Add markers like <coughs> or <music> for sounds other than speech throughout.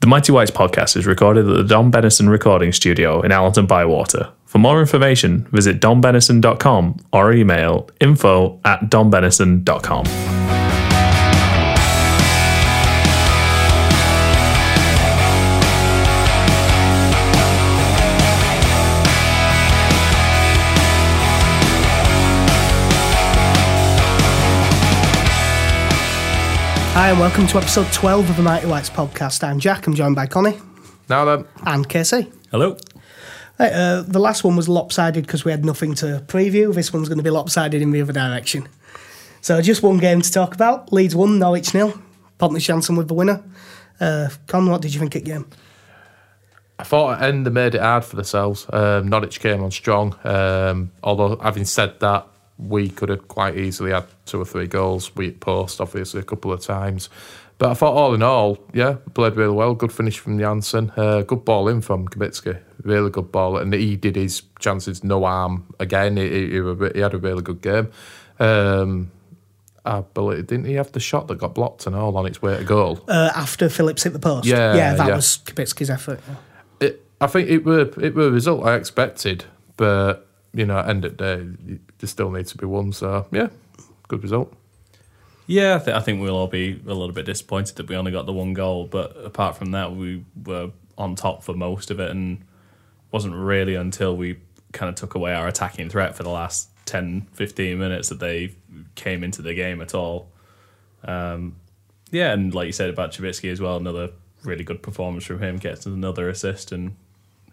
The Mighty Whites podcast is recorded at the Don Bennison Recording Studio in Allenton Bywater. For more information, visit donbennison.com or email info at donbennison.com. Hi, and welcome to episode 12 of the Mighty Whites podcast. I'm Jack, I'm joined by Connie Now then, and Casey. Hello. Right, uh, the last one was lopsided because we had nothing to preview. This one's going to be lopsided in the other direction. So, just one game to talk about Leeds 1, Norwich nil. Pontley Shanson with the winner. Uh, Con, what did you think of the game? I thought at end they made it hard for themselves. Um, Norwich came on strong. Um, although, having said that, we could have quite easily had two or three goals. We hit post, obviously, a couple of times. But I thought, all in all, yeah, played really well. Good finish from Janssen. Uh, good ball in from Kibitsky. Really good ball. And he did his chances no harm again. He, he, he were- he had a really good game. Um, I believe, didn't he have the shot that got blocked and all on its way to goal? Uh, after Phillips hit the post. Yeah, Yeah, that yeah. was Kibitsky's effort. it, I think it were it were a result I expected, but you know, at the end of the day, there still needs to be won. So yeah, good result. Yeah, I, th- I think we'll all be a little bit disappointed that we only got the one goal, but apart from that, we were on top for most of it, and wasn't really until we kind of took away our attacking threat for the last 10, 15 minutes that they came into the game at all. Um, yeah, and like you said about Trubisky as well, another really good performance from him, gets another assist, and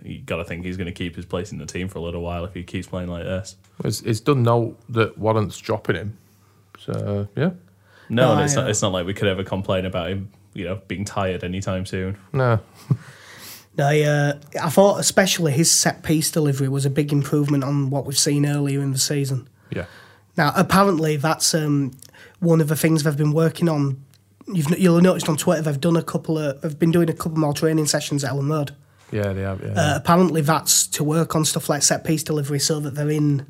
you got to think he's going to keep his place in the team for a little while if he keeps playing like this. It's, it's done now that Warren's dropping him. So yeah, No, No, and I, it's, uh, not, it's not like we could ever complain about him, you know, being tired anytime soon. no, No, I, uh, I thought especially his set piece delivery was a big improvement on what we've seen earlier in the season. yeah, Now, apparently, that's um, one of the things they've been working on. You've, you'll have noticed on Twitter they've done a couple of, they've been doing a couple more training sessions at Ellen Road. yeah, they have. Yeah, Uh, apparently, that's to work on stuff like set piece delivery, so that they're in,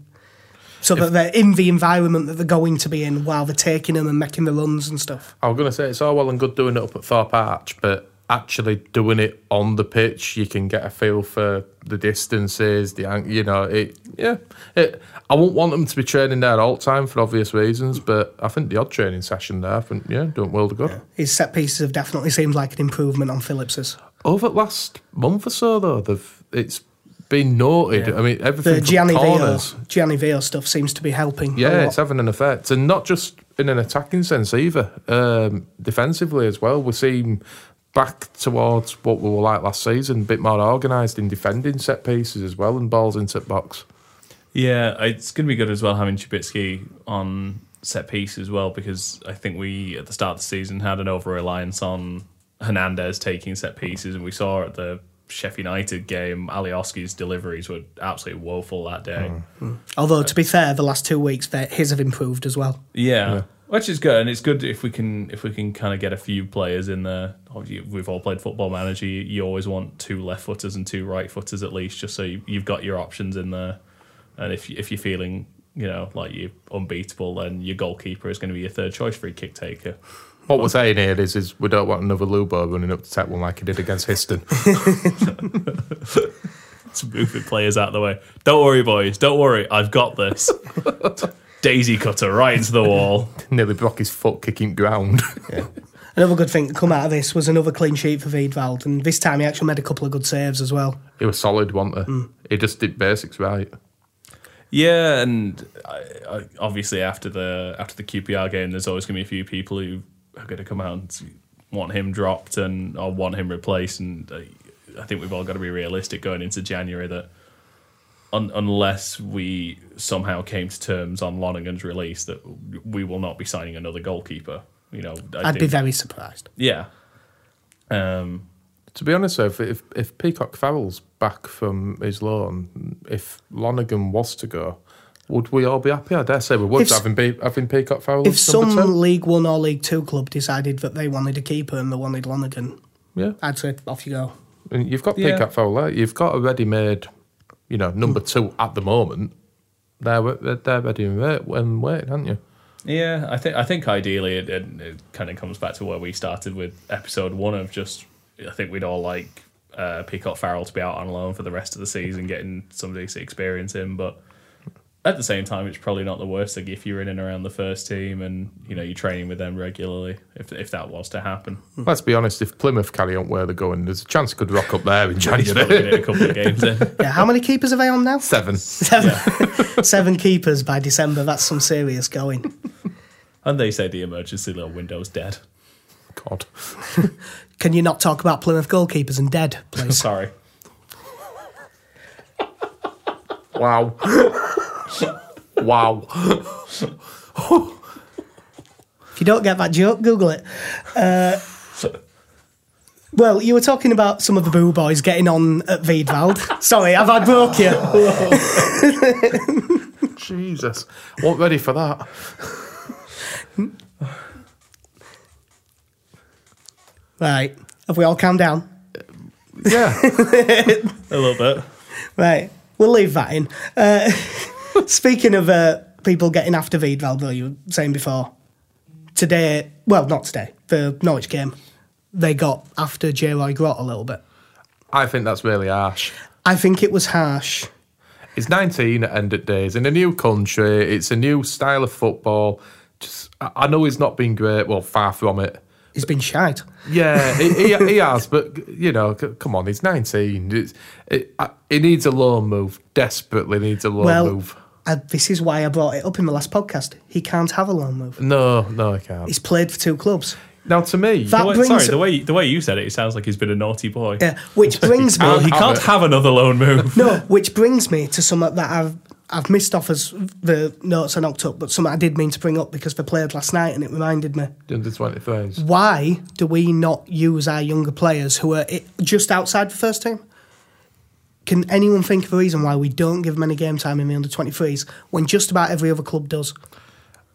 so that they're in the environment that they're going to be in while they're taking them and making the runs and stuff. I was gonna say it's all well and good doing it up at Thorpe Arch, but actually doing it on the pitch, you can get a feel for the distances, the ang- you know it. Yeah, it, I wouldn't want them to be training there all the time for obvious reasons, but I think the odd training session there, I think yeah, doing well to good. His set pieces have definitely seemed like an improvement on Phillips's. Over the last month or so, though, they've it's been noted. I mean, everything The from Gianni Veo, corners. Gianni Veo stuff seems to be helping. a Yeah, lot. it's having an effect, and not just in an attacking sense either. Um, defensively as well, we seem back towards what we were like last season, a bit more organised in defending set pieces as well, and balls into the box. Yeah, it's going to be good as well having Chubitsky on set piece as well because I think we at the start of the season had an over reliance on Hernandez taking set pieces, and we saw at the Sheffield United game Alioski's deliveries were absolutely woeful that day. Although to be fair, the last two weeks their- his have improved as well. Yeah. Which is good, and it's good if we can if we can kind of get a few players in there. Obviously, We've all played football manager. You, you always want two left footers and two right footers at least, just so you, you've got your options in there. And if you- if you're feeling you know like you're unbeatable, then your goalkeeper is going to be your third choice free kick taker. <laughs> What we're saying here is, is we don't want another Lubo running up to take one like he did against Histon. <laughs> It's moving players out of the way. Don't worry, boys. Don't worry. I've got this. Daisy cutter right into the wall. Nearly broke his foot kicking ground. Another good thing to come out of this was another clean sheet for Wiedwald, and this time he actually made a couple of good saves as well. <laughs> he was solid, wasn't he? He just did basics right. Yeah, and I, I, obviously after the after the QPR game, there's always going to be a few people who are going to come out and want him dropped and or want him replaced. And I, I think we've all got to be realistic going into January that un, unless we somehow came to terms on Lonergan's release, that we will not be signing another goalkeeper. You know, I I'd be think- very surprised. yeah. Um, To be honest, though, if, if if Peacock Farrell's back from his loan, if Lonergan was to go, would we all be happy? I dare say we would If s- having Pe- having Peacock Farrell. If as number some two. League One or League Two club decided that they wanted a keeper and they wanted Lonergan, yeah, I'd say off you go. and you've got Yeah. Peacock Farrell there. You've got a ready-made, you know, number two at the moment. They're wa- they're they're ready and wait, and waiting, aren't you? Yeah, I think I think ideally it, it, it kind of comes back to where we started with episode one of just I think we'd all like uh, Peacock Farrell to be out on loan for the rest of the season, getting some decent experience in. But at the same time, it's probably not the worst thing if you're in and around the first team and you know you're training with them regularly. If if that was to happen, <laughs> Hmm. Let's be honest, if Plymouth carry on where they're going, there's a chance it could rock up there in he's <laughs> probably January. been in a couple of games. In. Yeah, how many keepers are they on now? Seven. Seven, <laughs> seven keepers by December. That's some serious going. And they say the emergency little window's dead. God. Can you not talk about Plymouth goalkeepers and dead, <laughs> please? Sorry. <laughs> Wow. wow. if you don't get that joke, Google it. Well, you were talking about some of the Boo Boys getting on at Veedvald. Sorry, have I broke you? Jesus. Wasn't ready for that. Right. Have we all calmed down? Yeah. A little bit. Right. We'll leave that in. Uh, <laughs> speaking of uh, people getting after Veedveld, though, you were saying before, today, well, not today, the Norwich game, they got after J. Roy Grott a little bit. <laughs> I think that's really harsh. I think it was harsh. It's 19 at end of days in a new country. It's a new style of football. Just, I I know he's not been great. Well, far from it. He's been shite. Yeah, <laughs> he, he, he has, but you know, c- come on, he's 19. It's, it, I- he needs a loan move. Desperately needs a loan Well, move. uh, this is why I brought it up in the last podcast. He can't have a loan move. No, no, he can't. He's played for two clubs. Now, to me, That The way- brings- sorry, the way the way you said it, it sounds like he's been a naughty boy. Yeah, which brings me. Well, <laughs> he Have can't it. have another loan move. No, which brings me to something that I've I've missed off as the notes I knocked up, but something I did mean to bring up because they played last night and it reminded me. the under 23s. Why do we not use our younger players who are i- just outside the first team? Can anyone think of a reason why we don't give them any game time in the under 23s when just about every other club does?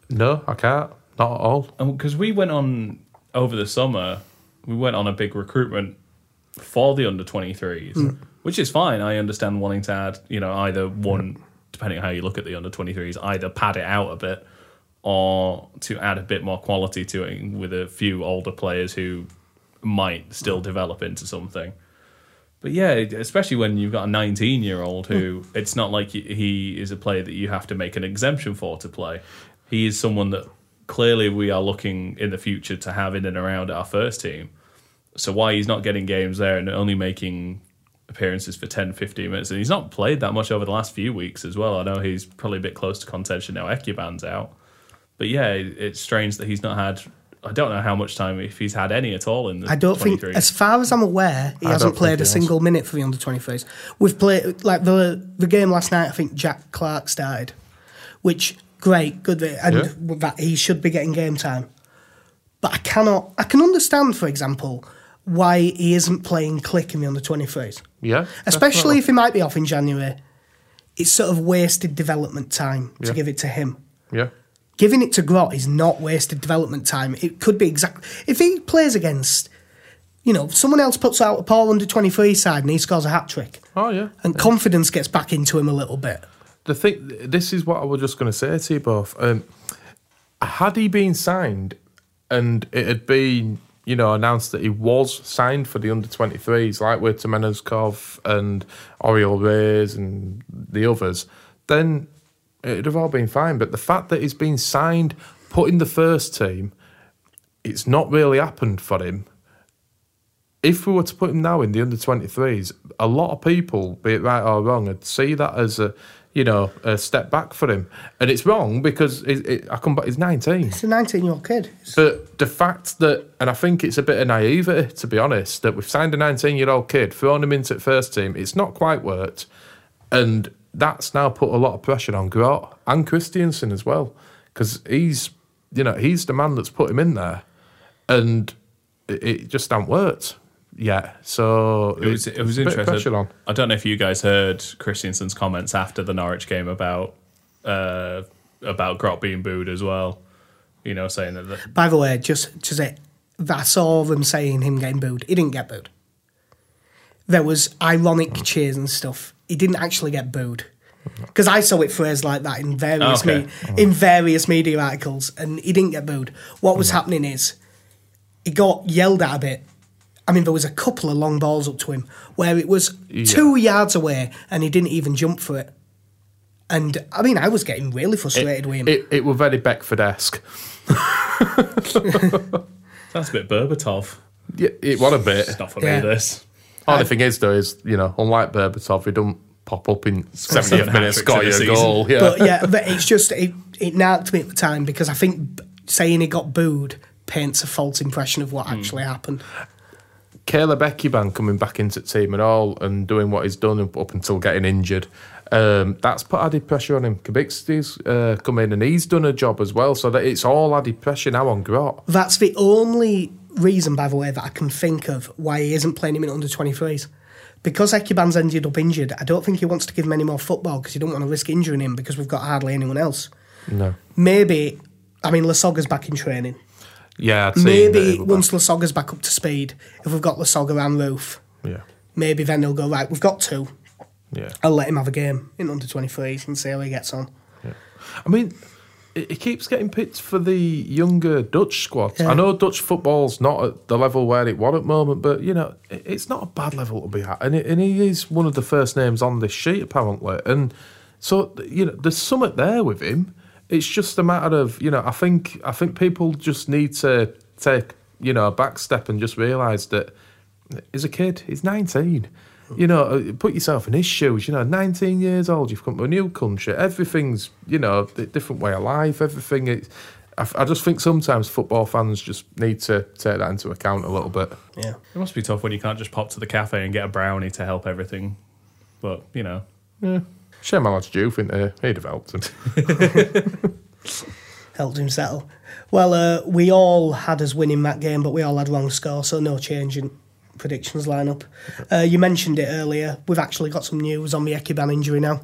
No, I can't. Not at all. because we went on over the summer, we went on a big recruitment for the under 23s, which is fine. I understand wanting to add, you know, either one, depending on how you look at the under 23s, either pad it out a bit or to add a bit more quality to it with a few older players who might still develop into something. But yeah, especially when you've got a 19 year old who Mm. it's not like he is a player that you have to make an exemption for to play. He is someone that clearly we are looking in the future to have in and around our first team. So why he's not getting games there and only making appearances for 10, 15 minutes, and he's not played that much over the last few weeks as well. I know he's probably a bit close to contention now. Ekuban's out. But yeah, it- it's strange that he's not had. I don't know how much time, if he's had any at all in the I don't think, 23s. as far as I'm aware, he I hasn't don't played think a he has. single minute for the under 23s. We've played, like, the, the game last night, I think Jack Clark started, which, great, good, and Yeah. that he should be getting game time. But I cannot, I can understand, for example, why he isn't playing click in the under 23s, Yeah. especially if he might be off in January. It's sort of wasted development time to Yeah. give it to him definitely. Yeah. giving it to Grot is not wasted development time. It could be exactly if he plays against, you know, someone else puts out a Paul under twenty three side and he scores a hat trick, Oh, yeah. and confidence gets back into him a little bit. The thing, this is what I was just going to say to you both. Um, had he been signed, and it had been, you know, announced that he was signed for the under 23s, like with Tomenezkov and Oriol Reyes and the others, then it'd have all been fine. But the fact that he's been signed, put in the first team, it's not really happened for him. if we were to put him now in the under 23s, a lot of people, be it right or wrong, would see that as a, you know, a step back for him. And it's wrong because it, it, I come back, he's 19. It's a nineteen year old kid. But the fact that, and I think it's a bit of naivety, to be honest, that we've signed a 19 year old kid, thrown him into the first team, it's not quite worked. And that's now put a lot of pressure on Grot and Christiansen as well, because he's, you know, he's the man that's put him in there. And it, it just hasn't worked yet. So It was it was a bit of interesting. pressure on. I don't know if you guys heard Christiansen's comments after the Norwich game about uh, about Grot being booed as well. You know, saying that the, By the way, just to say, I saw them saying him getting booed. He didn't get booed. There was ironic Mm. cheers and stuff. He didn't actually get booed. Because I saw it phrased like that in various Oh, Okay. me- in various media Mm. articles, and he didn't get booed. What was happening is he got yelled at a bit, I mean, there was a couple of long balls up to him where it was two yards away and he didn't even jump for it. And I mean, I was getting really frustrated with him. It, it were very Beckford-esque. That's a bit Berbatov. Yeah, it was a bit. It's not for Yeah. me, this. Only thing is, though, is, you know, unlike Berbatov, he don't pop up in 70th seven minute, hat-tricks score in you a a season. goal. Yeah. But yeah, but it's just it, it narked me at the time because I think b- saying he got booed paints a false impression of what actually happened. Caleb Eckyban coming back into the team and all and doing what he's done up until getting injured. Um, that's put added pressure on him. Kabicki's uh, come in and he's done a job as well, so that it's all added pressure now on Grot. That's the only reason, by the way, that I can think of why he isn't playing him in under 23s. Because Ekiban's ended up injured, I don't think he wants to give him any more football because he don't want to risk injuring him because we've got hardly anyone else. No. Maybe, I mean, Lasaga's back in training. Yeah, I'd seen that Maybe he were once Lasaga's back up to speed, if we've got Lasaga and Roof, back. Yeah. maybe then they'll go, right, we've got two. Yeah. I'll let him have a game in under 23s and see how he gets on. I mean, it, it keeps getting picked for the younger Dutch squads. I know Dutch football's not at the level where it was at the moment, but you know, it, it's not a bad level to be at. And, it, and he is one of the first names on this sheet, apparently. And so, you know, there's something there with him. It's just a matter of, you know, I think I think people just need to take, you know, a back step and just realise that he's a kid. He's 19. You know, uh, put yourself in his shoes. You know, 19 years old. You've come to a new country. Everything's, you know, a different way of life. Everything. Is, I, f- I just think sometimes football fans just need to take that into account a little bit. Yeah. It must be tough when you can't just pop to the cafe and get a brownie to help everything. But, you know, Shame my lad's Juve, isn't there? He developed. <laughs> And Helped him settle. Well, uh, we all had us winning that game, but we all had wrong score, so no change in predictions lineup. Uh, you mentioned it earlier. We've actually got some news on the Ekiban injury now.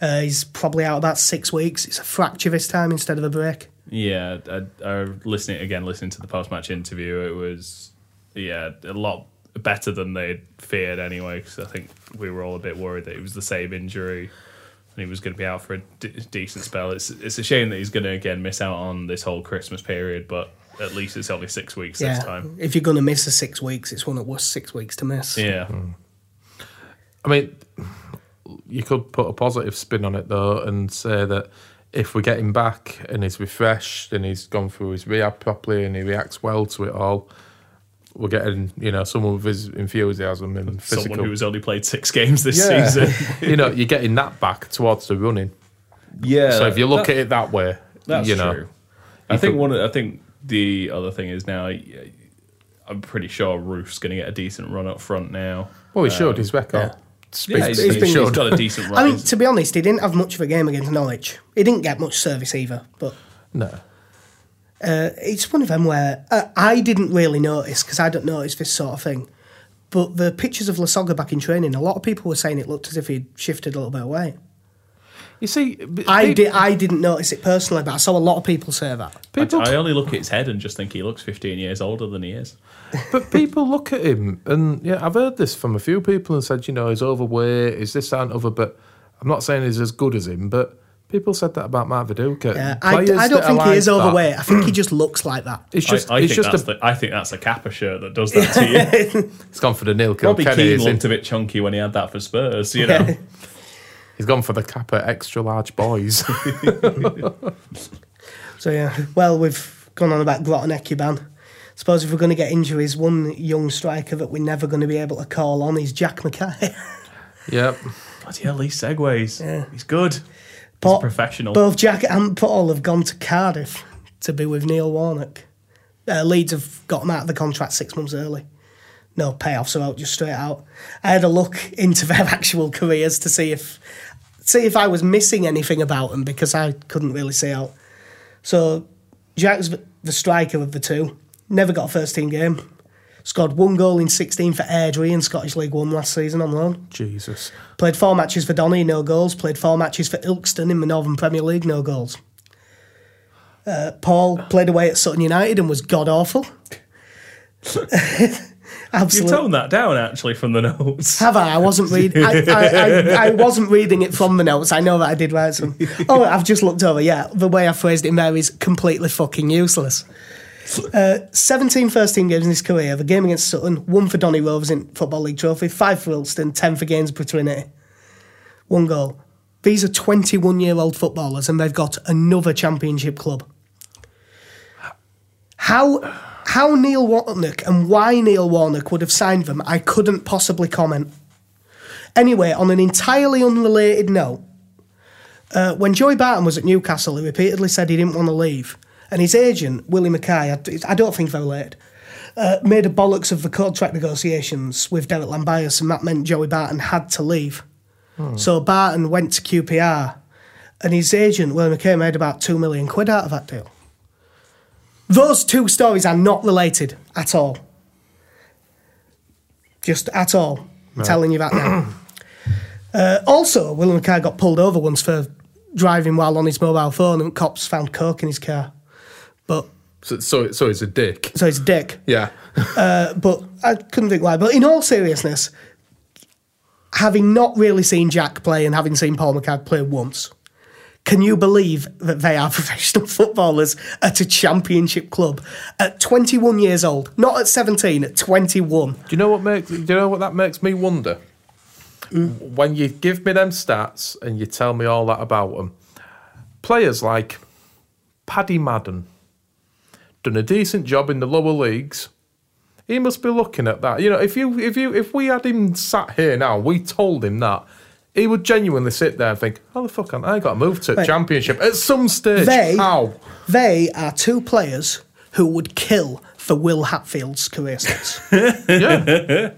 Uh, he's probably out about six weeks. It's a fracture this time instead of a break. Yeah, I, I listening again, listening to the post match interview, it was yeah a lot better than they feared anyway. Because I think we were all a bit worried that it was the same injury and he was going to be out for a d- decent spell. It's it's a shame that he's going to again miss out on this whole Christmas period, but at least it's only six weeks this time. If you're going to miss the six weeks, it's one of the worst six weeks to miss. Yeah, Hmm. I mean, you could put a positive spin on it though, and say that if we get him back and he's refreshed and he's gone through his rehab properly and he reacts well to it all, we're getting you know someone with his enthusiasm and physical. someone who's only played six games this Yeah. <laughs> season. you know, you're getting that back towards the running. Yeah. So if you look at it that way, That's you know, true. I think could- one. of- I think the other thing is now. y- I'm pretty sure Roof's going to get a decent run up front now. well, he showed his record. yeah. Speaks he's- to he's it, been- he's showed. got a <laughs> decent run. I mean, to be honest, he didn't have much of a game against Norwich. He didn't get much service either, but no. Uh, it's one of them where uh, I didn't really notice because I don't notice this sort of thing. But the pictures of Lasoga back in training, a lot of people were saying it looked as if he'd shifted a little bit away. You see, b- I peop- did. I didn't notice it personally, but I saw a lot of people say that. people I, I only look at his head and just think he looks 15 years older than he is. but people look at him, and yeah, I've heard this from a few people and said, you know, he's overweight, is this that, and other. But I'm not saying he's as good as him, but people said that about Matt Viduka. Yeah, I, I Players don't that think are he is like that, overweight. I think he just looks like <laughs> that. It's just, I, I it's think just, that's a, the, I think that's a Kappa shirt that does that <laughs> to you. <laughs> it's gone for the Neil Robbie Kilkenny. Keane is looked it? a bit chunky when he had that for Spurs, <laughs> you know. He's gone for the Kappa extra large <laughs> boys. <laughs> So yeah, well, we've gone on about Grot and Ekuban. Suppose if we're going to get injuries, one young striker that we're never going to be able to call on is Jack Mackay. <laughs> yep. Bloody hell, these segues. He's good. Paul- professional. Both Jack and Paul have gone to Cardiff to be with Neil Warnock. Uh, Leeds have got him out of the contract six months early. No payoffs are out, just straight out. I had a look <laughs> into their actual careers to see if see if I was missing anything about them because I couldn't really see out. So Jack's the the striker of the two. Never got a first team game. Scored one goal in 16 for Airdrie in Scottish League One last season on loan. Jesus. Played four matches for Donny, no goals. Played four matches for Ilkeston in the Northern Premier League, no goals. Uh, Paul played away at Sutton United and was god awful. You've Absolutely. toned that down, actually, from the notes. Have I? I wasn't reading. I, I, I, I wasn't reading it from the notes. I know that I did write some. Oh, I've just looked over. Yeah, the way I phrased it in there is completely fucking useless. Uh, 17 first team games in his career. The game against Sutton, one for Donny Rovers in Football League Trophy, five for Ilston, 10 for Gainsborough Trinity. One goal. These are 21 year old footballers and they've got another championship club. How how Neil Warnock and why Neil Warnock would have signed them, I couldn't possibly comment. Anyway, on an entirely unrelated note, uh, when Joey Barton was at Newcastle, he repeatedly said he didn't want to leave. And his agent, Willie Mackay, I, I don't think they're related, uh, made a bollocks of the contract negotiations with Derek Lambias, and that meant Joey Barton had to leave. So Barton went to QPR, and his agent, Willie Mackay, made about two million quid out of that deal. Those two stories are not related at all. Just at all. I'm telling you that now. <clears throat> Uh, also, William Mackay got pulled over once for driving while on his mobile phone, and cops found coke in his car. But So, so, so he's a dick. so he's a dick. Yeah. But I couldn't think why. But in all seriousness, having not really seen Jack play and having seen Paul McCann play once, can you believe that they are <laughs> professional footballers at a championship club at 21 years old? Not at 17, at 21. Do you know what makes? Do you know what that makes me wonder? Mm. When you give me them stats and you tell me all that about them, players like Paddy Madden done a decent job in the lower leagues. He must be looking at that. You know, if you if you if we had him sat here now, we told him that. He would genuinely sit there and think, "How the fuck haven't I got moved to Right. championship at some stage?" They, <laughs> How? they are two players who would kill for Will Hatfield's career stats. Yeah,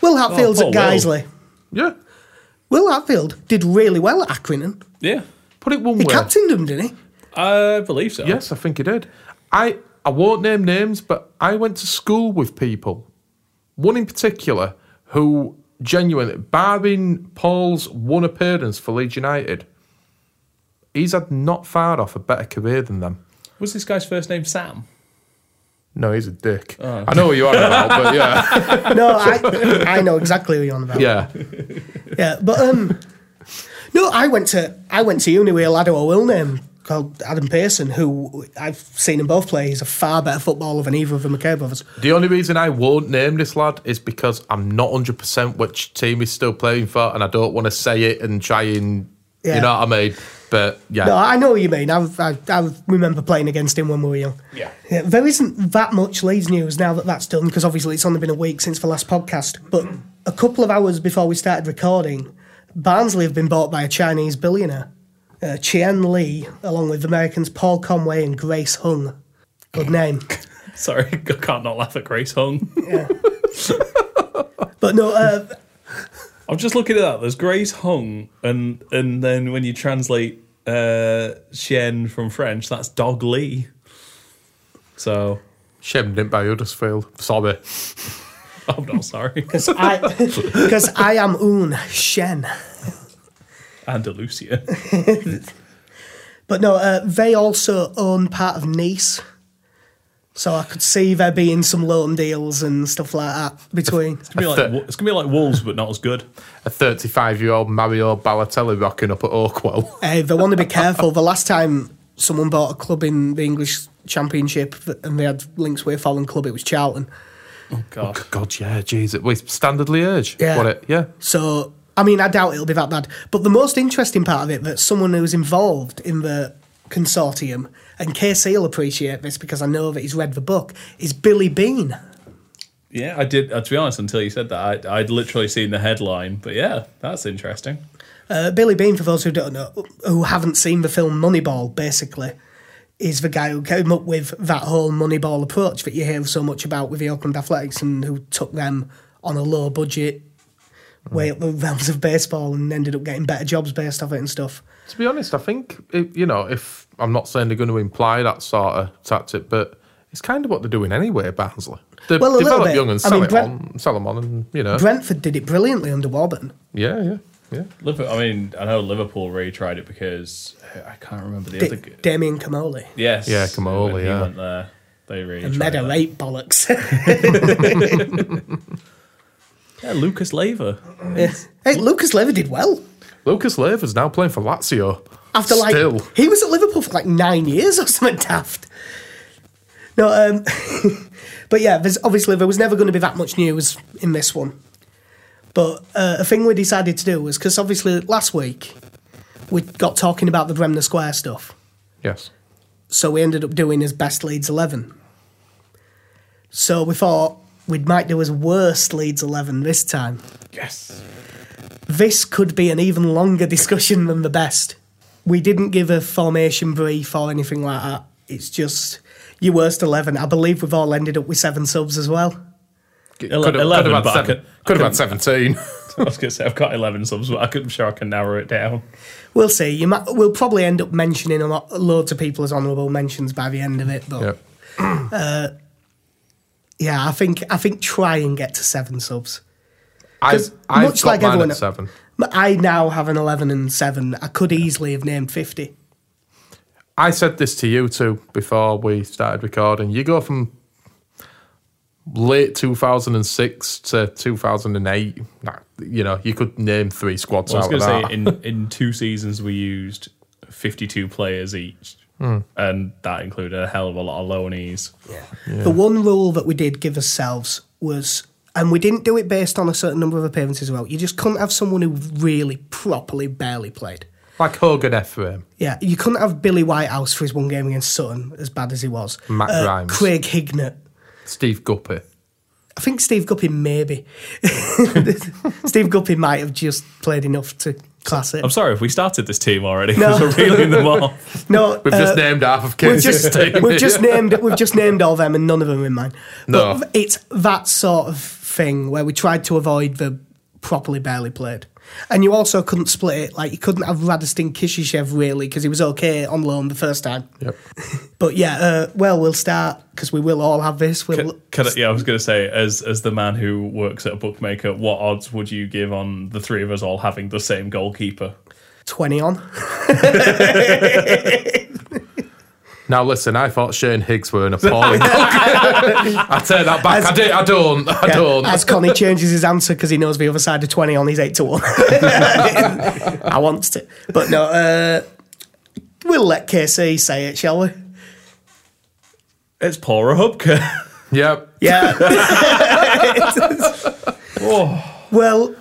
Will Hatfield's poor at Will. Guiseley. yeah. Will Hatfield did really well at Accrington. Yeah, Put it one He way. captained him, didn't he? I believe so. Yes, I think he did. I I won't name names, but I went to school with people. One in particular who genuinely, barring Paul's one appearance for Leeds United, he's had not far off a better career than them. Was this guy's first name Sam? <laughs> No, he's a dick. I know what you are <laughs> about, but yeah, No, I, I know exactly who you're on about. yeah. Yeah, but um, no, I went to I went to uni with a lad who I will name called Adam Pearson, who I've seen them both play. He's a far better footballer than either of the McCabe brothers. The only reason I won't name this lad is because I'm not hundred percent which team he's still playing for, and I don't want to say it and try and Yeah. you know what I mean. But yeah, No, I know what you mean. I've, I I remember playing against him when we were young. Yeah. Yeah, there isn't that much Leeds news now that that's done because obviously it's only been a week since the last podcast. But a couple of hours before we started recording, Barnsley have been bought by a Chinese billionaire, uh, Chien Lee, along with Americans Paul Conway and Grace Hung. Good name. Sorry, <laughs> I can't not laugh at Grace Hung. But no, uh, I'm just looking at that. There's Grace Hung, and and then when you translate uh, Chien from French, that's Dog Lee. So <laughs> shame they didn't buy Huddersfield. Sorry. I'm not sorry. <laughs> because <laughs> I, because I am Un Shen. Andalusia. But no, uh, they also own part of Nice. So I could see there being some loan deals and stuff like that between. It's gonna be <laughs> like, it's gonna be like Wolves, but not as good. a 35 year old Mario Balotelli rocking up at Oakwell. Hey, Uh, they want to be careful. The last time someone bought a club in the English Championship th- and they had links with a foreign club, it was Charlton. God. <laughs> God, yeah, jeez, it was standard Liège. Yeah. wasn't it? Yeah. So, I mean, I doubt it'll be that bad. But the most interesting part of it that someone who was involved in the consortium, and KC will appreciate this because I know that he's read the book, is Billy Bean. Yeah, I did. Uh, to be honest, until you said that, I, I'd literally seen the headline. But yeah, that's interesting. Uh, Billy Bean, for those who don't know, who haven't seen the film Moneyball, basically, is the guy who came up with that whole Moneyball approach that you hear so much about with the Oakland Athletics and who took them on a low budget way up the realms of baseball and ended up getting better jobs based off it and stuff. To be honest, I think, if, you know, if I'm not saying they're going to imply that sort of tactic, but it's kind of what they're doing anyway, Barnsley. They Well, a little develop bit. young and I sell, mean, it Brent- on, sell them on, and, you know. Brentford did it brilliantly under Warburton. yeah, yeah, yeah. Liverpool, I mean, I know Liverpool retried it because uh, I can't remember the Da- other. g- Damien Camoli. Yes. Yeah, Camoli, when he yeah. went there. They really. And tried Meadow that. 8 bollocks. <laughs> <laughs> Yeah, Lucas Leiva. hey, Lucas Lever did well. Lucas Leiva's now playing for Lazio. After like Still. <laughs> he was at Liverpool for like nine years or something daft. No, um, <laughs> but yeah, there's obviously there was never going to be that much news in this one. But uh, a thing we decided to do was because obviously last week we got talking about the Bremner Square stuff, Yes. so we ended up doing his best Leeds eleven. So we thought we might do his worst Leeds eleven this time. Yes. This could be an even longer discussion than the best. We didn't give a formation brief or anything like that. It's just your worst 11. I believe we've all ended up with seven subs as well. Ele- Could have, 11, could but I have had, seven, could- I could have had <laughs> 17. I was going to say I've got eleven subs, but I could, I'm sure I can narrow it down. We'll see. You might, we'll probably end up mentioning a lot, loads of people as honourable mentions by the end of it. But yep. yeah, I think I think try and get to seven subs. I, 'Cause I've much got like mine everyone- at 7. But I now have an 11 and seven. I could easily have named 50. I said this to you two before we started recording. You go from late 2006 to 2008. Nah, you know, you could name three squads So I was out of going to that. say in in two seasons we used fifty two players each, and that included a hell of a lot of loanees. The one rule that we did give ourselves was, and we didn't do it based on a certain number of appearances as well, you just couldn't have someone who really properly barely played. like Hogan Ephraim. Yeah, you couldn't have Billy Whitehouse for his one game against Sutton, as bad as he was. Uh, Matt Grimes. Craig Hignett. Steve Guppy. I think Steve Guppy maybe. <laughs> Steve Guppy might have just played enough to class it. I'm sorry if we started this team already <laughs> No. because we're reeling them off. No, <laughs> We've uh, just named half of We've Kansas just, team. we've just named we've just named all them and none of them are in mine. No. But it's that sort of thing where we tried to avoid the properly barely played. And you also couldn't split it. Like you couldn't have Radistin Kishishev really because he was okay on loan the first time. <laughs> Yep. But yeah, uh, well we'll start because we will all have this. We'll Could I- yeah, I was going to say as as the man who works at a bookmaker, what odds would you give on the three of us all having the same goalkeeper? twenty on. Now listen, I thought Shane <laughs> Higgs were an appalling. <laughs> I take that back. I, do, I don't. I Yeah, don't. As Connie changes his answer because he knows the other side of 20 on his 8 to 1. <laughs> I want to. But no, uh, we'll let KC say it, shall we? It's Paula <laughs> Hubka. yep. <laughs> Yeah. <laughs> oh, well,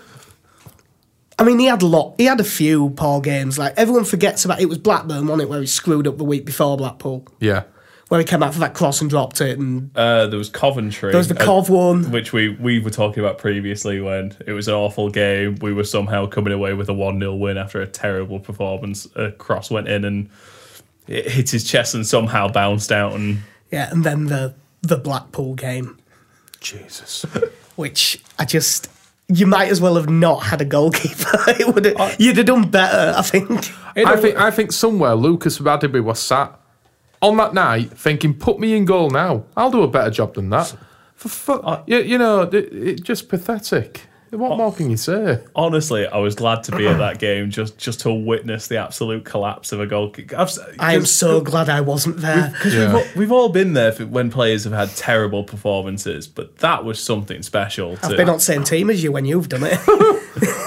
I mean, he had a lot. He had a few poor games. Like, everyone forgets about it was Blackburn, wasn't it, where he screwed up the week before Blackpool, Yeah. where he came out for that cross and dropped it. And uh, there was Coventry. there was the uh, Cov one. which we, we were talking about previously when it was an awful game. We were somehow coming away with a 1 0 win after a terrible performance. A cross went in and it hit his chest and somehow bounced out. And Yeah, and then the, the Blackpool game, Jesus. <laughs> which I just. You might as well have not had a goalkeeper. <laughs> It would have, you'd have done better, I think. I think I think somewhere Lucas Radeby was sat on that night thinking, "Put me in goal now. I'll do a better job than that." For fu- you, you know, it, it just pathetic. What more can you say? honestly, I was glad to be at that game just, just to witness the absolute collapse of a goalkeeper. I've, s- I am so glad I wasn't there. We've, Yeah. all, we've all been there for, when players have had terrible performances, but that was something special. To, I've been on the same team as you when you've done it.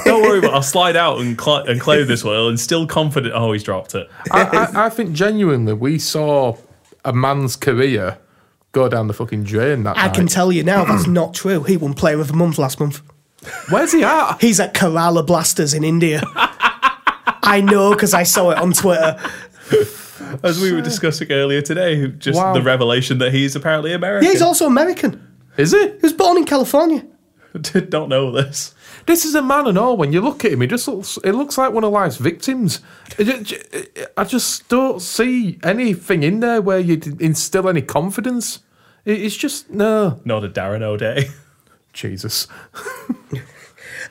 don't worry, but I'll slide out and, cl- and claim this will and still confident. Oh, he's dropped it. <laughs> I, I, I think genuinely we saw a man's career go down the fucking drain that I night. can tell you now <clears throat> that's not true. He won Player of the Month last month. Where's he at? He's at Kerala Blasters in India. I know because I saw it on Twitter. As we were discussing earlier today, who- just Wow. the revelation that he's apparently American. Yeah, he's also American. Is he? He was born in California. <laughs> Don't know this. This is a man and all. When you look at him, he just looks. It looks like one of life's victims. I ju- ju- I just don't see anything in there where you would instill any confidence. It- It's just no. Not a Darren O'Day. Jesus.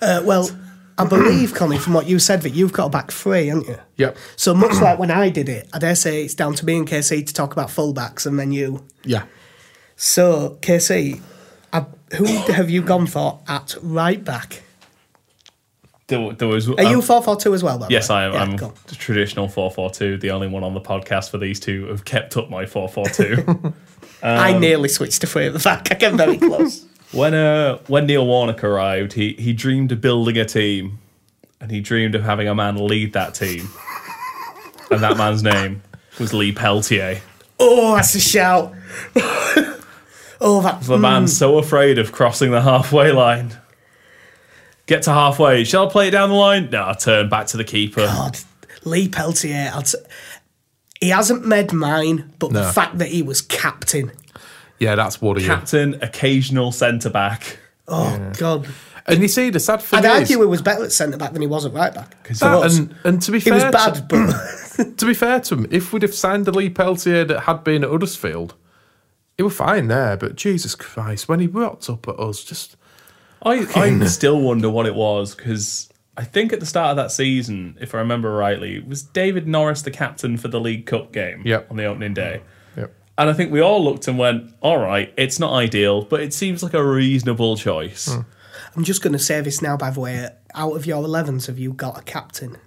Uh, well, <clears throat> I believe, Connie, from what you said, that you've got a back three, haven't you? Yep. So <clears throat> much like when I did it, I dare say it's down to me and KC to talk about fullbacks and then you. Yeah. So, KC, uh, <coughs> who have you gone for at right back? There, there was. um, Are you four four two as well? by the Yes, way? I am. Yeah, I'm cool. the traditional 442, the only one on the podcast for these two who have kept up <laughs> my 442. Um, I nearly switched to three at the back. I get very <laughs> close. when uh, when Neil Warnock arrived, he he dreamed of building a team, and he dreamed of having a man lead that team, and that man's name was Lee Peltier. oh, that's a shout. <laughs> Oh, that. The man's so afraid of crossing the halfway line. Get to halfway. Shall I play it down the line? No, I turn back to the keeper. God, Lee Peltier. I'll t- he hasn't made mine, but the No. fact that he was captain. Yeah, that's Woody. Captain, occasional centre back. Oh God! And you see, the sad thing I'd is, argue he was better at centre back than he was at right back. For that- us. and, and to be he fair, was to- bad, but <coughs> To be fair to him, if we'd have signed the Lee Peltier that had been at Huddersfield, he were fine there. But Jesus Christ, when he rocked up at us, just I, I still wonder what it was because I think at the start of that season, if I remember rightly, was David Norris the captain for the League Cup game Yep. on the opening day. Yep. And I think we all looked and went, all right, it's not ideal, but it seems like a reasonable choice. I'm just going to say this now. By the way, out of your 11s, have you got a captain?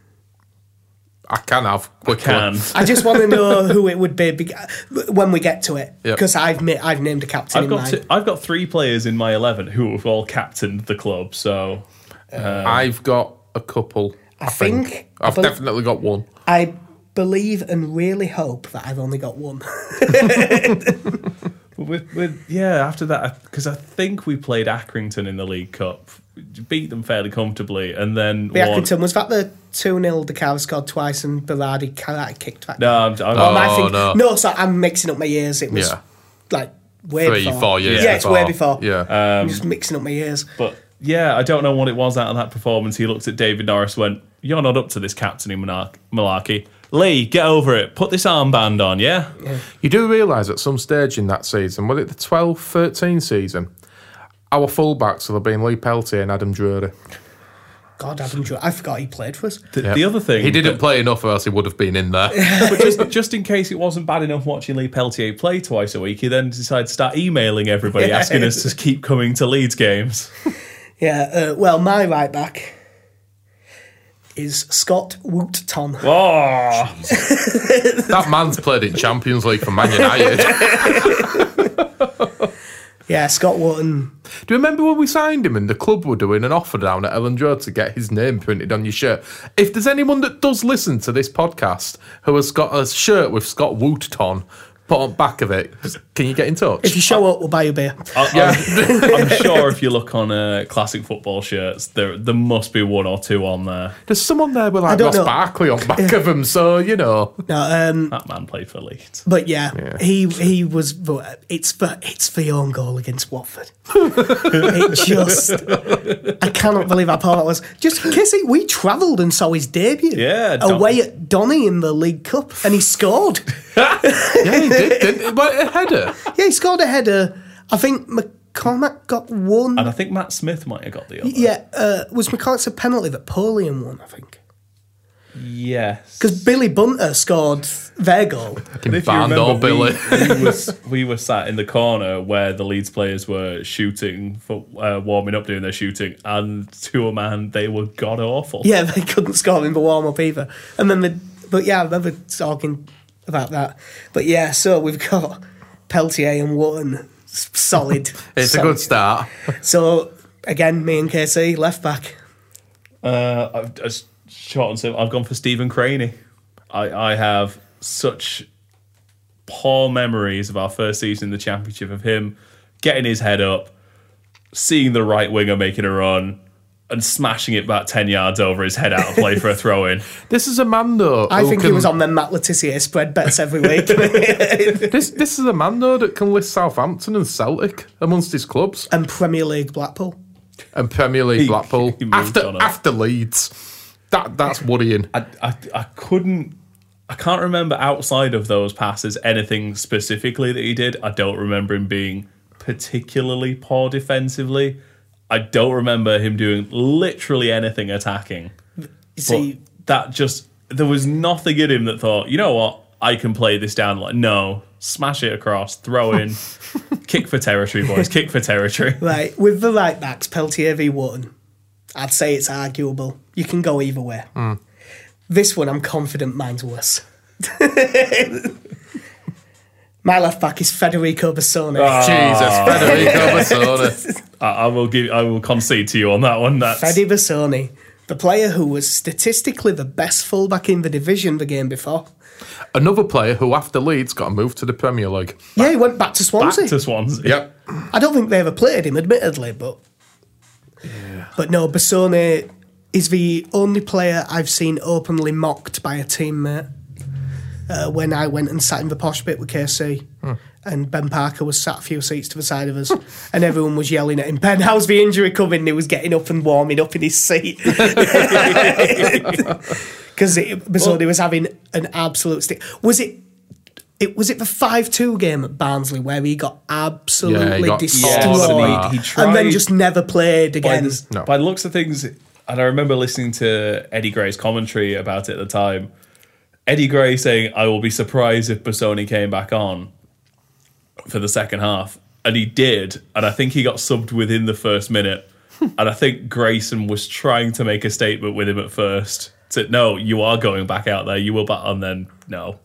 I can have quickly. Can. I just want to <laughs> know who it would be beca- when we get to it, Yep. because I've ma- I've named a captain I've in got mine. two, I've got three players in my eleven who have all captained the club. So I've got a couple. I think- I've but- definitely got one. I believe and really hope that I've only got one. <laughs> But with, with yeah, after that, because I think we played Accrington in the League Cup, beat them fairly comfortably, and then The won- Accrington was that the two 0 the cow scored twice and Berardi karate kicked back. No, I'm, I'm, Am I Oh, think- no. no, sorry, I'm mixing up my years. It was Yeah. like way Three, before. four years. Yeah, it's way before. Yeah. I'm just mixing up my years. But yeah, I don't know what it was out of that performance. He looked at David Norris, went, "You're not up to this captaining malark- malarkey." Lee, get over it. Put this armband on, yeah. You do realise at some stage in that season, was it the 12 13 season, our fullbacks will have been Lee Peltier and Adam Drury. God, Adam Drew, I forgot he played for us. The, the other thing He didn't that- play enough, or else he would have been in there. <laughs> but just, just in case it wasn't bad enough watching Lee Peltier play twice a week, he then decided to start emailing <laughs> everybody Yeah. asking us to keep coming to Leeds games. Yeah. Uh, well, my right back is Scott Woot Tom. <laughs> Oh, <laughs> that man's played in Champions League for <laughs> Man United. Yeah, Scott Wooten. Do you remember when we signed him and the club were doing an offer down at Elland Road to get his name printed on your shirt? If there's anyone that does listen to this podcast who has got a shirt with Scott Woot on put on back of it, can you get in If touch? <laughs> you show up, we'll buy you a beer. I, I'm, I'm sure if you look on uh, classic football shirts, there there must be one or two on there. There's someone there with I like don't Ross know. Barkley on back of him, so you know. No, um, That man played for Leeds. but yeah, he he was. But it's for it's for your own goal against Watford. <laughs> it just, I cannot believe how poor that was. Just kiss it. We travelled and saw his debut. Yeah, Don- away at Donny in the League Cup, and he <laughs> scored. Yeah, he did, didn't he? But a header. yeah, he scored a header. I think McCormack got one. And I think Matt Smith might have got the other. Yeah, uh, was McCormack's a penalty that Polian won? I think. Yes. Because Billy Bunter scored their goal. <laughs> And if you Band or remember, Billy. We, we, was, we were sat in the corner where the Leeds players were shooting for uh, warming up, doing their shooting, and to a man, they were god awful. Yeah, <laughs> they couldn't score in the warm up either. And then the but yeah, I remember talking about that. But yeah, so we've got Peltier and Wotton. S- Solid. <laughs> <laughs> It's a Solid. good start. So again, me and KC left back. Uh, I've, as short and simple, I've gone for Stephen Craney. I, I have such poor memories of our first season in the championship of him getting his head up, seeing the right winger making a run, and smashing it about ten yards over his head out of play for a throw in. This is a man though. I who think he can- was on the Matt Letitia spread bets every <laughs> week. <laughs> This this is a man though that can list Southampton and Celtic amongst his clubs and Premier League Blackpool. and Premier League He- Blackpool he moved after on up. after Leeds. That that's worrying. I, I, I couldn't. I can't remember outside of those passes anything specifically that he did. I don't remember him being particularly poor defensively. I don't remember him doing literally anything attacking. You But see, that just there was nothing in him that thought, you know what, I can play this down. Like no, smash it across, <laughs> throw in, kick for territory, boys, kick for territory. right, with the right backs, Peltier v Wotton, I'd say it's arguable. You can go either way. Hmm. This one, I'm confident mine's worse. <laughs> My left back is Federico Bassone. Ah. Jesus, <laughs> Federico Bassone. I, I will give, I will concede to you on that one. That's Freddy Bassoni. the player who was statistically the best fullback in the division the game before. Another player who, after Leeds, got moved to the Premier League. Yeah, he went back to Back Swansea. to Swansea. Yep. I don't think they ever played him, admittedly, but but no, Bassone is the only player I've seen openly mocked by a teammate. Uh, when I went and sat in the posh bit with KC, and Ben Parker was sat a few seats to the side of us, <laughs> and everyone was yelling at him, Ben, how's the injury coming? And he was getting up and warming up in his seat. <laughs> Because Bassone was having an absolute stick. Was it it was it the five two game at Barnsley where he got absolutely Yeah, he got destroyed torn apart. He- he and then tried- just never played by, again. the, No. by the looks of things, and I remember listening to Eddie Gray's commentary about it at the time. Eddie Gray saying, "I will be surprised if Bassoni came back on for the second half," and he did, and I think he got subbed within the first minute, and I think Grayson was trying to make a statement with him at first. To, no, you are going back out there. You were back, and then no.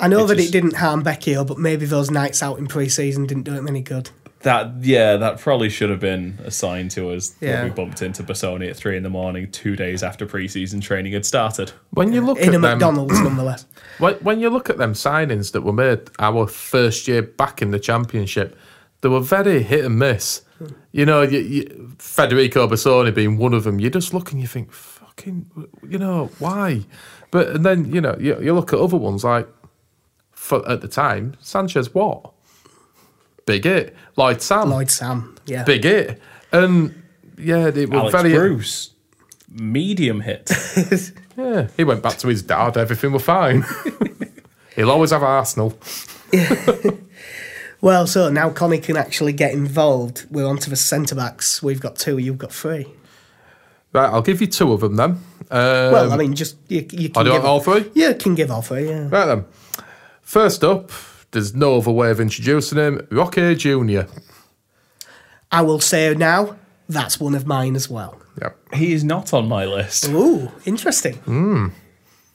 I know It that just- it didn't harm Becchio, but maybe those nights out in pre-season didn't do him any good. That yeah, that probably should have been a sign to us Yeah. that we bumped into Bassoni at three in the morning, two days after preseason training had started. When you look In a at them, McDonald's, <clears throat> nonetheless. When, when you look at them signings that were made our first year back in the championship, they were very hit and miss. You know, you, you, Federico Bassoni being one of them. You just look and you think, fucking, you know, why? But and then you know you, you look at other ones like, for, at the time, Sanchez what? Big it, Lloyd Sam, Lloyd Sam, yeah. big it, and yeah, they were Alex very Bruce, medium hit. yeah. He went back to his dad. Everything were fine. <laughs> He'll always have Arsenal. Well, so now Connie can actually get involved. We're on to the centre backs. We've got two, you've got three. Right, I'll give you two of them then. Um, Well, I mean, just you, you can do give all three? Yeah, can give all three. Yeah, right then. First up, there's no other way of introducing him. Rocky Junior. I will say now that's one of mine as well. <laughs> Yep. he is not on my list Ooh, interesting. Hmm.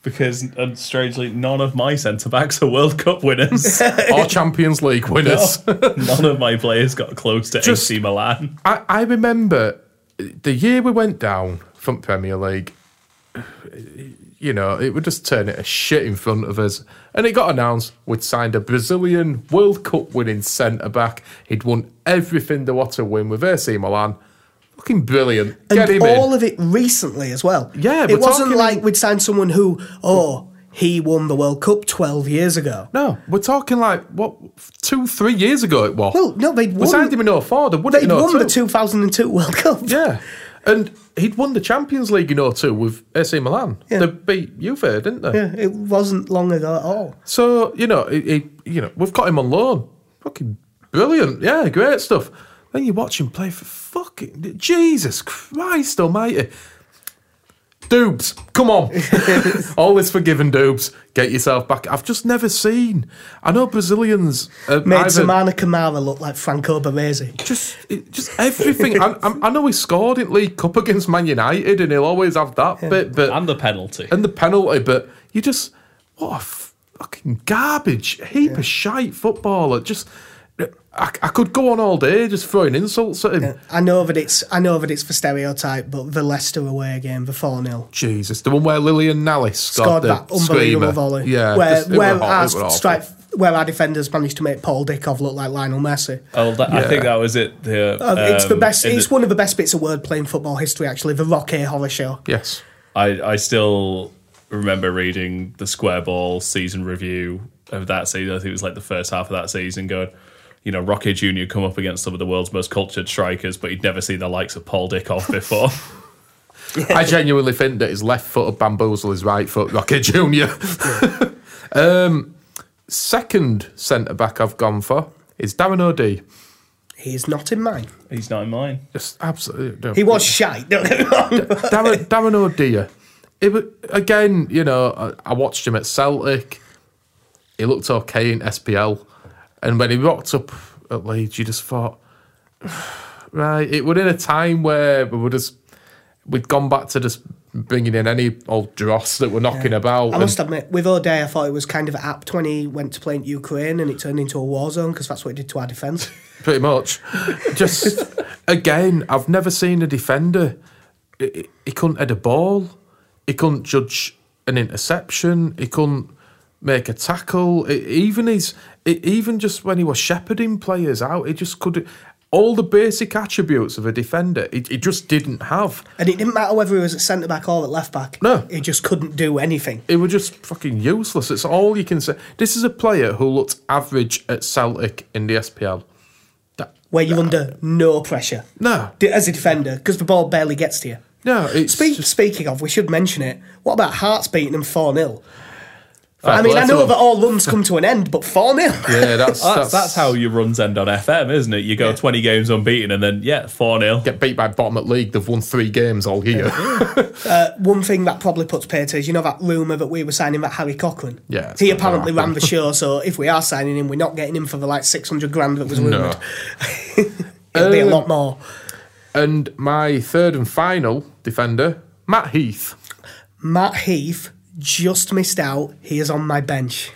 because, and strangely, none of my centre backs are World Cup winners. Or Champions League winners. none of my players got close to Just- AC Milan. I, I remember the year we went down from Premier League. You know, it would just turn it a shit in front of us. And it got announced we'd signed a Brazilian World Cup winning centre back. He'd won everything there was to win with AC Milan. Fucking brilliant. and Get him in. all of it recently as well. Yeah, we're it wasn't talking- like we'd signed someone who, oh, he won the World Cup twelve years ago. No, we're talking like what two, three years ago it was. Well, no, they'd we won. signed him in 04, they won it They'd in won 02. the 2002 World <laughs> Cup. Yeah, and he'd won the Champions League in 02 with AC Milan. Yeah. They beat Juve, didn't they? Yeah, it wasn't long ago at all. So you know, it, it, you know, we've got him on loan. Fucking brilliant. Yeah, great stuff. Then you watch him play for fucking Jesus Christ Almighty. Dubes, <laughs> come on. All is forgiven, Dubes. Get yourself back. I've just never seen. I know Brazilians. Uh, Made either- Zamana Kamara look like Franco Baresi. just it, just everything. I, I, I know he scored in League Cup against Man United, and he'll always have that bit. But And the penalty. and the penalty, but you just what a f- fucking garbage heap of shite footballer. Just I, I could go on all day just throwing insults at him. I know that it's I know that it's for stereotype, but the Leicester away game, the 4 0. Jesus, the one where Lillian Nellis Scored scored that the unbelievable screamer. volley. Yeah, where, just- it where, were hot- our it were awful. strike, where our defenders managed to make Paul Dickov look like Lionel Messi. Oh, that, I think Yeah. that was it. The, Uh, it's the um, best. in It's the- one of the best bits of wordplay in football history, actually. The Rocky Horror Show. Yes, I, I still remember reading the Square Ball season review of that season. I think it was like the first half of that season going, you know, Rocky Jr. come up against some of the world's most cultured strikers, but he'd never seen the likes of Paul Dickoff before. I genuinely think that his left foot would bamboozle his right foot, Rocket Junior. <laughs> um, second centre back I've gone for is Darren O'D. He's not in mine. He's not in mine. Just absolutely. no. He was shite. <laughs> Don't get me wrong. Darren, Darren O'Dea. It, wa- again, you know, I, I watched him at Celtic. He looked okay in SPL. And when he rocked up at Leeds, you just thought, <sighs> right, it was in a time where we were just, we'd gone back to just bringing in any old dross that were knocking about. I and- must admit, with O'Day, I thought it was kind of apt when he went to play in Ukraine and it turned into a war zone because that's what it did to our <laughs> defence. pretty much. Just again, I've never seen a defender he, he couldn't head a ball. He couldn't judge an interception. He couldn't make a tackle. E- even his, e- even just when he was shepherding players out, he just could. All the basic attributes of a defender, he, he just didn't have. And it didn't matter whether he was at centre back or at left back. No. He just couldn't do anything. It was just fucking useless. It's all you can say. This is a player who looked average at Celtic in the SPL. That, Where you're under no pressure no, D- as a defender because the ball barely gets to you. no. It's Speak, just- speaking of, we should mention it. What about Hearts beating them 4 0? Ah, I mean, well, I that's know all- that all runs come to an end, but 4 0? yeah, that's That's, that's how your runs end on FM, isn't it? You go 20 games unbeaten and then, yeah, 4 0. get beat by bottom at league. They've won three games all year. One thing that probably puts pay to is, you know, that rumour that we were signing that Harry Cochran. Yeah, it's He not gonna apparently happen. ran <laughs> the show, so if we are signing him, we're not getting him for the like 600 grand that was rumoured. <laughs> It'll Uh, be a lot more. And my third and final defender, Matt Heath. Matt Heath just missed out. He is on my bench.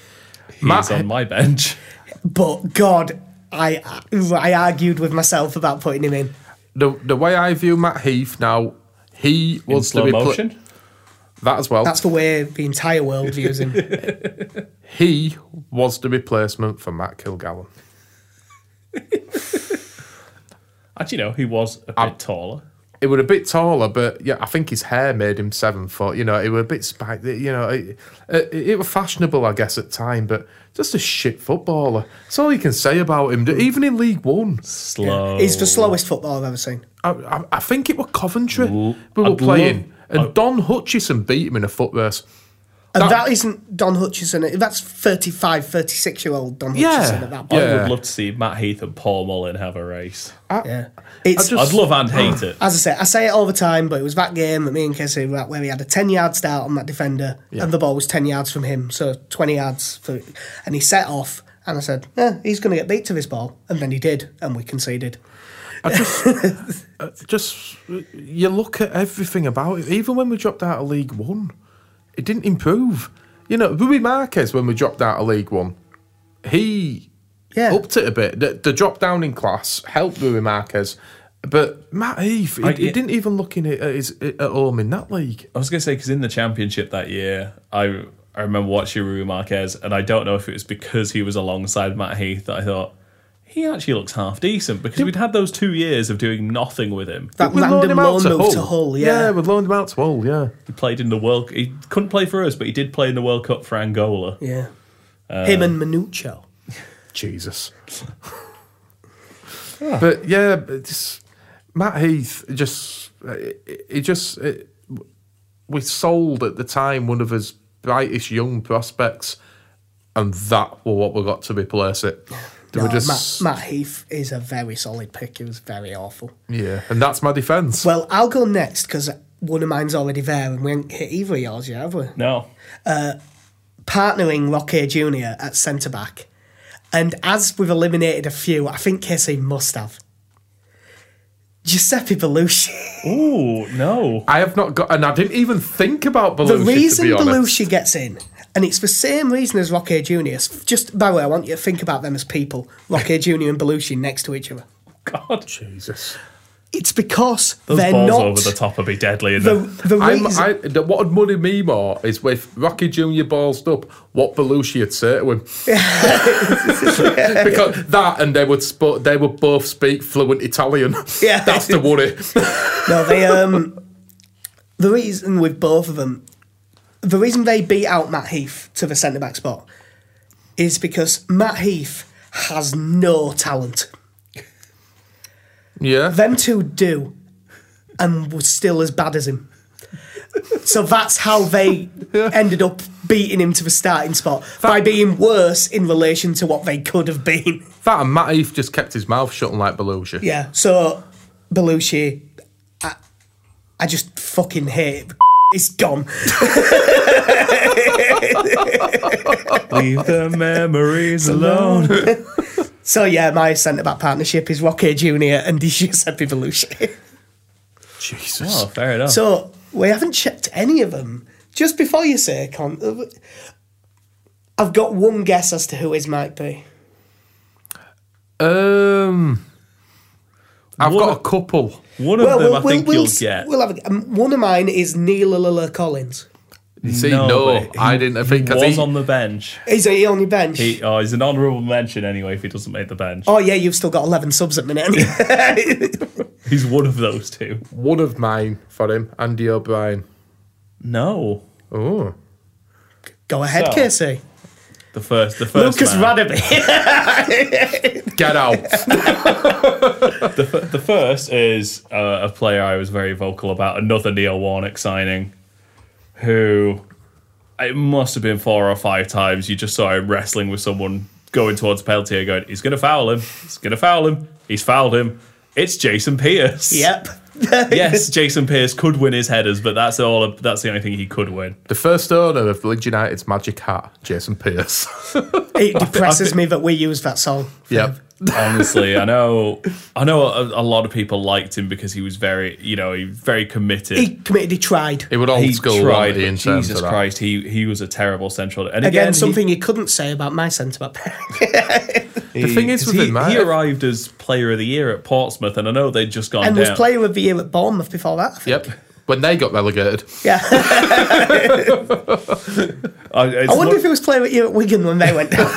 He's on my bench. But God, I I argued with myself about putting him in. The the way I view Matt Heath now, he In <laughs> wants to slow be pla- motion. that as well. That's the way the entire world views <laughs> him. he was the replacement for Matt Kilgallen. Actually, no, he was a bit taller. It were a bit taller, but yeah, I think his hair made him seven foot. You know, it were a bit spiked. You know, it, it, it were fashionable, I guess, at time, but just a shit footballer. That's all you can say about him. Even in League One, Slow. Oh. He's the slowest football I've ever seen. I, I, I think it were Coventry Ooh, we were I'd playing, love- and Don Hutchison beat him in a foot race. And That- that isn't Don Hutchison. That's 35, 36 year old Don Yeah. Hutchison at that point. Yeah. I would love to see Matt Heath and Paul Mullin have a race. Yeah. It's, just- I'd love <sighs> and hate it. as I say, I say it all the time, but it was that game that me and Casey were at where he had a 10 yard start on that defender and the ball was 10 yards from him, so 20 yards. For, and he set off, and I said, eh, he's going to get beat to this ball. And then he did, and we conceded. I just, I just, you look at everything about it. Even when we dropped out of League One, it didn't improve. You know, Ruby Marquez, when we dropped out of League One, he Yeah. upped it a bit. The, the drop down in class helped Ruby Marquez. But Matt Heath, he, I- he didn't even look in it at, his, at home in that league. I was going to say because in the championship that year, I I remember watching Rui Marquez, and I don't know if it was because he was alongside Matt Heath that I thought he actually looks half decent because we'd had those two years of doing nothing with him. That We loaned random him out loan move to Hull, yeah. we loaned him out to Hull, yeah. He played in the World. He couldn't play for us, but he did play in the World Cup for Angola. Yeah. him and Manucho. <laughs> Jesus. Ah. But yeah, but just, Matt Heath just he just it, we sold at the time one of his brightest young prospects, and that were what we got to replace it. They were No, just Oh, Matt, Matt Heath is a very solid pick. He was very awful. yeah, and that's my defence. Well, I'll go next because one of mine's already there and we ain't hit either of yours yet, have we? No, Partnering Rocky Jr. at centre back. And as we've eliminated a few, I think Casey must have. Giuseppe Belushi. <laughs> ooh, no. I have not got, and I didn't even think about Belushi. The to reason be honest. Belushi gets in, and it's the same reason as Rocky Jr. It's Just, by the way, I want you to think about them as people Rocky Jr. and Belushi next to each other. God, Jesus, It's because those they're balls not. over the top would be deadly. And The, the I'm, reason. I, the- what would muddy me more is with Rocky Junior ballsed up what Belushi had said <laughs> to him. because that and they would sp- they would both speak fluent Italian. Yeah. <laughs> that's the worry. No, they um the reason with both of them the reason they beat out Matt Heath to the centre back spot is because Matt Heath has no talent. yeah, Them two do and was still as bad as him. So that's how they ended up beating him to the starting spot by being worse in relation to what they could have been. that and Matt Heath just kept his mouth shut and like Belushi. Yeah. So Belushi, I, I just fucking hate it. It's gone. leave the <laughs> memories alone. So yeah, my centre back partnership is Rocky Junior and <laughs> Giuseppe Belushi. Jesus. Oh, fair enough. so we haven't checked any of them. Just before you say, it, Con, uh, I've got one guess Oh. as to who his might be. Um, I've One- got a couple. One of Well, them we'll, I think we'll, you'll s- get. we'll have a, um, one of mine is Neil Alala Collins. You see, No, no, but he- I didn't he think because was he, on the bench. Is he on your bench? He, oh, he's an honourable mention anyway. If he doesn't make the bench, oh yeah, you've still got eleven subs at the <laughs> minute. he's one of those two. one of mine for him, Andy O'Brien. No, Oh, Go ahead, So, Casey. the first, the first Lucas man, Radebe. <laughs> get out! the first is uh, a player I was very vocal about. Another Neil Warnock signing, who it must have been four or five times. You just saw him wrestling with someone going towards penalty and going, "He's going to foul him. He's going to foul him. He's fouled him." It's Jason Pierce. yep. <laughs> yes, Jason Pierce could win his headers, but that's all. That's the only thing he could win. the first owner of Leeds United's magic hat, Jason Pierce. <laughs> It depresses me that we use that song. <laughs> yep. Honestly, I know. I know a, a lot of people liked him because he was very, you know, he was very committed. He committed. He tried. It would old He school tried, righty in but terms Jesus of that. Christ, he he was a terrible central. And again, Again, he- something you couldn't say about my centre back. <laughs> The thing is 'cause with he, him, mate, he if- arrived as player of the year at Portsmouth, and I know they'd just gone and was down. player of the year at Bournemouth before that. I think. Yep. When they got relegated, Yeah. <laughs> I, it's I wonder one, if he was player of the year at Wigan when they went down.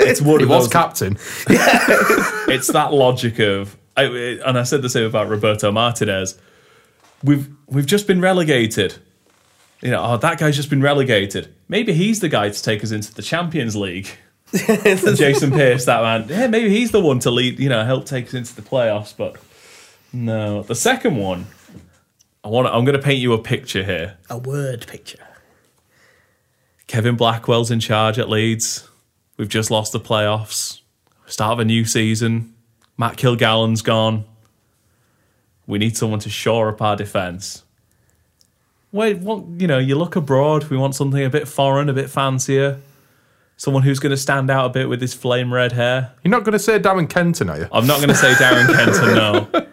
it's one he of was those- captain. it's that logic of, I, and I said the same about Roberto Martinez. We've we've just been relegated. You know, oh, that guy's just been relegated. Maybe he's the guy to take us into the Champions League. And Jason Pierce, that man. Yeah, maybe he's the one to lead. You know, help take us into the playoffs. But no, the second one. I want. I'm going to paint you a picture here. A word picture. Kevin Blackwell's in charge at Leeds. We've just lost the playoffs. Start of a new season. Matt Kilgallen's gone. We need someone to shore up our defence. Wait, what? You know, you look abroad. We want something a bit foreign, a bit fancier. Someone who's going to stand out a bit with his flame red hair. You're not going to say Darren Kenton, are you? I'm not going to say Darren Kenton, no.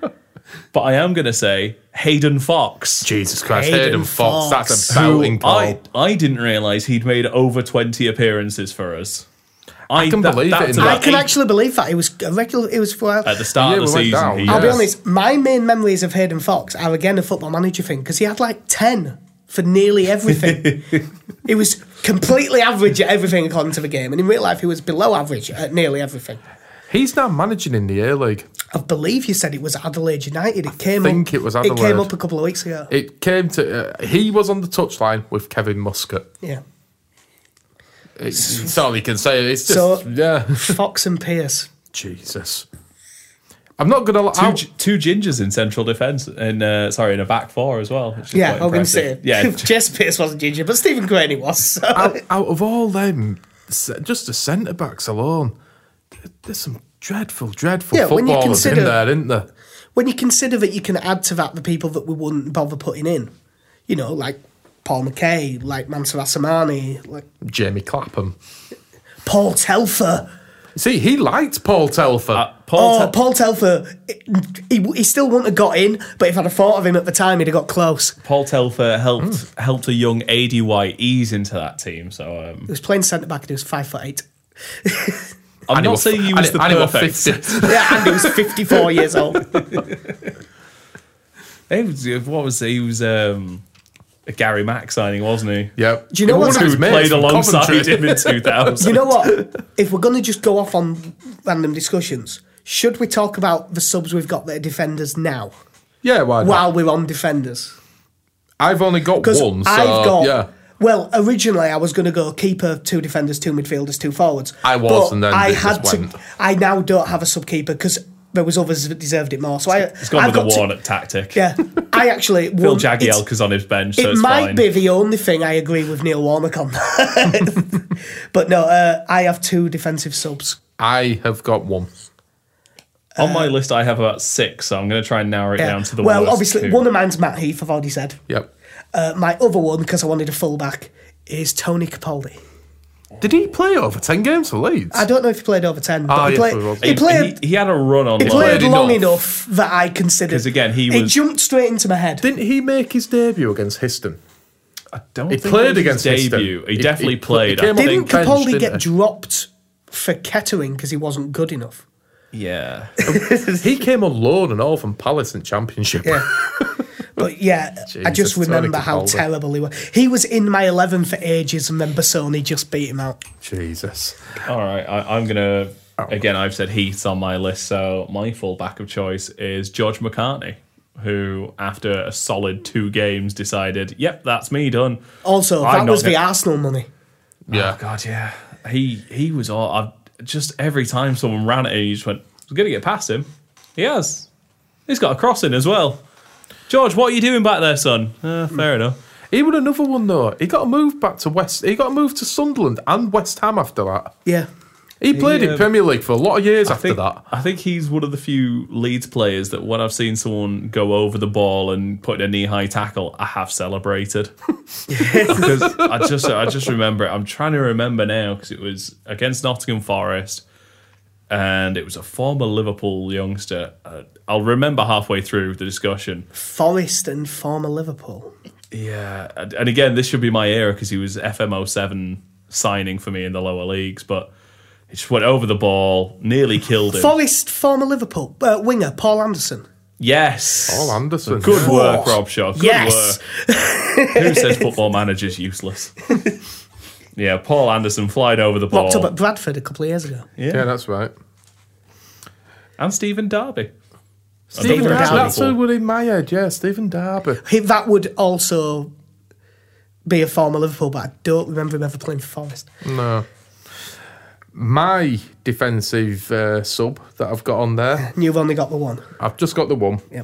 But I am going to say Hayden Fox. Jesus Christ, Hayden Hayden, Fox. Fox. That's a belting call. I, I didn't realise he'd made over 20 appearances for us. I, can believe it in about I that. can eight- actually believe that. It was a regular. It was for. At the start Yeah, of the we went season, down. he- uh, I'll be Yes. honest. My main memories of Hayden Fox are again a football manager thing because he had like ten for nearly <laughs> everything. he was completely average at everything according to the game, and in real life he was below average at nearly everything. He's now managing in the A League. I believe you said it was Adelaide United. It came. think up, it was It came Adelaide. up a couple of weeks ago. It came to uh, he was on the touchline with Kevin Muscat. yeah. It's, it's all you can say. It's just So- yeah, Fox and Pierce. Jesus. I'm not gonna. li- two, I'll- gi- two gingers in central defence, and uh, sorry, in a back four as well. which is Yeah, quite I was going to say impressive. it. <laughs> Yeah, Jess Pierce wasn't ginger, but Stephen Graney was. <laughs> So. out, out of all them, se- just the centre backs alone, there- there's some dreadful, dreadful Yeah, when you footballers consider- in there, isn't there? when you consider that you can add to that the people that we wouldn't bother putting in, you know, like Paul McKay, like Mansur Asamani, like Jamie Clapham. Paul Telfer. See, he liked Paul Telfer. Uh, Paul. Oh, Te- Paul Telfer, he, he still wouldn't have got in, but if I'd have thought of him at the time, he'd have got close. He Paul Telfer helped Hmm. helped a young AD White ease into that team, so um, was playing centre back and he was five foot eight. I'm And he not was- saying he and was he- the and he was perfect. <laughs> 50. Yeah, and he was 54 years old. <laughs> He was, what was he? He was um, a Gary Mack signing, wasn't he? Yep. Do you know One what's- of his Who mates played from alongside Coventry. him in 2000? <laughs> <laughs> You know what? If we're going to just go off on random discussions, should we talk about the subs we've got that are defenders now <laughs> Yeah, why not? while we're on defenders? I've only got one, Because so I've got. uh, yeah. Well, originally I was going to go keeper, two defenders, two midfielders, two forwards. I was, but and then I it had just to. went. I now don't have a sub keeper because there was others that deserved it more. So I. He's gone I've with got the to- Warnock tactic. <laughs> Yeah, I actually. Phil Bill Jagielka's on his bench, so it it's might fine. be the only thing I agree with Neil Warnock on. <laughs> but no, uh, I have two defensive subs. I have got one. on my list, I have about six, so I'm going to try and narrow it uh, Yeah. down to the well, worst obviously, two. one of mine's Matt Heath. I've already said. Yep. Uh, my other one, because I wanted a fullback, is Tony Capaldi. Did he play over 10 games for Leeds? I don't know if he played over ten. But Oh, he, yeah, played, probably was. he played. He, he had a run on. He loan. played, played long enough. enough. that I considered. 'Cause again, he it was- jumped straight into my head. Didn't he make his debut against Histon? I don't He think played it was against his Leicester. debut. He, He- definitely he pl- played. he came I on- think Didn't think Bench, Capaldi didn't get he? dropped for Kettering because he wasn't good enough? Yeah. he came on loan and all from Palace in Championship. Yeah. But yeah, I Jesus, just Tony remember how Capaldi. terrible he was. He was in my 11 for ages, and then Bassoni just beat him out. Jesus. All right, I, I'm gonna. Oh. Again, I've said Heath's on my list, so my fullback of choice is George McCartney, who, after a solid two games, decided, "Yep, that's me done." Also, I'm that not was the gonna- Arsenal money. Yeah. Oh God, yeah. He he was all. I just every time someone ran at him, you just went, "I'm gonna get past him." He has. He's got a crossing as well. George, what are you doing back there, son? Uh, fair enough. He won another one though. He got a move back to West. He got a move to Sunderland and West Ham after that. Yeah. He played um, in Premier League for a lot of years I after think, that. I think he's one of the few Leeds players that when I've seen someone go over the ball and put in a knee high tackle, I have celebrated. because I just I just remember it. I'm trying to remember now because it was against Nottingham Forest and it was a former Liverpool youngster. Uh, I'll remember halfway through the discussion. Forest and former Liverpool. Yeah, and Uh, and again, this should be my era because he was FM07 signing for me in the lower leagues, but he just went over the ball, nearly killed him. Forest, former Liverpool. Uh, winger, Paul Anderson. Yes. Paul Anderson. Good Yeah. work, Rob Shaw. Good Yes. work. Who says football <laughs> manager's useless? yeah, Paul Anderson flying over the ball. Locked up at Bradford a couple of years ago. Yeah. that's right. and Stephen Darby. Stephen Darby. Darby. That's Liverpool. who was in my head. Yeah, Stephen Darby. He, that would also be a former Liverpool, but I don't remember him ever playing for Forest. No. My defensive uh, sub that I've got on there, And you've only got the one. I've just got the one. Yeah.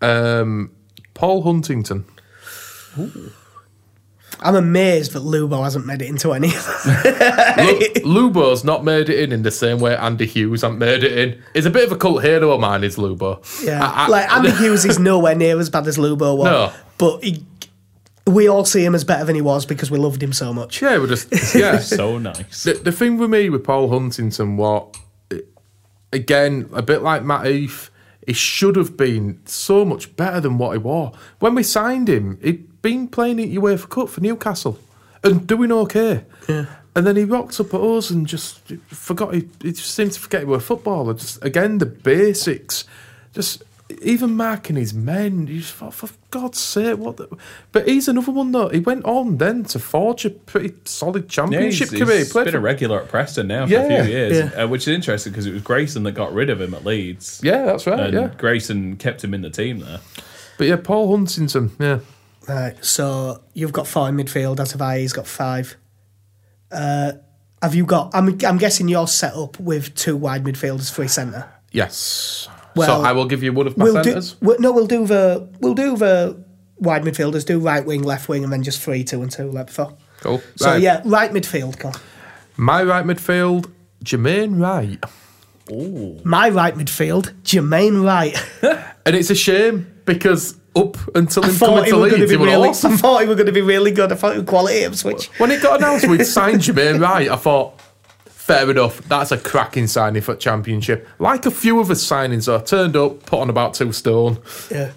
Um, Paul Huntington. I'm amazed that Lubo hasn't made it into any of them. Lu- Lubo's not made it in in the same way Andy Hughes hasn't made it in. He's a bit of a cult hero of mine, is Lubo. Yeah. I- <laughs> I- like, Andy Hughes is nowhere near as bad as Lubo was. No. But he, we all see him as better than he was because we loved him so much. Yeah, we're just <laughs> yeah. So <laughs> nice. The, the thing with me with Paul Huntington, what again, a bit like Matt Heath, he should have been so much better than what he was. When we signed him, he'd been playing at UEFA Cup for Newcastle and doing okay. Yeah. And then he rocked up at us and just forgot. He, he just seemed to forget he were a footballer. Just again, the basics. Just even marking his men. You just thought, for God's sake, what? The... But he's another one though. He went on then to forge a pretty solid championship career. He he's played been for a regular at Preston now for Yeah. a few years, uh, which is interesting because it was Grayson that got rid of him at Leeds. Yeah, that's right. And yeah, Grayson kept him in the team there. but yeah, Paul Huntington. Yeah, Right, so you've got four in midfield, as have I. He's got five. Uh, have you got? I'm, I'm guessing you're set up with two wide midfielders, three centre. yes. Well, so I will give you one of my We'll centers. do. we no, we'll do the we'll do the wide midfielders. Do right wing, left wing, and then just three, two, and two, like before. Cool. So Right. yeah, right midfield. Carl. my right midfield, Jermaine Wright, My right midfield, Jermaine <laughs> Wright. and it's a shame because up until I him thought coming he to was going to Leeds, be he was really. I <laughs> awesome. thought he was going to be really good. I thought he was quality at Ipswich. When it got announced we'd signed Jermaine Wright, I thought. Fair enough. That's a cracking signing for championship. Like a few of us signings, I turned up, put on about two stone, Yeah.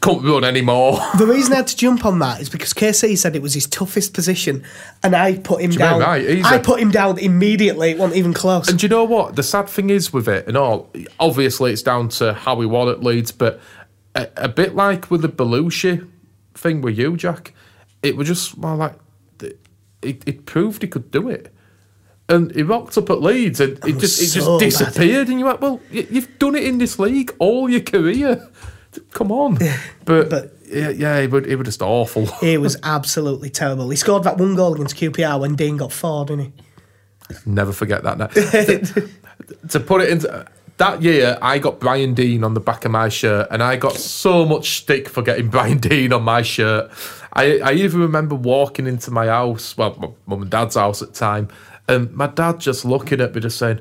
couldn't run anymore. <laughs> The reason I had to jump on that is because KC said it was his toughest position, and I put him down. right, easy. I put him down immediately. It wasn't even close. And do you know what? The sad thing is with it and all, obviously it's down to how we won at Leeds, but a, a bit like with the Belushi thing with you, Jack, it was just well, like, th- it, it proved he could do it. And he rocked up at Leeds and it was just, it so just bad. disappeared. And you went, well, y- you've done it in this league all your career. <laughs> Come <laughs> on. But, But- yeah, yeah, it would, it was just awful. he was absolutely terrible. He scored that one goal against QPR when Dean got four, didn't he? Never forget that. Now. to, to put it into that year, I got Brian Dean on the back of my shirt, and I got so much stick for getting <laughs> Brian Dean on my shirt. I, I even remember walking into my house, well, my mum and dad's house at the time, and my dad just looking at me, just saying,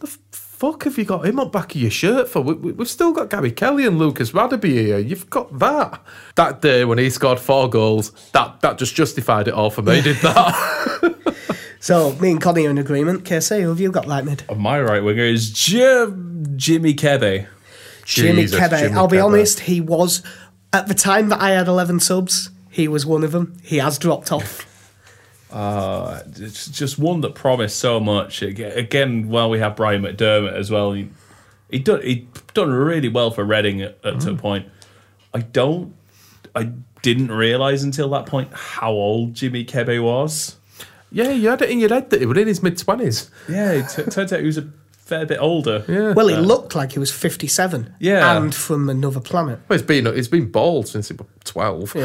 "The f- fuck have you got him on back of your shirt for? We, we, we've still got Gary Kelly and Lucas Radaby here. You've got that." That day when he scored four goals, that that just justified it all for me. Did that? <laughs> So me and Connie are in agreement. KC, who have you got right mid? My right winger is Jim, Jimmy Kebe. Jimmy Jesus, Kebe. Jimmy I'll be Kebe. honest, he was at the time that I had eleven subs. He was one of them. He has dropped off. <laughs> Uh, it's just one that promised so much. Ag- Again, while we have Brian McDermott as well, you- He done he done really well for Reading at, at Mm-hmm. a point. I don't. I didn't realise until that point how old Jimmy Kebe was. Yeah, you had it in your head that he was in his mid twenties. Yeah, it t- turns out he was a fair bit older. Yeah. Well, he looked like he was 57. Yeah. And from another planet. Well, it's been it's been bald since he was twelve.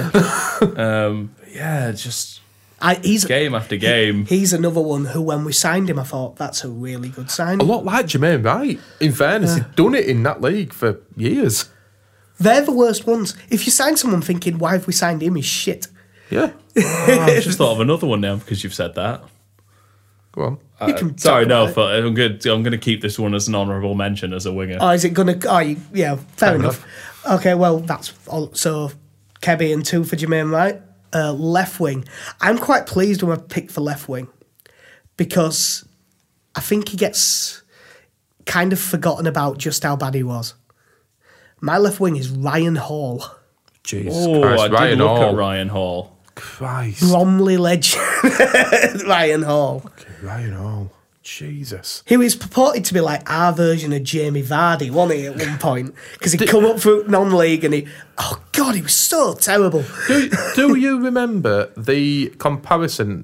Um, yeah, just I, he's game <laughs> after game. He's another one who, when we signed him, I thought that's a really good A signing. lot like Jermaine Wright. In fairness, he'd done it in that league for years. They're the worst ones. If you sign someone thinking, why have we signed him, is shit. Yeah. I Oh, just thought of another one now because you've said that. Go on. Uh, You can Sorry, talk no, about it. but I'm good. I'm going to keep this one as an honourable mention as a winger. Oh, is it going to. Oh, you- yeah, fair, enough. Okay, well, that's all. So, Kebby and two for Jermaine Wright. Uh, left wing. I'm quite pleased when I picked for left wing because I think he gets kind of forgotten about just how bad he was. My left wing is Ryan Hall, Jesus oh, Christ. I did Ryan look Hall. at Ryan Hall. Christ. Bromley legend <laughs> Ryan Hall. Ryan Hall. Jesus. He was purported to be like our version of Jamie Vardy, wasn't he, at one point? Because he'd come up through non league and he, oh God, he was so terrible. Do, do you remember the comparison?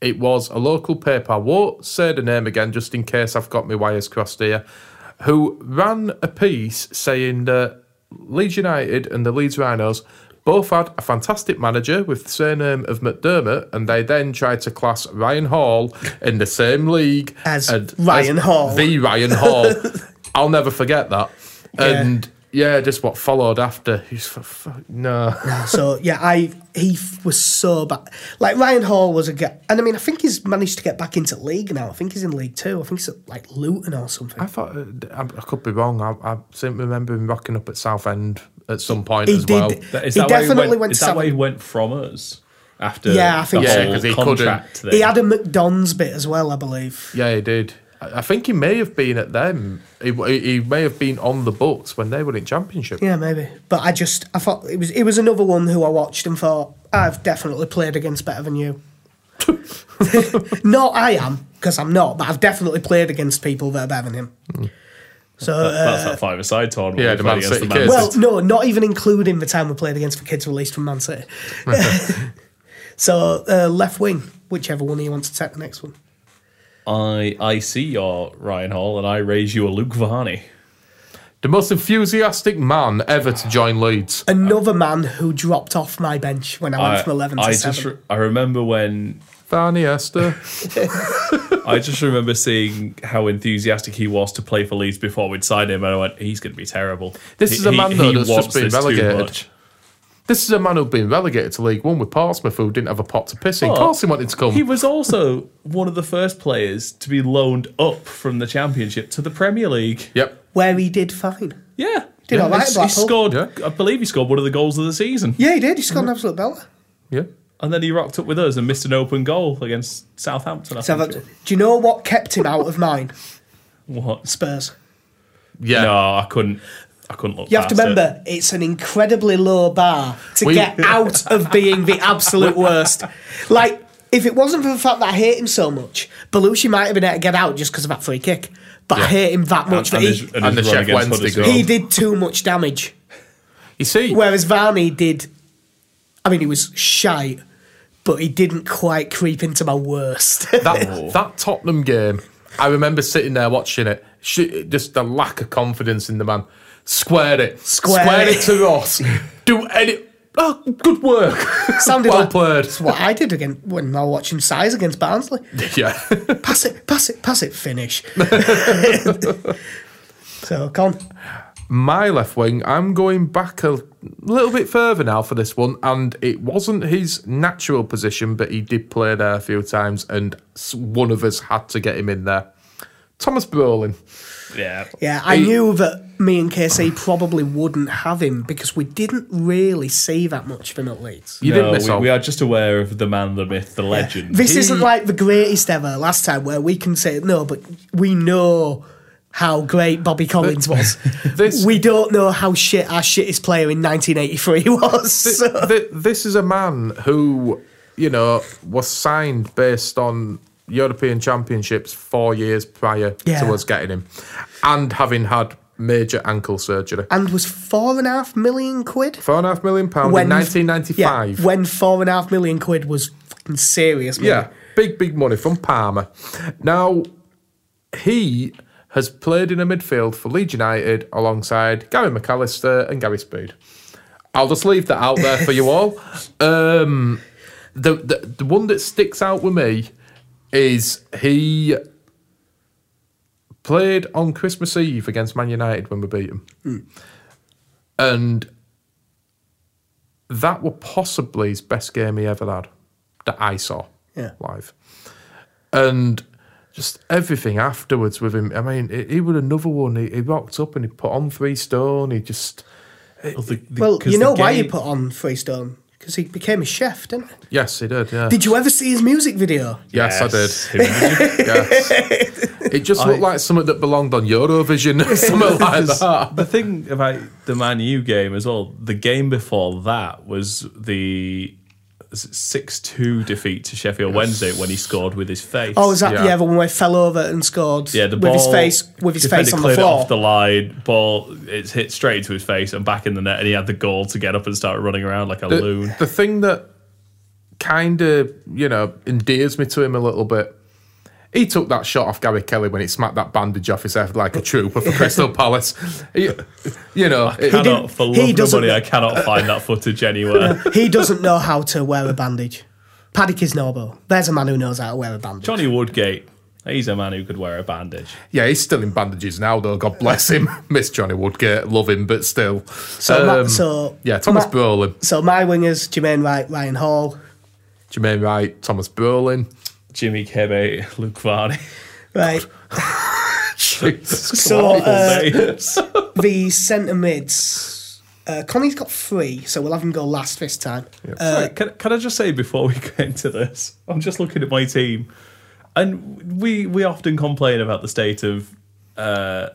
It was a local paper. I won't say the name again, just in case I've got my wires crossed here. Who ran a piece saying that Leeds United and the Leeds Rhinos both had a fantastic manager with the surname of McDermott, and they then tried to class Ryan Hall in the same league As Ryan Hall. the Ryan <laughs> Hall. I'll never forget that. And yeah, just what followed after. He's for fuck no. so yeah, I he f- was so bad. Like Ryan Hall was a guy, and I mean, I think he's managed to get back into league now. I think he's in League Two. I think he's at, like Luton or something. I thought uh, I, I could be wrong. I, I seem to remember him rocking up at Southend at some point He as did. well. That- Is He that where definitely went, went is to that where he Southampton. went from us after? Yeah, I think the so. whole Yeah, 'cause he contract couldn't- thing? He had a McDonald's bit as well, I believe. Yeah, he did. I I think he may have been at them. He, he he may have been on the books when they were in Championship. Yeah, maybe. But I just I thought it was it was another one who I watched and thought I've definitely played against better than you. no, I am because I'm not, but I've definitely played against people that are better than him. So uh, That's that five-a-side tournament. Yeah, we the played Man against City Man kids. City. Well, no, not even including the time we played against the kids released from Man <laughs> City. <laughs> so uh, left wing, whichever one he wants to take the next one. I I see your Ryan Hall, and I raise you a Luke Varney. The most enthusiastic man ever to join Leeds. Another man who dropped off my bench when I went I- from eleven to I seven. just re- I remember when Barney Esther. <laughs> I just remember seeing how enthusiastic he was to play for Leeds before we'd signed him, and I went, "He's going to be terrible." This He- is a he- man he though that's just wants been this too relegated. much. This is a man who'd been relegated to League One with Portsmouth, who didn't have a pot to piss Oh. in. Of But course, he wanted to come. He was also one of the first players to be loaned up from the Championship to the Premier League. yep. Where he did fine. Yeah, Did all right at He- he Blackpool. scored. Yeah. I believe he scored one of the goals of the season, Yeah, he did. He Mm. scored an absolute belter. Yeah. and then he rocked up with us and missed an open goal against Southampton. I So think. that- do you know what kept him out of mine? What? Spurs. Yeah. No, I couldn't. I couldn't look. You have to past it. remember, it's an incredibly low bar to We- get out of being the absolute worst. Like, if it wasn't for the fact that I hate him so much, Belushi might have been able to get out just because of that free kick. But I Yeah. hate him that much And that his- he, and his the run Chef against Wednesday Huddersfield. goal. he did too much damage. You see, Whereas Varney did, I mean, he was shite, but he didn't quite creep into my worst. that that Tottenham game, I remember sitting there watching it. Sh- Just the lack of confidence in the man. Squared it. Square it. it. to <laughs> Ross. Do any. Oh, good work. Sounded well like- played. <laughs> That's what I did again when I was watching size against Barnsley. Yeah. Pass it, pass it, pass it, <laughs> finish. so, come on. My left wing, I'm going back a little bit further now for this one, and it wasn't his natural position, but he did play there a few times, and s- one of us had to get him in there. Thomas Brolin. Yeah. Yeah, I He- knew that me and KC probably wouldn't have him because we didn't really see that much of him at Leeds. You didn't miss we, out. we are just aware of the man, the myth, the legend. This He- isn't like the greatest ever last time where we can say no, but we know how great Bobby Collins was. <laughs> This- we don't know how shit our shittest player in 1983 <laughs> was. so- Th- this is a man who, you know, was signed based on European Championships four years prior Yeah. to us getting him, and having had major ankle surgery. and was four and a half million quid. Four and a half million pound in 1995. Yeah, when four and a half million quid was fucking serious. Money. Yeah, big, big money from Palmer. Now, he has played in the midfield for Leeds United alongside Gary McAllister and Gary Speed. I'll just leave that out there for you all. Um, the, the the one that sticks out with me is he played on Christmas Eve against Man United when we beat them, and that were possibly his best game he ever had that I saw Yeah. live. And just everything afterwards with him. I mean, he, he was another one. He, he rocked up and he put on three stone. He just Well, the- the- Well, 'cause you the know why game- you put on Freestone because he became a chef, didn't he? yes, he did. Yeah, Did you ever see his music video? yes, Who did you- I did. Yes. it just looked like something that belonged on Eurovision or <laughs> something <laughs> like that. the thing about the Man U game as well, the game before that was the six two defeat to Sheffield Wednesday when he scored with his face. Oh, was that Yeah. yeah. the one where he fell over and scored? yeah, the with ball his face with his defender face on the cleared it floor. off the line. Ball it's hit straight into his face and back in the net, and he had the goal to get up and start running around like a loon. The, the thing that kind of you know endears me to him a little bit. He took that shot off Gary Kelly when he smacked that bandage off his head like a trooper for Crystal Palace. He- you know, it- Cannot, for he love of doesn't- uh, money, I cannot find that <laughs> footage anywhere. he doesn't know how to wear a bandage. Paddy Kisnorbo. There's a man who knows how to wear a bandage. Johnny Woodgate, he's a man who could wear a bandage. Yeah, he's still in bandages now, though. God bless him. Miss Johnny Woodgate, love him, but still. So, Um, Ma- so- yeah, Thomas Ma- Brolin, So my wingers: Jermaine Wright, Ryan Hall. Jermaine Wright, Thomas Brolin. Jimmy Kebe, Luke Varney. <laughs> Right. Jesus. So Awful uh, names. the centre mids. Uh, Connie's got three, so we'll have him go last this time. Sorry, can, can I just say before we <laughs> get into this, I'm just looking at my team, and we we often complain about the state of uh,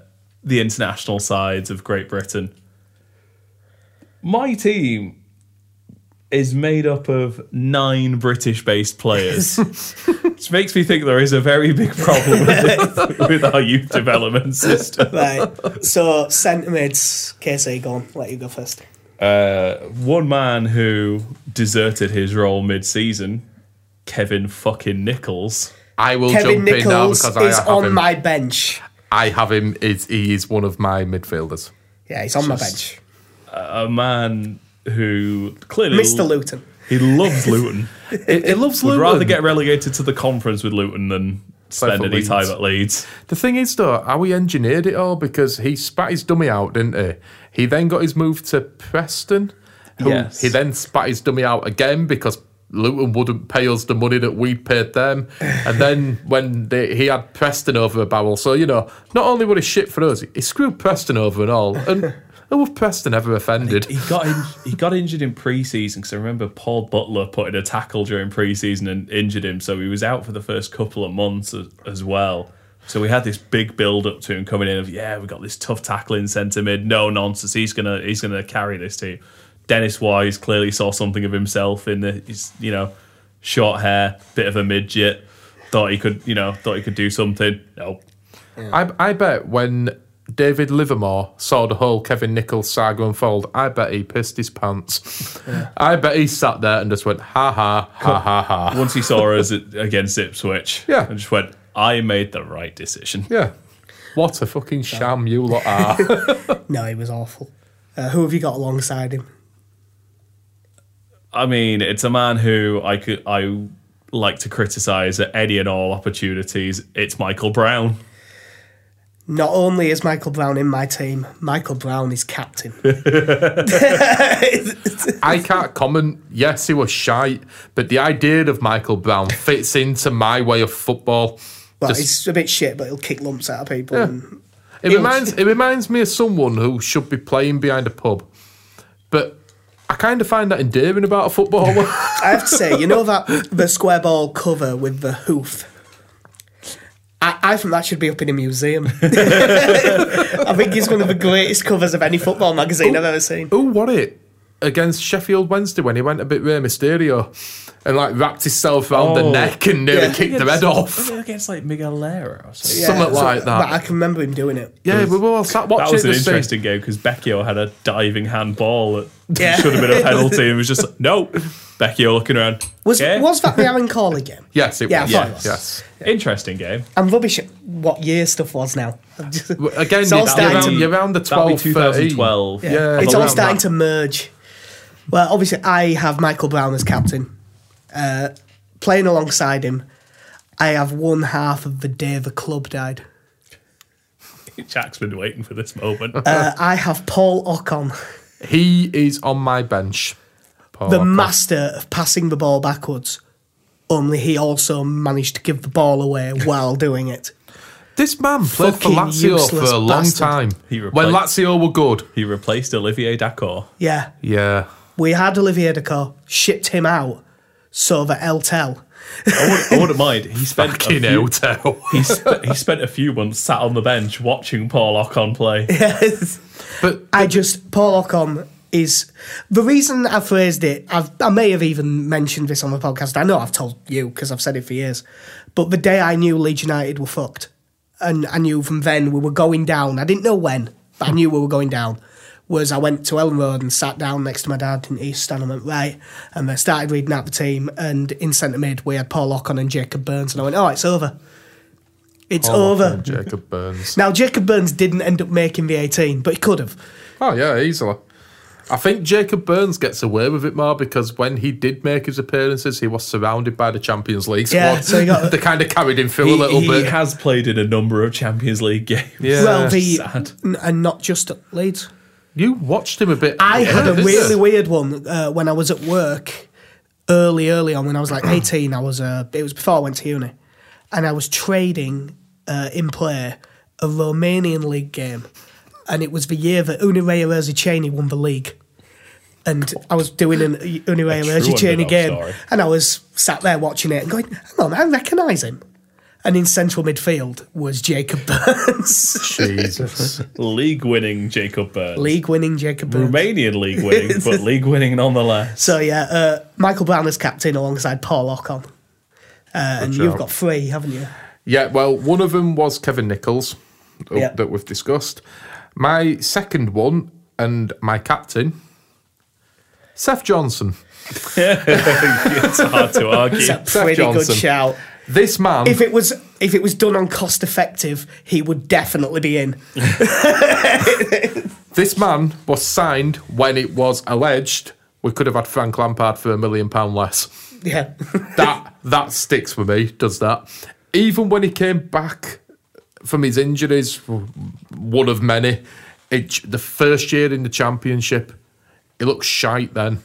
the international sides of Great Britain. My team is made up of nine British-based players, which makes me think there is a very big problem with, with our youth development system. Right. so centre mids. KC, go on. Let you go first. Uh, one man who deserted his role mid-season, Kevin fucking Nichols. I will Kevin jump in now Nichols because I is have on him. my bench. I have him. Is he is one of my midfielders? Yeah, he's on my bench. a man who clearly Mr. Luton. He loves Luton. It, loves Would Luton. rather get relegated to the conference with Luton than spend for any Leeds. time at Leeds. The thing is, though, how he engineered it all because he spat his dummy out, didn't he? He then got his move to Preston. who Yes. He then spat his dummy out again because Luton wouldn't pay us the money that we paid them. And then when they, he had Preston over a barrel, so you know, not only would he shit for us, he screwed Preston over and all. And who was Preston ever offended? He got in, he got injured in pre-season because I remember Paul Butler put in a tackle during pre-season and injured him, so he was out for the first couple of months as, as well. So we had this big build up to him coming in of yeah, we got this tough tackling centre mid, no nonsense. He's gonna he's gonna carry this team. Dennis Wise clearly saw something of himself in the his, you know short hair, bit of a midget. Thought he could you know thought he could do something. No, I, I bet when David Livermore saw the whole Kevin Nichols saga unfold, I bet he pissed his pants. I bet he sat there and just went, ha ha, ha ha ha. once he saw us at- against Ipswich, Yeah. and just went, I made the right decision. Yeah. What a fucking sham you lot are. No, he was awful. Uh, who have you got alongside him? I mean, it's a man who I could I like to criticize at any and all opportunities. It's Michael Brown. Not only is Michael Brown in my team, Michael Brown is <laughs> captain. <laughs> I can't comment. Yes, he was shite, but the idea of Michael Brown fits into my way of football. Well, Just- he's a bit shit, but he'll kick lumps out of people. And It reminds it reminds me of someone who should be playing behind a pub, but I kind of find that endearing about a footballer. <laughs> I have to say, you know that the square ball cover with the hoof. I, I think that should be up in a museum. <laughs> I think it's one of the greatest covers of any football magazine I've ever seen. Who won it? against Sheffield Wednesday when he went a bit Rey Mysterio and like wrapped himself around Oh. the neck and nearly Yeah. kicked the head off. Against like Miguel Lera or something. Yeah. Something like that. But I can remember him doing it. Yeah, we were all sat watching That was it an this thing. interesting game because Becchio had a diving handball that <laughs> Yeah. should have been a penalty and was just like, no. Becchio looking around. Was "Okay." was that the Alan Corley game? Yes, it Yeah, I was. thought it Yes. was. yes. interesting game. I'm rubbish at what year stuff was now. <laughs> I'm just- Well, Again, It's you're, all you're, starting around, to- you're around the 12, That'll be 13. 2012. Yeah. Yeah. it's Although all I'm starting not- to merge. Well, obviously, I have Michael Brown as captain. Uh, playing alongside him, I have one half of the day the club died. Jack's been waiting for this moment. Oh. Uh, I have Paul Ocon, He is on my bench. Paul the Walker. master of passing the ball backwards. Only he also managed to give the ball <laughs> away while doing it. This man played for Fucking Lazio useless for a long bastard. time. He when replaced- Lazio were good. he replaced Olivier Dacor. Yeah, Yeah. we had Olivier Decor, shipped him out so that Eltel. <laughs> I wouldn't, I wouldn't mind. He spent a Fucking few- Otel. he, sp- he spent a few months sat on the bench watching Paul Ocon <laughs> play. <laughs> But I just Paul Ockham is the reason I phrased it. I've, I may have even mentioned this on the podcast. I know I've told you because I've said it for years. But the day I knew Leeds United were fucked, and I knew from then we were going down. I didn't know when, but I knew we were going down. Was I went to Ellen Road and sat down next to my dad in East and I went right, and they started reading out the team. And in centre mid we had Paul Ockham and Jacob Burns, and I went, "Oh, it's over, it's Oh, over." Jacob Burns. Now Jacob Burns didn't end up making the eighteen, but he could have. Oh yeah, easily. I think Jacob Burns gets away with it more because when he did make his appearances, he was surrounded by the Champions League squad. Yeah, so he got- <laughs> they kind of carried him through He, a little he bit. has played in a number of Champions League games. Yeah. well, the sad. n- and not just at Leeds. you watched him a bit. I had a Yeah, really yeah. weird one uh, when I was at work early, early on when I was like eighteen. I was uh, it was before I went to uni, and I was trading uh, in play a Romanian league game, and it was the year that Unirea Roziceni won the league. And I was doing an Unirea true Roziceni underdog game, story. and I was sat there watching it and going, "Hang on, I recognise him." And in central midfield was Jacob <laughs> Burns, Jesus. <laughs> League winning Jacob Burns. league winning Jacob Burns. Romanian league <laughs> winning, but league winning nonetheless. So yeah, uh, Michael Brown is captain alongside Paul Ocon. Uh, and Good you've shout. got three, haven't you? yeah, well, one of them was Kevin Nichols uh, Yeah. that we've discussed. My second one and my captain, Seth Johnson. it's hard to argue. That's a pretty good Johnson. shout. This man, If it was if it was done on cost effective, he would definitely be in. this man was signed when it was alleged we could have had Frank Lampard for a million pound less. Yeah. <laughs> that that sticks with me. Does that? Even when he came back from his injuries, one of many, it, the first year in the championship, he looked shite. Then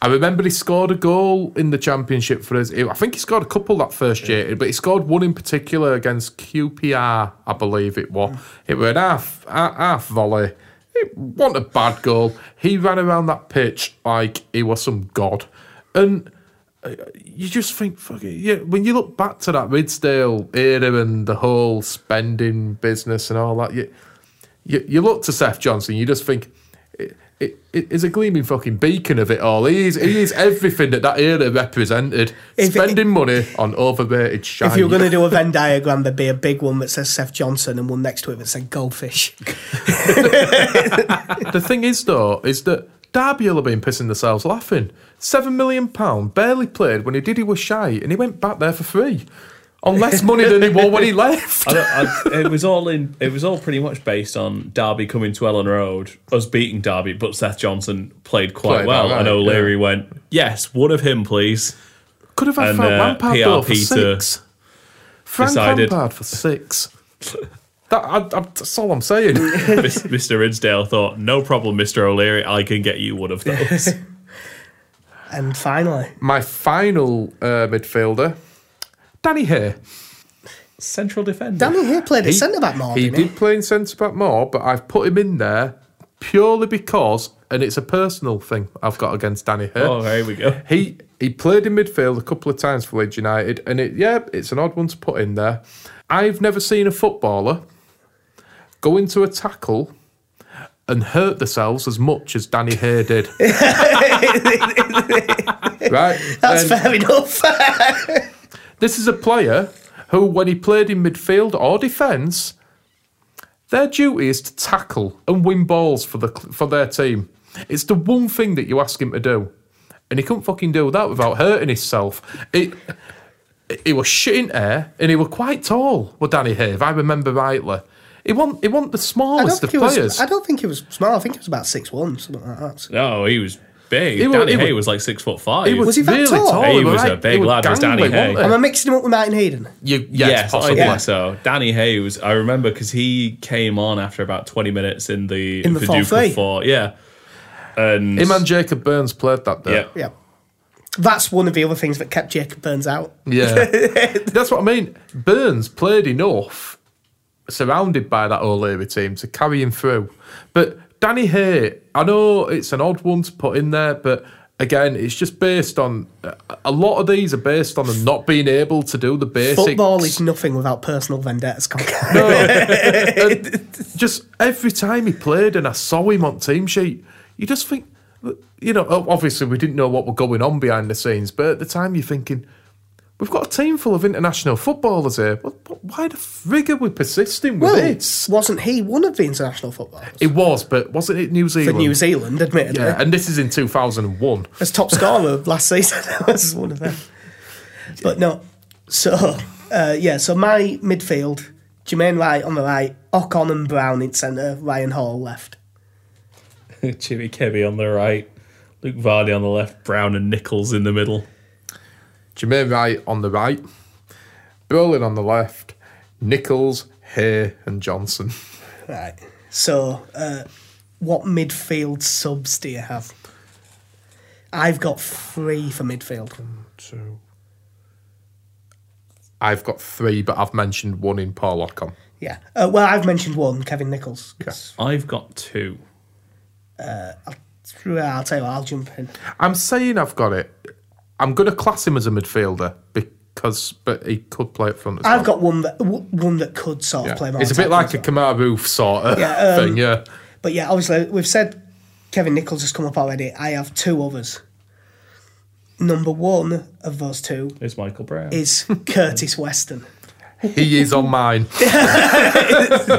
I remember he scored a goal in the championship for us. I think he scored a couple that first year, but he scored one in particular against QPR, I believe it was. It was an half half, half volley. It wasn't a bad goal. He ran around that pitch like he was some god, and you just think, fuck it. Yeah, when you look back to that Ridsdale era and the whole spending business and all that, you you, you look to Seth Johnson, you just think, it, it, it's a gleaming fucking beacon of it all. He is, he is everything that that era represented. If it- spending money on overrated shite. if you were gonna do a Venn diagram, there'd be a big one that says Seth Johnson and one next to it that said goldfish. the thing is, though, is that Derby will have been pissing themselves laughing. Seven million pound barely played when he did. He was shite, and he went back there for free on less money than he won when <laughs> he left. I don't, I, uh, it was all in. It was all pretty much based on Derby coming to Ellen Road, us beating Derby, but Seth Johnson played quite Played well, alright, and O'Leary went, "Yes, one of him, please." <laughs> Could have had And, Frank uh, Lampard PR though, for Peter six. Frank decided- Lampard for six. That, I, I, that's all I'm saying. Mis- Mr. Ridsdale thought, "No problem, Mr. O'Leary. I can get you one <laughs> of those." And finally, My final uh, midfielder, Danny Hay. Central defender. Danny here played at centre back more, He didn't he? did play in centre back more, but I've put him in there purely because, and it's a personal thing I've got against Danny Hay. <laughs> Oh, here we go. He he played in midfield a couple of times for Leeds United, and it yeah, it's an odd one to put in there. I've never seen a footballer go into a tackle and hurt themselves as much as Danny Hay did. right? That's Then fair enough. <laughs> This is a player who, when he played in midfield or defence, their duty is to tackle and win balls for the for their team. It's the one thing that you ask him to do, and he couldn't fucking do that without hurting himself. It. He was shitting air, and he was quite tall. Well, Danny Hay, if I remember rightly, he want he want I, the don't smallest of think he was, players. I don't think he was small. I think he was about six one, something like that. So- No, he was big. He wa- Danny he wa- Hay was like six foot five. He was, Was he that really tall? tall. He were was a like- big he were lad, was Danny gangly, Hay. wasn't he? Am I mixing him up with Martin Hayden? You, yes, yes, possibly. I think so. Danny Hay was. I remember because he came on after about twenty minutes in the In the Duke fourth, eh? of Four. Yeah, and Him and Jacob Burns played that day. yeah, Yeah. That's one of the other things that kept Jacob Burns out. <laughs> Yeah. That's what I mean. Burns played enough, surrounded by that O'Leary team, to carry him through. But Danny Hay, I know it's an odd one to put in there, but again, it's just based on a lot of these are based on them not being able to do the basics. Football is nothing without personal vendettas. <laughs> Come on. No. <laughs> And <laughs> just every time he played and I saw him on team sheet, you just think, you know, o- obviously we didn't know what were going on behind the scenes, but at the time you're thinking, we've got a team full of international footballers here. But, but why the frig are we persisting with Well, this? wasn't he one of the international footballers It was, but wasn't it New for Zealand? New Zealand, admittedly? yeah, and this is in 2001. As top <laughs> scorer last season, <laughs> that was one of them. But no, so uh, yeah, so my midfield: Jermaine Wright on the right, Ocon and Brown in centre, Ryan Hall left. <laughs> Jimmy Kebby on the right, Luke Vardy on the left, Brown and Nichols in the middle. Jermaine Wright on the right, Brolin on the left, Nichols, Hay, and Johnson. Right. So, uh, what midfield subs do you have? I've got three for midfield. So I've got three, but I've mentioned one in Paul Lodcom. Yeah. Uh, well, I've mentioned one, Kevin Nichols. I've got two. Through- I'll tell you what, I'll jump in. I'm saying I've got it. I'm going to class him as a midfielder because, but he could play up front. As I've well. got one that w- one that could sort of play Yeah. more. It's a bit attacking like as a well. Kamar Roof sort <laughs> of Yeah, um, thing. Yeah, But yeah, obviously, we've said Kevin Nichols has come up already. I have two others. Number one of those two It's Michael <laughs> Brown. is Curtis Weston. he is <laughs> on mine. <laughs>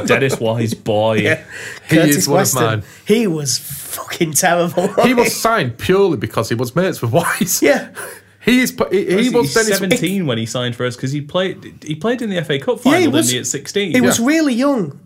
Dennis Wise boy. He is one of mine. He was fucking terrible. He was signed purely because he was mates with Wise. Yeah. <laughs> he is. pu- He, he He was was Dennis. 17 when he signed for us because he played. He played in the FA Cup Yeah, final, he didn't was- he? At 16, <laughs> He was really young.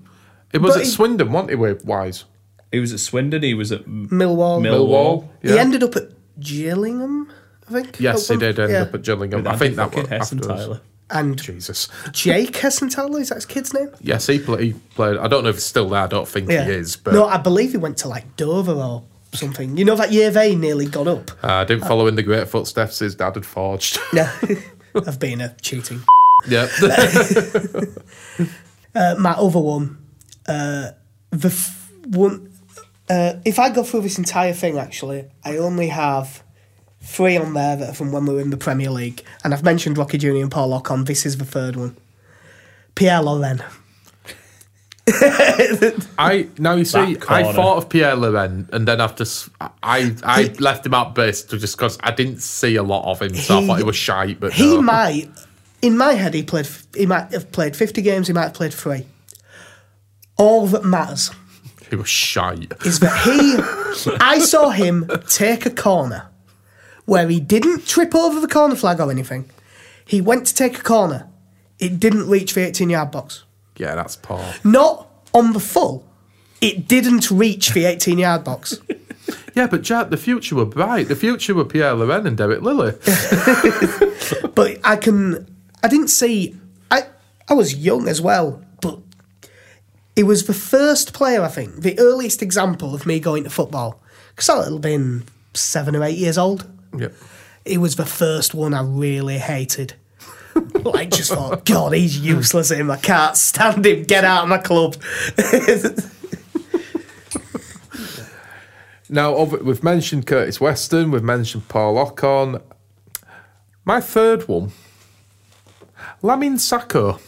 It was but at he- Swindon, wasn't he? With Wise, He was at Swindon. He was at Millwall. Mill- Millwall. Millwall. Yeah. He ended up at Gillingham, I think. yes, at he one- did end yeah. up at Gillingham. I Andy think that fucking was Hess and afterwards. Tyler. And Jesus. Jake Hessenthaler, is that his kid's name? Yes, he, play, he played. I don't know if he's still there. I don't think he is, but uh, no, I believe he went to like Dover or something. You know that year they nearly got <laughs> up. uh, I didn't follow in the great footsteps his dad had forged. <laughs> No, <laughs> of being a cheating. yeah, Uh, my other one, uh, the f- one. Uh, if I go through this entire thing, actually, I only have three on there that are from when we were in the Premier League, and I've mentioned Rocky Junior and Paul Ocon. This is the third one. Pierre Loren. <laughs> I now you see, That I corner. thought of Pierre Loren, and then after s- I I left him out based to just because I didn't see a lot of him, so I He- thought he was shite. But He no. might, in my head, he played. f- He might have played fifty games. He might have played three. All that matters he was shite. is that <laughs> he. I saw him take a corner where he didn't trip over the corner flag or anything. He went to take a corner. It didn't reach the 18 yard box. Yeah, that's poor. Not on the full. It didn't reach the 18 yard box. Yeah, but Jack, the future were bright. The future were Pierre Loren and Derek Lilly. But I can. I didn't see. I I was young as well, but it was the first player I think, the earliest example of me going to football. Because I little been seven or eight years old. yeah. It was the first one I really hated. <laughs> like just thought, God, he's useless. Him, I can't stand him. Get out of my club. <laughs> Now of- we've mentioned Curtis Weston, we've mentioned Paul Ocon. My third one, Lamin Sacco.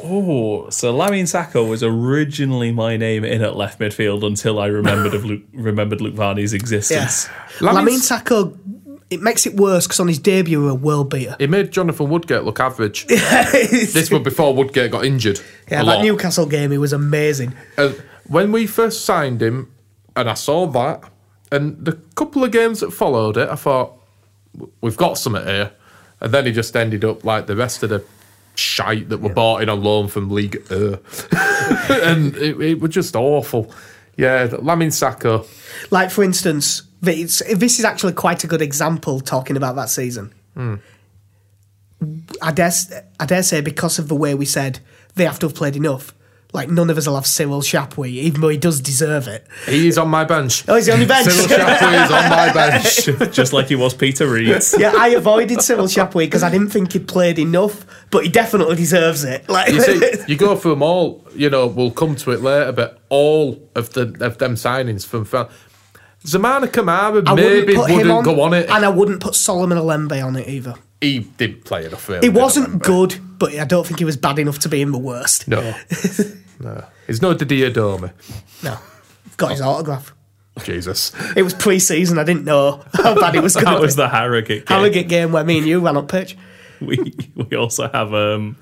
Oh, so Lamin Sacco was originally my name in at left midfield until I remembered of Luke, remembered Luke Varney's existence. Lamin's- Lamin Sacco, it makes it worse because on his debut, he was a world beater. <laughs> It made Jonathan Woodgate look average. this was before Woodgate got injured. Yeah, a that lot. Newcastle game, he was amazing. And when we first signed him, and I saw that, and the couple of games that followed it, I thought, "W- we've got something here. And then he just ended up like the rest of the shite that were bought in on loan from League Two, <laughs> and it, it was just awful. Yeah, Lamin Sacco. Like, for instance, it's, this is actually quite a good example talking about that season. I, dare, s- I dare say, because of the way we said they have to have played enough, like, none of us will have Cyril Shapwey, even though he does deserve it. He is on my bench. Oh, he's the only bench. Cyril Shapley is on my bench. <laughs> Just like he was Peter Reed. yeah, <laughs> I avoided Cyril Shapwey because I didn't think he'd played enough, but he definitely deserves it. Like, <laughs> You see, you go through them all. You know, we'll come to it later, but all of the of them signings from Fel- Zamana Kamara I wouldn't maybe put wouldn't, him on, go on it. and I wouldn't put Solomon Alembe on it either. he didn't play enough. Really, He did I wasn't remember? good, but I don't think he was bad enough to be in the worst. No, <laughs> no, he's no Didier Dome. No. Got his autograph. Jesus, It was pre season. I didn't know how bad it was going That to be. was the Harrogate game. Harrogate game where me and you ran up pitch. we we also have um,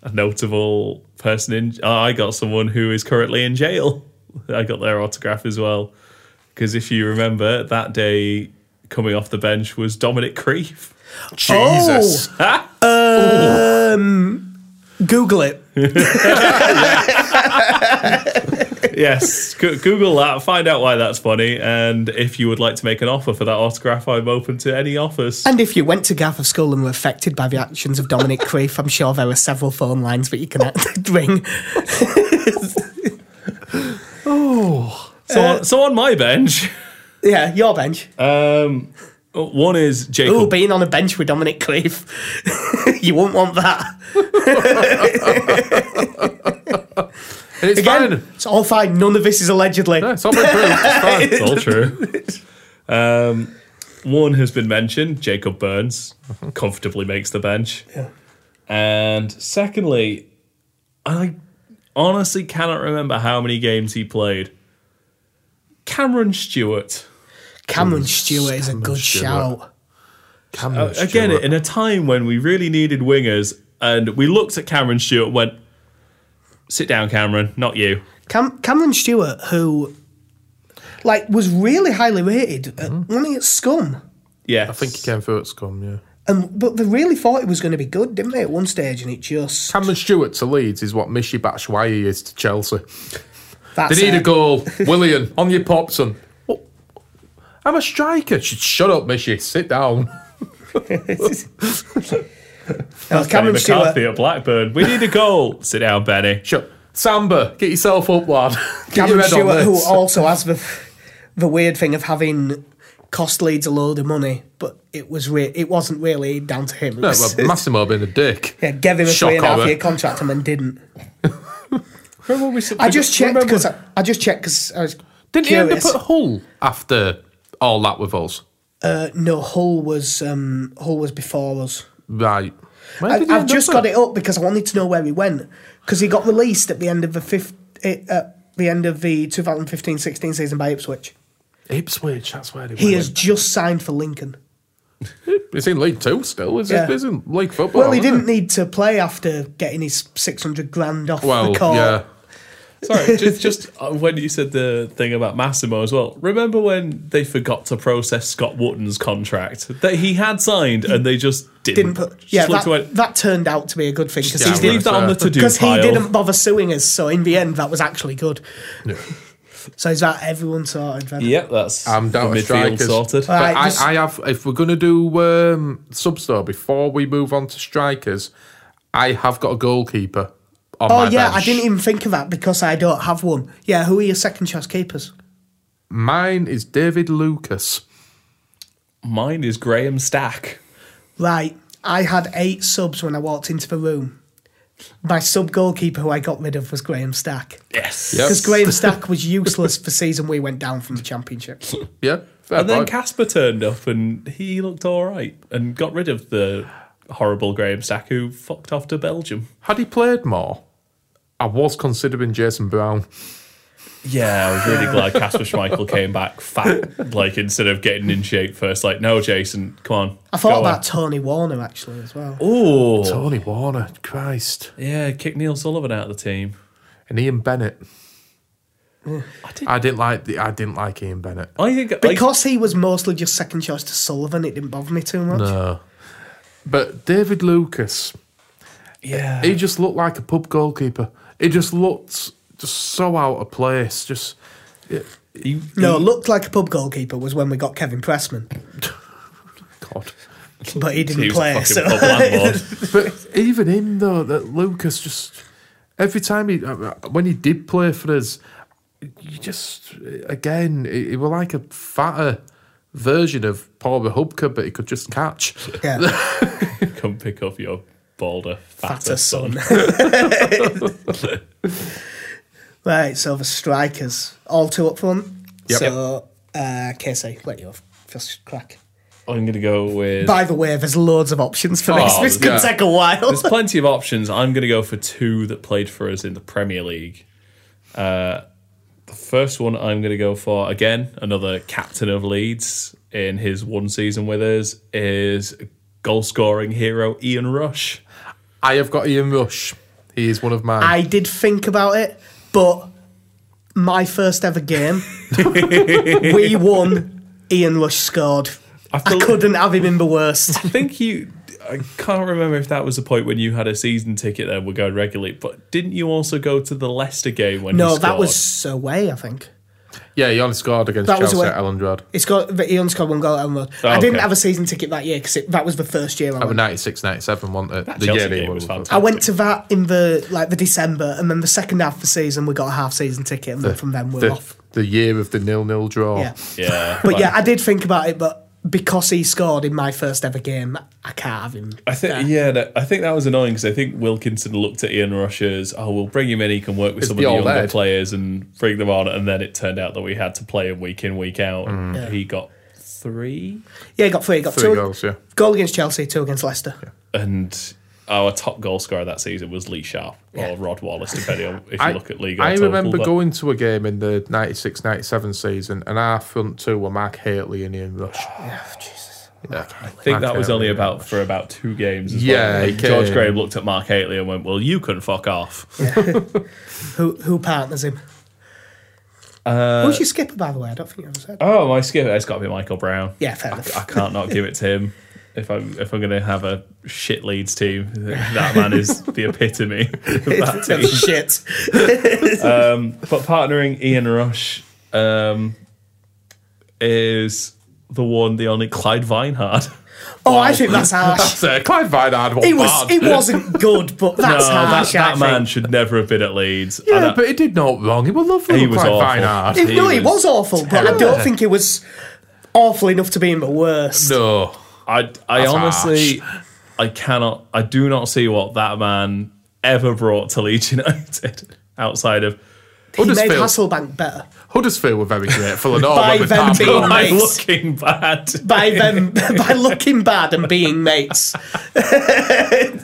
a notable person in. oh, I got someone who is currently in jail. I got their autograph as well because if you remember that day coming off the bench was Dominic Creef. Oh. Jesus. um, Google it. Yes, Go- Google that, find out why that's funny, and if you would like to make an offer for that autograph, I'm open to any offers. And if you went to Gaff of School and were affected by the actions of Dominic Creef, I'm sure there are several phone lines that you can <laughs> ring. So, on, Uh, so on my bench, Yeah, your bench. um, one is Jacob. Ooh, being on a bench with Dominic Cleef. <laughs> you wouldn't want that. And it's Again, fine. it's all fine. None of this is allegedly. No, it's all <laughs> been proved. It's fine. It's all true. Um, one has been mentioned. Jacob Burns comfortably makes the bench. And secondly, I honestly cannot remember how many games he played. Cameron Stewart. Cameron Stewart is a good Stewart. shout. Cameron Again, Stewart. in a time when we really needed wingers, and we looked at Cameron Stewart, and went, "Sit down, Cameron. Not you." Cam- Cameron Stewart, who like was really highly rated, at, Mm-hmm. wasn't he at Scum? Yeah, I think he came through at Scum. Yeah, And but they really thought it was going to be good, didn't they? At one stage, and it just Cameron Stewart to Leeds is what Mishi Batshuayi is to Chelsea. that's They need it. <laughs> a goal. <laughs> William, on your pops and "What? I'm a striker. Sh- Shut up, Missy. Sit down. <laughs> Now, Benny Cameron McCarthy Stewart. at Blackburn. We need a goal. <laughs> Sit down, Benny. Shut. Samba, get yourself up, lad. <laughs> Get your Cameron head Stewart, on who this. also has the the weird thing of having cost Leeds a load of money, but it was re- it wasn't really down to him. It No, was- well, Massimo being a dick. <laughs> Yeah, gave him a Shock three and a half horror. year contract and then <laughs> didn't. Remember we, I just checked because I, I just checked 'cause I was Didn't he end up curious. at Hull after all that with us? uh, no, Hull was um, Hull was before us. Right. Where I, did he I've end just up got at? it up because I wanted to know where he went because he got released at the end of the fifth it, at the end of the 2015-16 season by Ipswich. Ipswich, that's where he, He went. has just signed for Lincoln. He's in League Two still. Is Yeah. he? He's in League Football. Well, he isn't didn't need to play after getting his six hundred grand off Well, the call. yeah. <laughs> Sorry, just, just uh, when you said the thing about Massimo as well. Remember when they forgot to process Scott Wotton's contract that he had signed and they just Didn't didn't, put, yeah, slipped away? that, that turned out to be a good thing because Yeah, he Just leave did that on the Because to do because he pile. didn't bother suing us. So in the end, that was actually good. <laughs> So is that everyone sorted? Then? Yep, that's I'm down the with midfield strikers. sorted. Uh, But Right, I, just- I have. If we're gonna do um, sub store before we move on to strikers, I have got a goalkeeper. On Oh my yeah, bench. I didn't even think of that because I don't have one. Yeah, who are your second choice keepers? Mine is David Lucas. Mine is Graham Stack. Right, I had eight subs when I walked into the room. My sub goalkeeper, who I got rid of, was Graham Stack Yes. Yep. because Graham Stack was useless the season we went down from the championship. Yeah, fair And then point. Casper turned up and he looked all right and got rid of the horrible Graham Sack who fucked off to Belgium. Had he played more, I was considering Jason Brown. Yeah, I was <laughs> really glad Casper Schmeichel came back fat, like instead of getting in shape first. Like, no, Jason, come on. I thought go about Tony Warner actually as well. on." Ooh, Tony Warner, Christ, Oh, yeah, kick Neil Sullivan out of the team. and Ian Bennett. I did. I didn't like the, I didn't like Ian Bennett. I think like, Because he was mostly just second choice to Sullivan, it didn't bother me too much. No, but David Lucas, yeah, he just looked like a pub goalkeeper. He just looked just so out of place. Just he- No, looked like a pub goalkeeper was when we got Kevin Pressman, God. but he didn't he was a play. fucking So pub landlord. <laughs> But even him though, that Lucas just every time he when he did play for us, you just again he, he were like a fatter version of Paul Hubka, but he could just catch. <laughs> yeah, Come pick up your balder, fatter fatter, son. son. <laughs> right, so the strikers all two up front. Yep. So, uh, Casey, let you off first crack. I'm going to go with. By the way, there's loads of options for this. Oh, This could yeah. take a while. There's plenty of options. I'm going to go for two that played for us in the Premier League. Uh, the first one I'm going to go for, again, another captain of Leeds in his one season with us, is goal scoring hero Ian Rush. I have got Ian Rush. He is one of <laughs> mine. I did think about it, but my first ever <laughs> game, we won. Ian Rush scored. I I, feel- couldn't have him in the <laughs> worst. I think you. I can't remember if that was the point when you had a season ticket there. We're going regularly, but didn't you also go to the Leicester game when? No, he that scored? was away. I think yeah, he only scored against That was Chelsea away. at Elland Road. it's got the Ian scored one goal. At Elm Road. I didn't Oh, okay. have a season ticket that year because that was the first year. I That was went. 96, 97, wasn't it? The Chelsea year he game won was the cup. fantastic. I went to that in the like the December, and then the second half of the season we got a half season ticket, and then from then we're The, Oh. off. the year of the nil-nil draw. Yeah, Yeah, <laughs> but yeah, I did think about it, but because he scored in my first ever game, I can't have him. I think yeah, that, I think that was annoying because I think Wilkinson looked at Ian Rush as oh we'll bring him in, he can work with some of the the old younger lad. players and bring them on, and then it turned out that we had to play him week in week out, and Mm. Yeah. he got three, Yeah, he got three. He got Three two goals, yeah. Goal against Chelsea, two against Leicester. and our top goal scorer that season was Lee Sharp or Rod Wallace, depending on if you look at league. or I total, remember but- going to a game in the 96 97 season, and our front two were Mark Haley and Ian <sighs> Rush. oh, Yeah. I I think that was only about for about two games. As Yeah, well. Like, he George came. Graham looked at Mark Haley and went, "Well, you can fuck off." Who who partners him? Uh, Who's your skipper, by the way? I don't think you ever said. oh, my skip! It's got to be Michael Brown. yeah, fair I enough. can't not give it to him. If I'm if I'm gonna have a shit Leeds team, that man is the epitome of <laughs> that team. Shit. <laughs> Um, but partnering Ian Rush um, is the one, the only Clyde Vinehard. Oh, I think that's harsh. So Clive Vinard was. It was. It wasn't good, but that's no, harsh. that, I that man think. should never have been at Leeds. Yeah, And I- but he did not wrong. He was lovely. He with was Clive awful. Vinard. It- no, he it was awful, but I don't terrible. think it was awful enough to be in the worst. No. I, I That's honestly, I cannot, I do not see what that man ever brought to Leeds <laughs> United outside of he made Huddersfield. Hasselbank better Huddersfield were very <laughs> grateful and all. By when we them passed being on. by Nice. looking bad. by them <laughs> by looking bad and being mates.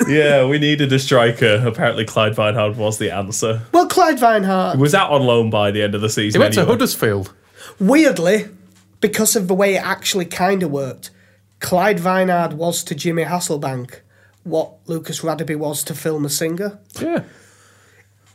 Yeah, we needed a striker. Apparently, Clyde Vinehard was the answer. Well, Clyde Vinehart, Was out on loan by the end of the He season. went to anyway. Huddersfield. weirdly, because of the way it actually kind of worked, Clyde Vinard was to Jimmy Hasselbank what Lucas Radaby was to Phil Massinger. Yeah.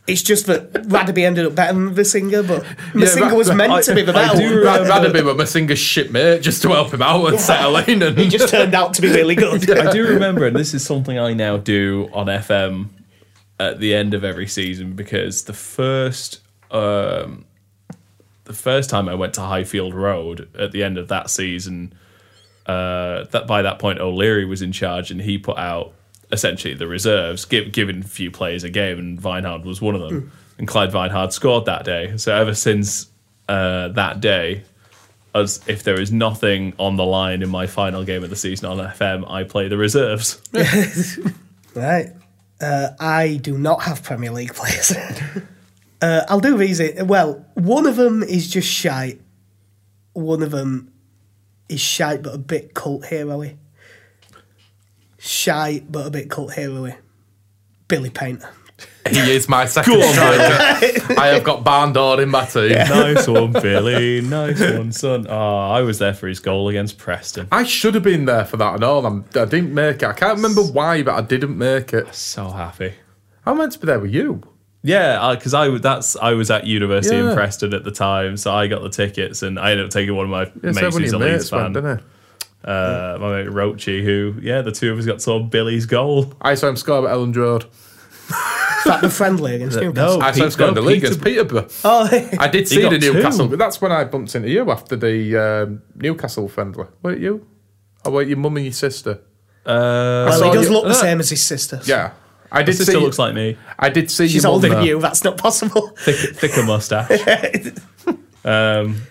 It's just that Radaby ended up better than Massinger, but Massinger Ra- was meant I- to be the I better do one. remember- I'd rather be with my singer's shipmate just to help him out and settle in. And It just turned out to be really <laughs> good. I do remember, and this is something I now do on FM at the end of every season because the first, um, the first time I went to Highfield Road at the end of that season, uh, that by that point O'Leary was in charge and he put out essentially the reserves, give, giving a few players a game, and Vinehard was one of them. And Clyde Vinehard scored that day. So ever since uh, that day, as if there is nothing on the line in my final game of the season on FM, I play <laughs> the reserves. Right. Uh, I do not have Premier League players. <laughs> uh, I'll do these. i- Well, one of them is just shite. One of them is shite, but a bit cult hero y. shy but a bit cult hero Billy Painter. He is my second striker. I have got Barndor in my team. nice one, Billy. Nice one, son. Oh, I was there for his goal against Preston. I should have been there for that and all. I'm, I didn't make it. I can't remember why, but I didn't make it. So happy. I meant to be there with you. Yeah, because I, w- that's I was at university Yeah. in Preston at the time, so I got the tickets, and I ended up taking one of my It's mates when who's a your mates Leeds went, fan, didn't it? uh, my mate Roachy, who yeah, the two of us got saw Billy's goal. I saw him score at Elland Road. Is that the friendly against Newcastle? No, I saw him Pete- score in the no, league Peter- against Peterborough. Oh, <laughs> I did He see got the two. Newcastle, but that's when I bumped into you after the um, Newcastle friendly. Were it you? Or were it your mum and your sister? Uh, I well, saw he does you- look the uh, same as his sister. Yeah. I my did sister see. looks like me, I did see She's your mum older than there. you. That's not possible. Thick, thicker mustache. Um,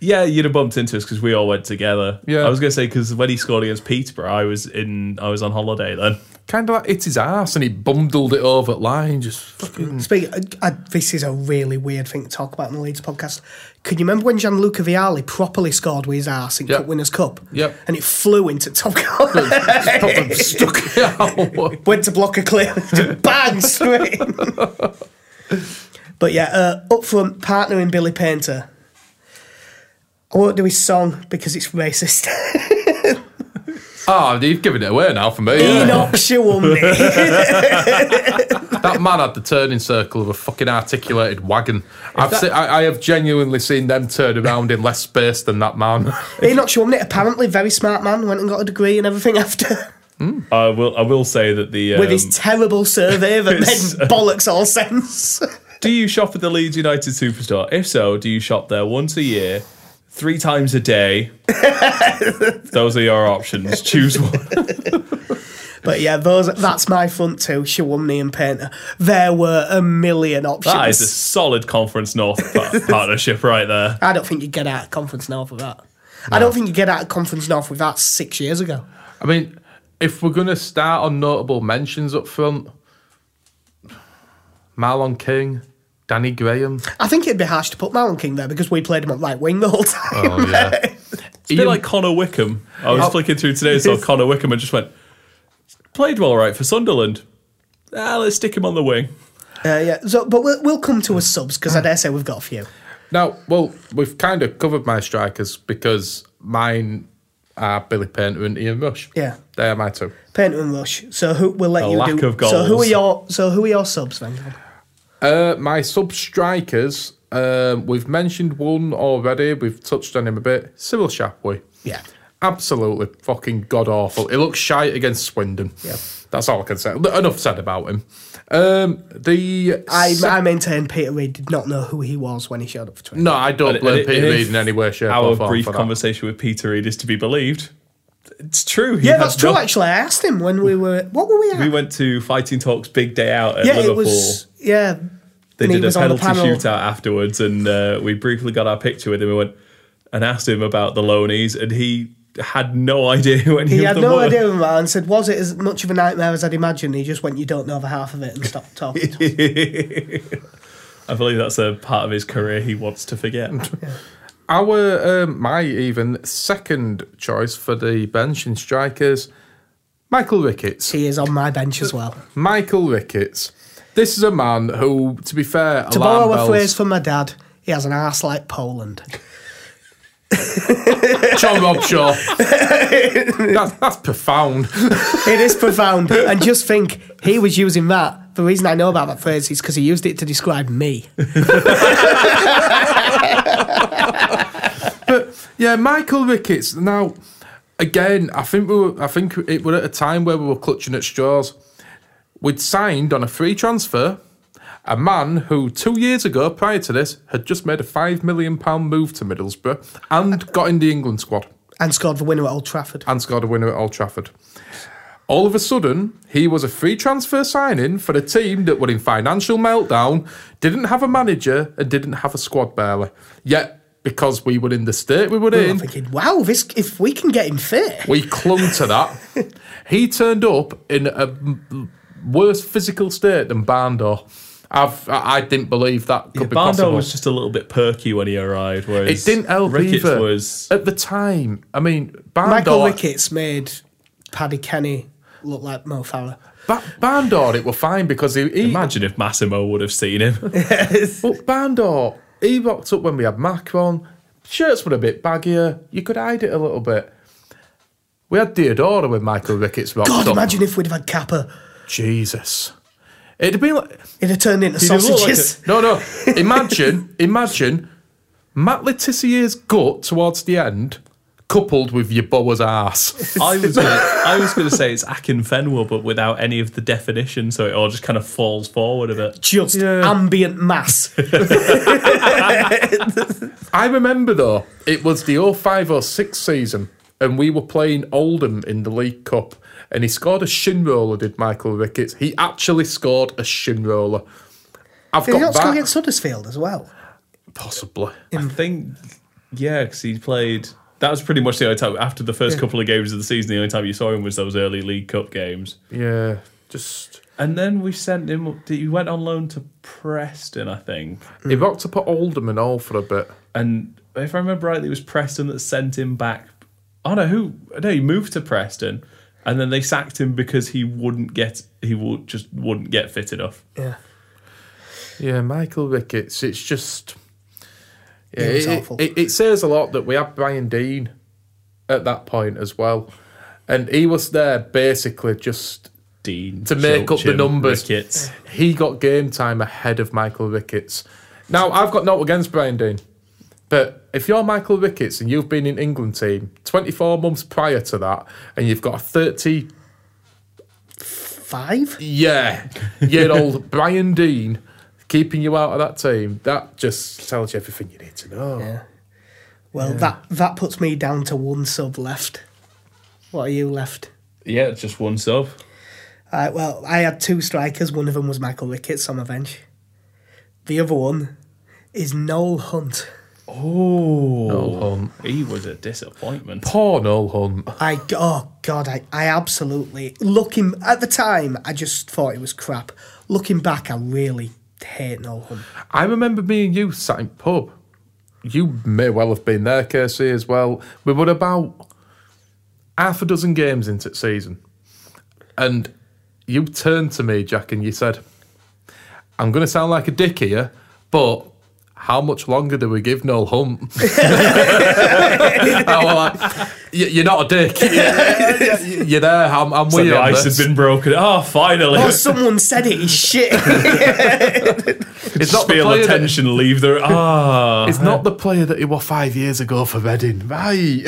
yeah, you'd have bumped into us because we all went together. Yeah. I was gonna say because when he scored against Peterborough, I was in, I was on holiday then. Kind of like hit his ass and he bundled it over at line. Just fucking. <laughs> Mm. Speak, I, I, this is a really weird thing to talk about in the Leeds podcast. Can you remember when Gianluca Vialli properly scored with his arse in Yep. Cup Winners' Cup? Yep. And it flew into top <laughs> corner. proper stuck it <laughs> out. Went to block a clear, <laughs> just bang straight. in. but yeah, uh, up front, partnering Billy Painter. I won't do his song because it's racist. <laughs> Oh, you've given it away now for me. Enoch <laughs> Shawumney. That man had the turning circle of a fucking articulated wagon. I've se- I, I have genuinely seen them turn around in less space than that <laughs> man. Enoch Shawumney, apparently very smart man, went and got a degree and everything after. I will, I will say that the um, With his terrible survey <laughs> that it's- uh, made bollocks all sense. <laughs> Do you shop at the Leeds United Superstore? If so, do you shop there once a year, three times <laughs> a day? Those are your options. <laughs> Choose one. But yeah, those that's my front two, Shawumney and Painter. There were a million options. That is a solid Conference <laughs> North par- partnership right there. I don't think you'd get out of Conference North with that. I don't think you'd get out of Conference North with that six years ago. I mean, if we're going to start on notable mentions up front, Marlon King, Danny Graham. I think it'd be harsh to put Malin King there because we played him at right wing the whole <laughs> time. Oh, yeah. It's a bit like Connor Wickham. I was Oh. flicking through today and saw Connor Wickham and just went, played well right for Sunderland. Ah, let's stick him on the wing. <laughs> Uh, yeah, so but we'll, we'll come to us subs because I dare say we've got a few. Now, well, we've kind of covered my strikers because mine are Billy Painter and Ian Rush. Yeah. They are my two. Painter and Rush. So who we'll let A you lack do. of So who are goals. your so who are your subs then? Gavin? Uh, my sub strikers, um, we've mentioned one already. We've touched on him a bit. Cyril Shapway. Yeah. Absolutely fucking god awful. He looks shite against Swindon. Yeah. That's all I can say. Enough said about him. Um, the I, sec- I maintain Peter Reid did not know who he was when he showed up for Twitter. no, I don't And- blame and Peter if Reid in any way, shape, Our or form. brief for that. conversation with Peter Reid is to be believed. It's true. He Yeah, had that's true. no- Actually, I asked him when we were. What were we at? We went to Fighting Talk's big day out at yeah, Liverpool. it was. Yeah, they and he did a was on the penalty panel. shootout afterwards, and uh, we briefly got our picture with him. We went and asked him about the loanees, and he had no idea who any He of had them no were. idea about it and said, Was it as much of a nightmare as I'd imagined? He just went, You don't know the half of it and stopped <laughs> talking. I believe that's a part of his career he wants to forget. <laughs> Our um, my even second choice for the bench in strikers, Michael Ricketts. he is on my bench as <laughs> well. Michael Ricketts. This is a man who, to be fair, To borrow alarm a bells. phrase from my dad, he has an arse like Poland. <laughs> John Robshaw. that's, that's profound. it is <laughs> profound. And just think, he was using that. The reason I know about that phrase is because he used it to describe me. Yeah, Michael Ricketts. Now, again, I think we were, I think it were at a time where we were clutching at straws. We'd signed on a free transfer a man who two years ago, prior to this, had just made a five million pound move to Middlesbrough and got in the England squad. And scored the winner at Old Trafford. and scored a winner at Old Trafford. All of a sudden, he was a free transfer signing for a team that were in financial meltdown, didn't have a manager, and didn't have a squad barely. Yet, because we were in the state we were I'm in, thinking, wow, this if we can get him fit. we clung to that. he turned up in a m- worse physical state than Barndor. I've, I I didn't believe that could be Bardo possible. was just a little bit perky when he arrived, it whereas didn't help Ricketts either. was At the time, I mean, Barndor. Michael Ricketts made Paddy Kenny look like Mo Farah. Ba- Bandor, it were fine because he, he Imagine if Massimo would have seen him. But Bandor, he rocked up when we had Mac on. Shirts were a bit baggier. You could hide it a little bit. We had Deodora when Michael Ricketts rocked God, up. imagine if we'd have had Kappa. Jesus. It'd have been like. It'd have turned into Did it look like sausages. it? no, no. <laughs> Imagine, imagine Matt Letizier's gut towards the end coupled with your boa's ass. I was gonna, I was going to say it's Akin Fenwell, but without any of the definition, so it all just kind of falls forward a bit. Just Yeah. ambient <laughs> mass. I remember though, it was the 05 06 season, and we were playing Oldham in the League Cup, and he scored a shin roller, did Michael Ricketts. He actually scored a shin roller. I've Did he got not that. score against Huddersfield as well? Possibly. I think, yeah, because he played. That was pretty much the only time after the first couple of games of the season. The only time you saw him was those early League Cup games, Yeah. Just. and then we sent him. He went on loan to Preston, I think. He rocked up at Oldham and all for a bit. And if I remember rightly, it was Preston that sent him back. Oh no, who? No, he moved to Preston, and then they sacked him because he wouldn't get. He would just wouldn't get fit enough. Yeah. Yeah, Michael Ricketts. It's just. Yeah, It was it, awful. it- it says a lot that we had Brian Dean at that point as well. And he was there basically just. Dean To make up the Shilchin, numbers. Ricketts. He got game time ahead of Michael Ricketts. Now, I've got naught against Brian Dean. But if you're Michael Ricketts and you've been in England team 24 months prior to that and you've got a 30 Five? yeah, year old Brian Dean keeping you out of that team, that just tells you everything you need to know. Yeah. Well, that that puts me down to one sub left. What are you left? Yeah, just one sub. All right, well, I had two strikers. One of them was Michael Ricketts on my bench. The other one is Noel Hunt. Oh, Hunt. he was a disappointment. Poor Noel Hunt. I oh god, I, I absolutely looking at the time. I just thought it was crap. Looking back, I really hate Noel Hunt. <laughs> I remember me and you sat in pub. You may well have been there, Kirsty, as well. We were about half a dozen games into the season. And you turned to me, Jack, and you said, I'm going to sound like a dick here, but how much longer do we give Noel Hunt? <laughs> And I was like, "Y- You're not a dick. <laughs> You're, you're there. I'm, I'm So with you. the on ice this." had been broken. Oh, finally. Oh, someone said it. He's shit. <laughs> It's not the Feel player that- attention, leave the. Ah. It's not the player that he was five years ago for Reading. Right.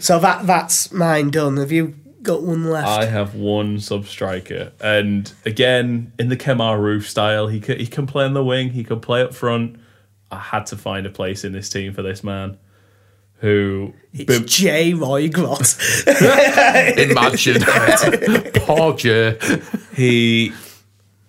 so that that's mine done. Have you got one left? I have one sub striker, and again in the Kemar Roof style, he can, he can play on the wing, he can play up front. I had to find a place in this team for this man, who it's be- J. Roy Grott. <laughs> Imagine. Poor Jay. he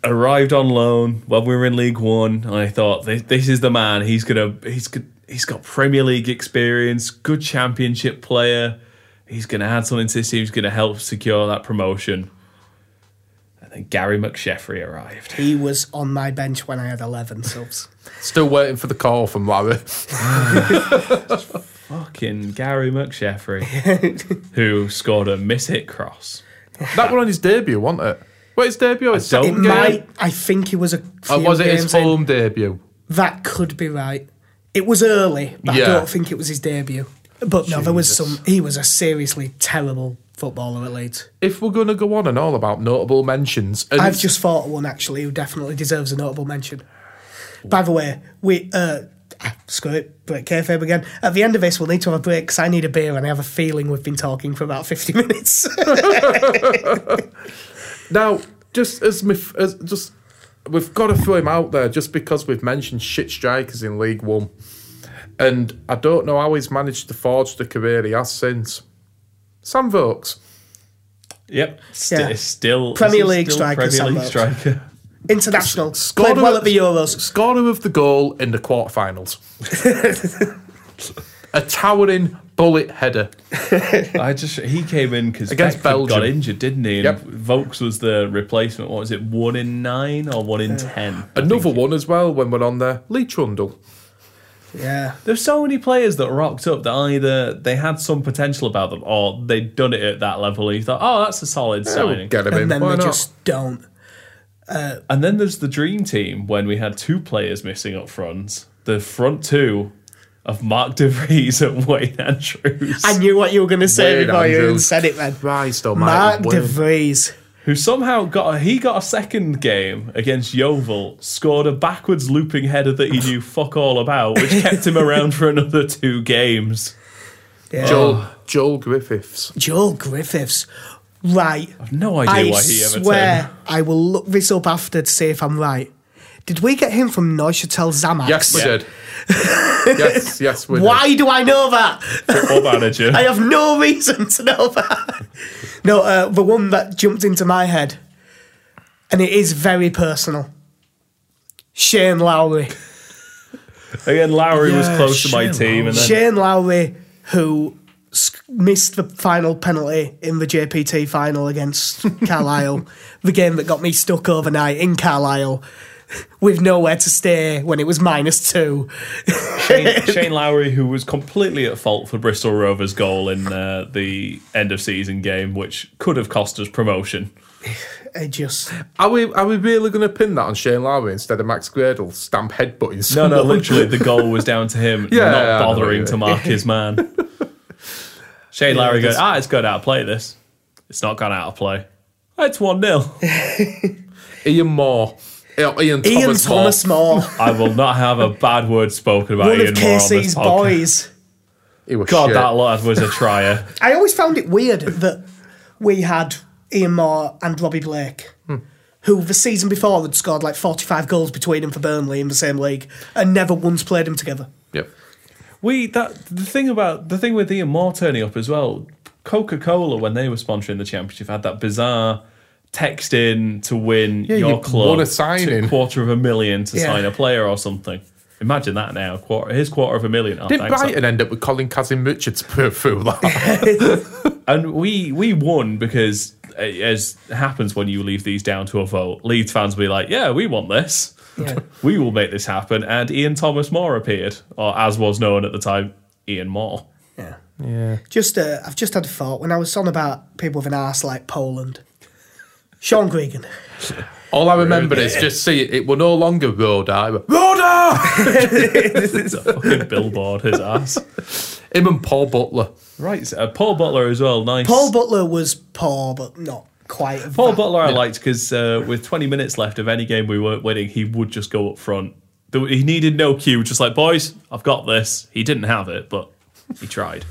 arrived on loan when we were in League One, and I thought this, this is the man. He's gonna he's go- he's got Premier League experience, good Championship player. He's gonna add something to this team. He's gonna help secure that promotion. And then Gary McSheffrey arrived. he was on my bench when I had eleven subs. Still waiting for the call from Larry. Fucking <laughs> Gary McSheffrey, who scored a miss hit cross. That one on his debut, wasn't it? Wait, his debut? His don't It second game? might. I think it was a. Few Or Oh, was it his games in. home debut? That could be right. It was early, but Yeah. I don't think it was his debut. But no, there was Jesus. some. He was a seriously terrible footballer at Leeds. If we're going to go on and all about notable mentions, and I've just thought of one actually who definitely deserves a notable mention. By the way, we uh, ah, screw it, break kayfabe again. At the end of this, we'll need to have a break because I need a beer and I have a feeling we've been talking for about fifty <laughs> minutes. now just as, my, f- as just we've got to throw him out there just because we've mentioned shit strikers in League One, and I don't know how he's managed to forge the career he has since. Sam Vokes. Yep, St- Yeah. it's still Premier it's League still striker, Premier Sam League Vokes. striker. International, Scored played him well at- at the Euros. scorer of the goal in <laughs> the quarterfinals. a towering bullet header. I just he came in because Against got Belgium. injured, didn't he? Yep. And Volks was the replacement. What was it? One in nine or one in ten? I Another think. one as well when we're on there. Lee Trundle. Yeah. There's so many players that rocked up that either they had some potential about them or they'd done it at that level. And you thought, oh, that's a solid signing. Get him in. And then Why they not? just don't. And then there's the dream team when we had two players missing up front. The front two of Mark DeVries and <laughs> Wayne Andrews, I knew what you were going to say Wayne before you even Andrews. said it, man. Christ almighty. Mark Wayne. DeVries. who somehow got a, he got a second game against Yeovil, scored a backwards looping header that he knew fuck all about, which kept him around for another two games. Yeah. Joel, Joel Griffiths. Joel Griffiths. Right. I've no idea I why he ever swear I will look this up after to see if I'm right. Did we get him from Neuchatel Zamax? Yes, we <laughs> did. yes, yes, we did. Why do I know that? turned football manager. <laughs> I have no reason to know that. no, uh, the one that jumped into my head, and it is very personal. Shane Lowry. Again, Lowry was Yeah, close to my Shane team, and then Shane Lowry, who s- missed the final penalty in the JPT final against <laughs> Carlisle, the game that got me stuck overnight in Carlisle with nowhere to stay when it was minus two. Shane, Shane Lowry, who was completely at fault for Bristol Rovers' goal in uh, the end of season game, which could have cost us promotion. It just. Are we are we really going to pin that on Shane Lowry instead of Max Gradle stamp headbutting <laughs> No, someone? no, literally, the goal was down to him Yeah, not yeah, I know what you bothering mean. to mark his man. Shane Lowry goes, ah, it's gone out of play. This, it's not gone out of play. It's one 0 Ian Moore. Ian, Ian Thomas Ian Thomas Moore. <laughs> Moore, I will not have a bad word spoken about one Ian of Moore on KC's this podcast. boys. He was God, shit. that lad was a trier. I always found it weird that we had Ian Moore and Robbie Blake, Hmm. who the season before had scored like 45 goals between them for Burnley in the same league and never once played them together. <laughs> Yep. We that the thing about the thing with Ian Moore turning up as well. Coca Cola when they were sponsoring the championship had that bizarre text in to win your you club won a signing. to quarter of a million to Yeah. sign a player or something. Imagine that now. Quarter his quarter of a million. Oh, Did thanks. Brighton end up with Colin Kazim Richards through that? And we we won because uh, as happens when you leave these down to a vote, Leeds fans will be like, yeah, we want this. Yeah. <laughs> We will make this happen. And Ian Thomas Moore appeared, or as was known at the time, Ian Moore. Yeah. Yeah. Just, uh, I've just had a thought when I was on about people with an arse like Poland. Sean Gregan. <laughs> All I remember is just see it, it were no longer Roda. it were, <laughs> Roda! It's a fucking billboard, his ass. Him and Paul Butler. Right, so, uh, Paul Butler as well. Nice. Paul Butler was poor, but not quite. Paul that. Butler, I liked because uh, with 20 minutes left of any game we weren't winning, he would just go up front. There- He needed no cue, just like boys, I've got this. He didn't have it, but he tried.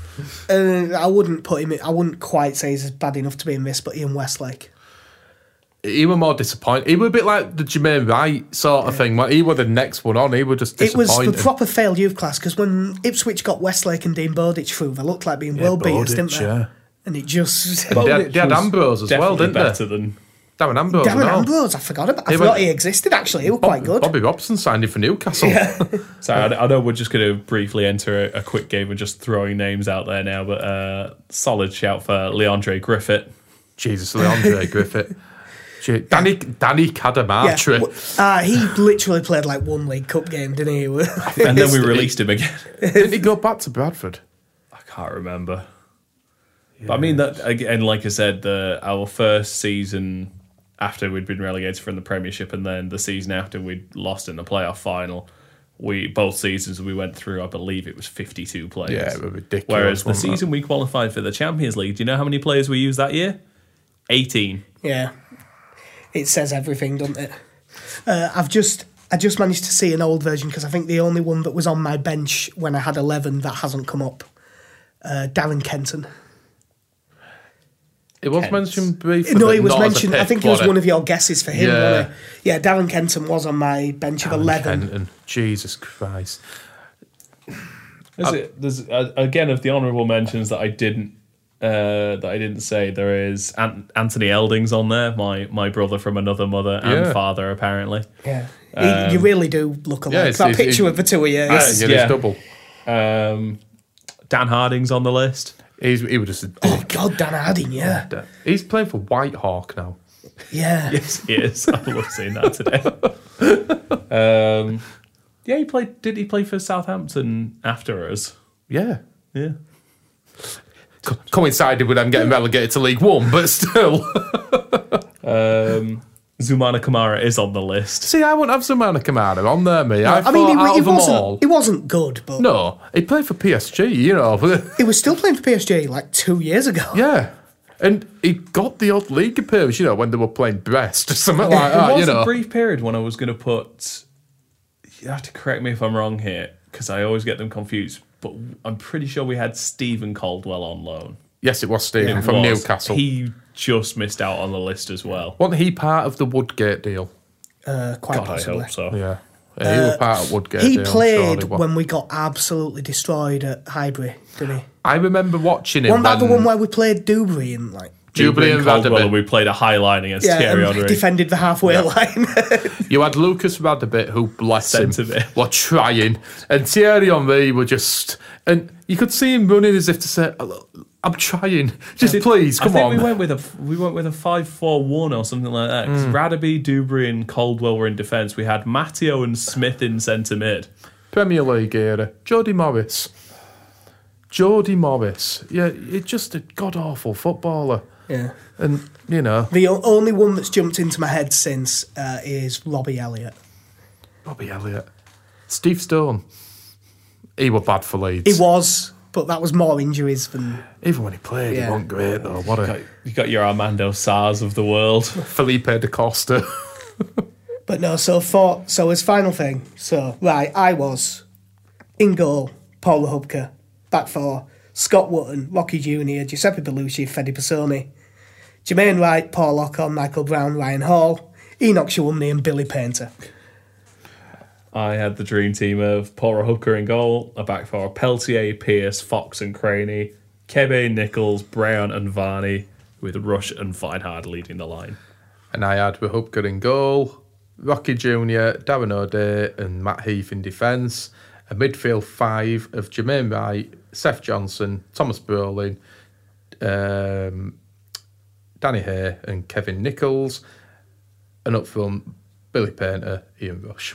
Uh, I wouldn't put him. In, I wouldn't quite say he's bad enough to be in this, but Ian Westlake. He were more disappointed. He were a bit like the Jermaine Wright sort of thing. Like, he were the next one on. He were just It was disappointed. the proper failed youth class because when Ipswich got Westlake and Dean Bowditch through, they looked like being world beaters, didn't Bowditch, they? yeah. And it just. <laughs> <laughs> They had- Which they had was Ambrose as well, definitely didn't they? better Than, Darren Ambrose. Darren no. Ambrose, Oh I forgot about. I He forgot went- he existed actually. He was quite good. Bobby Robson signed him for Newcastle. so I, I know we're just going to briefly enter a, a quick game of just throwing names out there now, but uh, solid shout for Leandre Griffith. <laughs> Jesus, Leandre Griffith. Gee, Danny Danny Yeah. Cadamatri. W- Uh, he literally played like one League Cup game, didn't he? <laughs> And then we released him again. <laughs> <laughs> Didn't he go back to Bradford? I can't remember. But I mean that again. Like I said, the our first season after we'd been relegated from the Premiership, and then the season after we'd lost in the playoff final. We both seasons we went through. I believe it was fifty-two players. Yeah, it was ridiculous, Whereas the wasn't it? season we qualified for the Champions League, do you know how many players we used that year? Eighteen. yeah, it says everything, doesn't it? Uh, I've just. I just managed to see an old version because I think the only one that was on my bench when I had 11 that hasn't come up. Uh, Darren <laughs> Kenton. It was Kent. mentioned briefly. No, but he was not as a mentioned. I pick, think it was wasn't one of your guesses for him. Yeah. Wasn't it? yeah. Darren Kenton was on my bench of Darren eleven. Kenton. Jesus Christ. Is it, there's uh, again of the honourable mentions that I didn't uh, that I didn't say. There is An- Anthony Eldings on there, my my brother from another mother and Yeah. father apparently. Yeah, He- you really do look alike. Um, yeah, it's- that it's- picture it- of the two of you. Yeah, is- yeah, yeah. He's double. Um, Dan Harding's on the list. <laughs> He's, he was just. <coughs> oh God, Dan Harding. Yeah, He's playing for Whitehawk now. yeah. <laughs> Yes, he is. I love seeing that today. um, Yeah, he played. Did he play for Southampton after us? Yeah. Yeah. Co- coincided with them getting relegated to League One, but <laughs> still. Um, Zumana Kamara is on the list. See, I wouldn't have Zamana Kamara on there, me. I, I, mean, thought out it, it of them wasn't. all. It wasn't good, but No, he played for PSG, you know. he was still playing for PSG like two years ago. <laughs> yeah. And he got the odd league appearance, you know, when they were playing Brest or something like there that, was Uh, you know. a brief period when I was going to put. You have to correct me if I'm wrong here, because I always get them confused. But I'm pretty sure we had Stephen Caldwell on loan. yes, it was Stephen It from was. Newcastle. He just missed out on the list as well. Wasn't he part of the Woodgate deal? Uh, quite God, I possibly. hope so. Yeah. Yeah, Uh, he was part of Woodgate Uh, He deal, played surely, wa- when we got absolutely destroyed at Highbury, didn't he? I remember watching him. Wasn't that the when one where we played Dubry and like Jubilee and Caldwell, and Radovic. we played a high line against yeah, Thierry and Henry. defended the halfway line? <laughs> You had Lucas Radabit, who bless him, Centre-back. were trying, and Thierry Henry were just, and you could see him running as if to say, "I'm trying, just please, I come think on." we went with a we went with a five four one or something like that. Hmm. 'cause Radaby, Dubry, and Caldwell were in defence. We had Matteo and Smith in centre mid. Premier League era, Jody Morris, Jody Morris, yeah, it's just a god awful footballer, yeah. and you know, The o- only one that's jumped into my head since uh, is Robbie Elliott. Robbie Elliott, Steve Stone, he were bad for He Leeds. was, but that was more injuries than Even when he played, Yeah. he wasn't great though. What a You got your Armando Sars of the world. Felipe de Costa. But no, so for so his final thing. So right, I was in goal, Paul Hubker, back four, Scott Wotton, Rocky Junior, Giuseppe Bellucci, Fede Personi, Jermaine Wright, Paul Ocon, Michael Brown, Ryan Hall, Enoch Shumney, and Billy Painter. I had the dream team of Pora Hooker in goal, a back four of Peltier, Pierce, Fox, and Craney, Kebe, Nichols, Brown, and Varney, with Rush and Feinhard leading <laughs> the line. And I had Rahubka in goal, Rocky Jr., Darren O'Day, and Matt Heath in defence. A midfield five of Jermaine Wright, Seth Johnson, Thomas Burling, um, Danny Hay, and Kevin Nichols. And up front, Billy Painter, Ian Rush.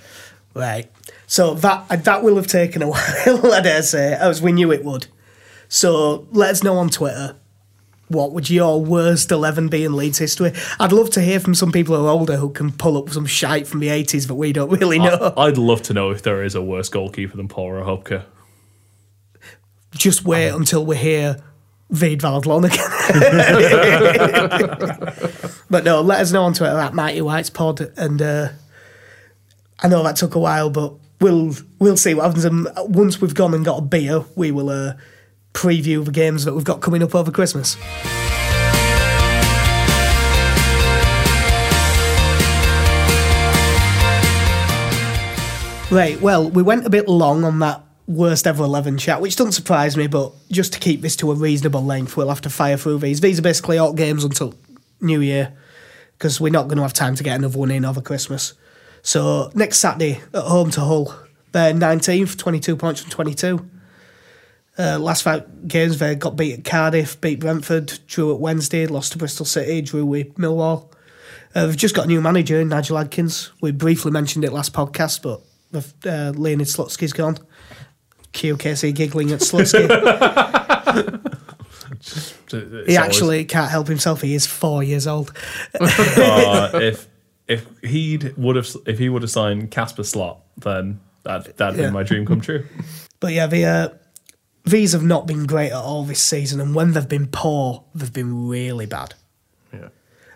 Right. So that uh, that will have taken a <laughs> while, I dare say, as we knew it would. So let us know on Twitter. What would your worst 11 be in Leeds history? I'd love to hear from some people who are older who can pull up some shite from the 80s that we don't really know. I, would love to know if there is a worse goalkeeper than Pora Hooker. Just wait until we hear Vade Valdlon again. but no, let us know on Twitter at Mighty Whites Pod. And uh, I know that took a while, but we'll we'll see what happens. And once we've gone and got a beer, we will uh, preview the games that we've got coming up over Christmas. Right, well, we went a bit long on that worst ever 11 chat, which doesn't surprise me, but just to keep this to a reasonable length, we'll have to fire through these. These are basically alt games until New Year, because we're not going to have time to get another one in over Christmas. So next Saturday at home to Hull, they're 19th, 22 points from 22. Uh, last five games, they got beat at Cardiff, beat Brentford, drew at Wednesday, lost to Bristol City, drew with Millwall. Uh, they've just got a new manager, Nigel Adkins. We briefly mentioned it last podcast, but the- uh, Leonid Slutsky's gone. QKC giggling at <laughs> Slutsky. It's he always- actually can't help himself. He is four years old. <laughs> Uh, if if he'd would have if he would have signed Casper Slot, then that that'd Yeah. been my dream <laughs> come true. But yeah, the uh, these have not been great at all this season, and when they've been poor, they've been really bad. Yeah.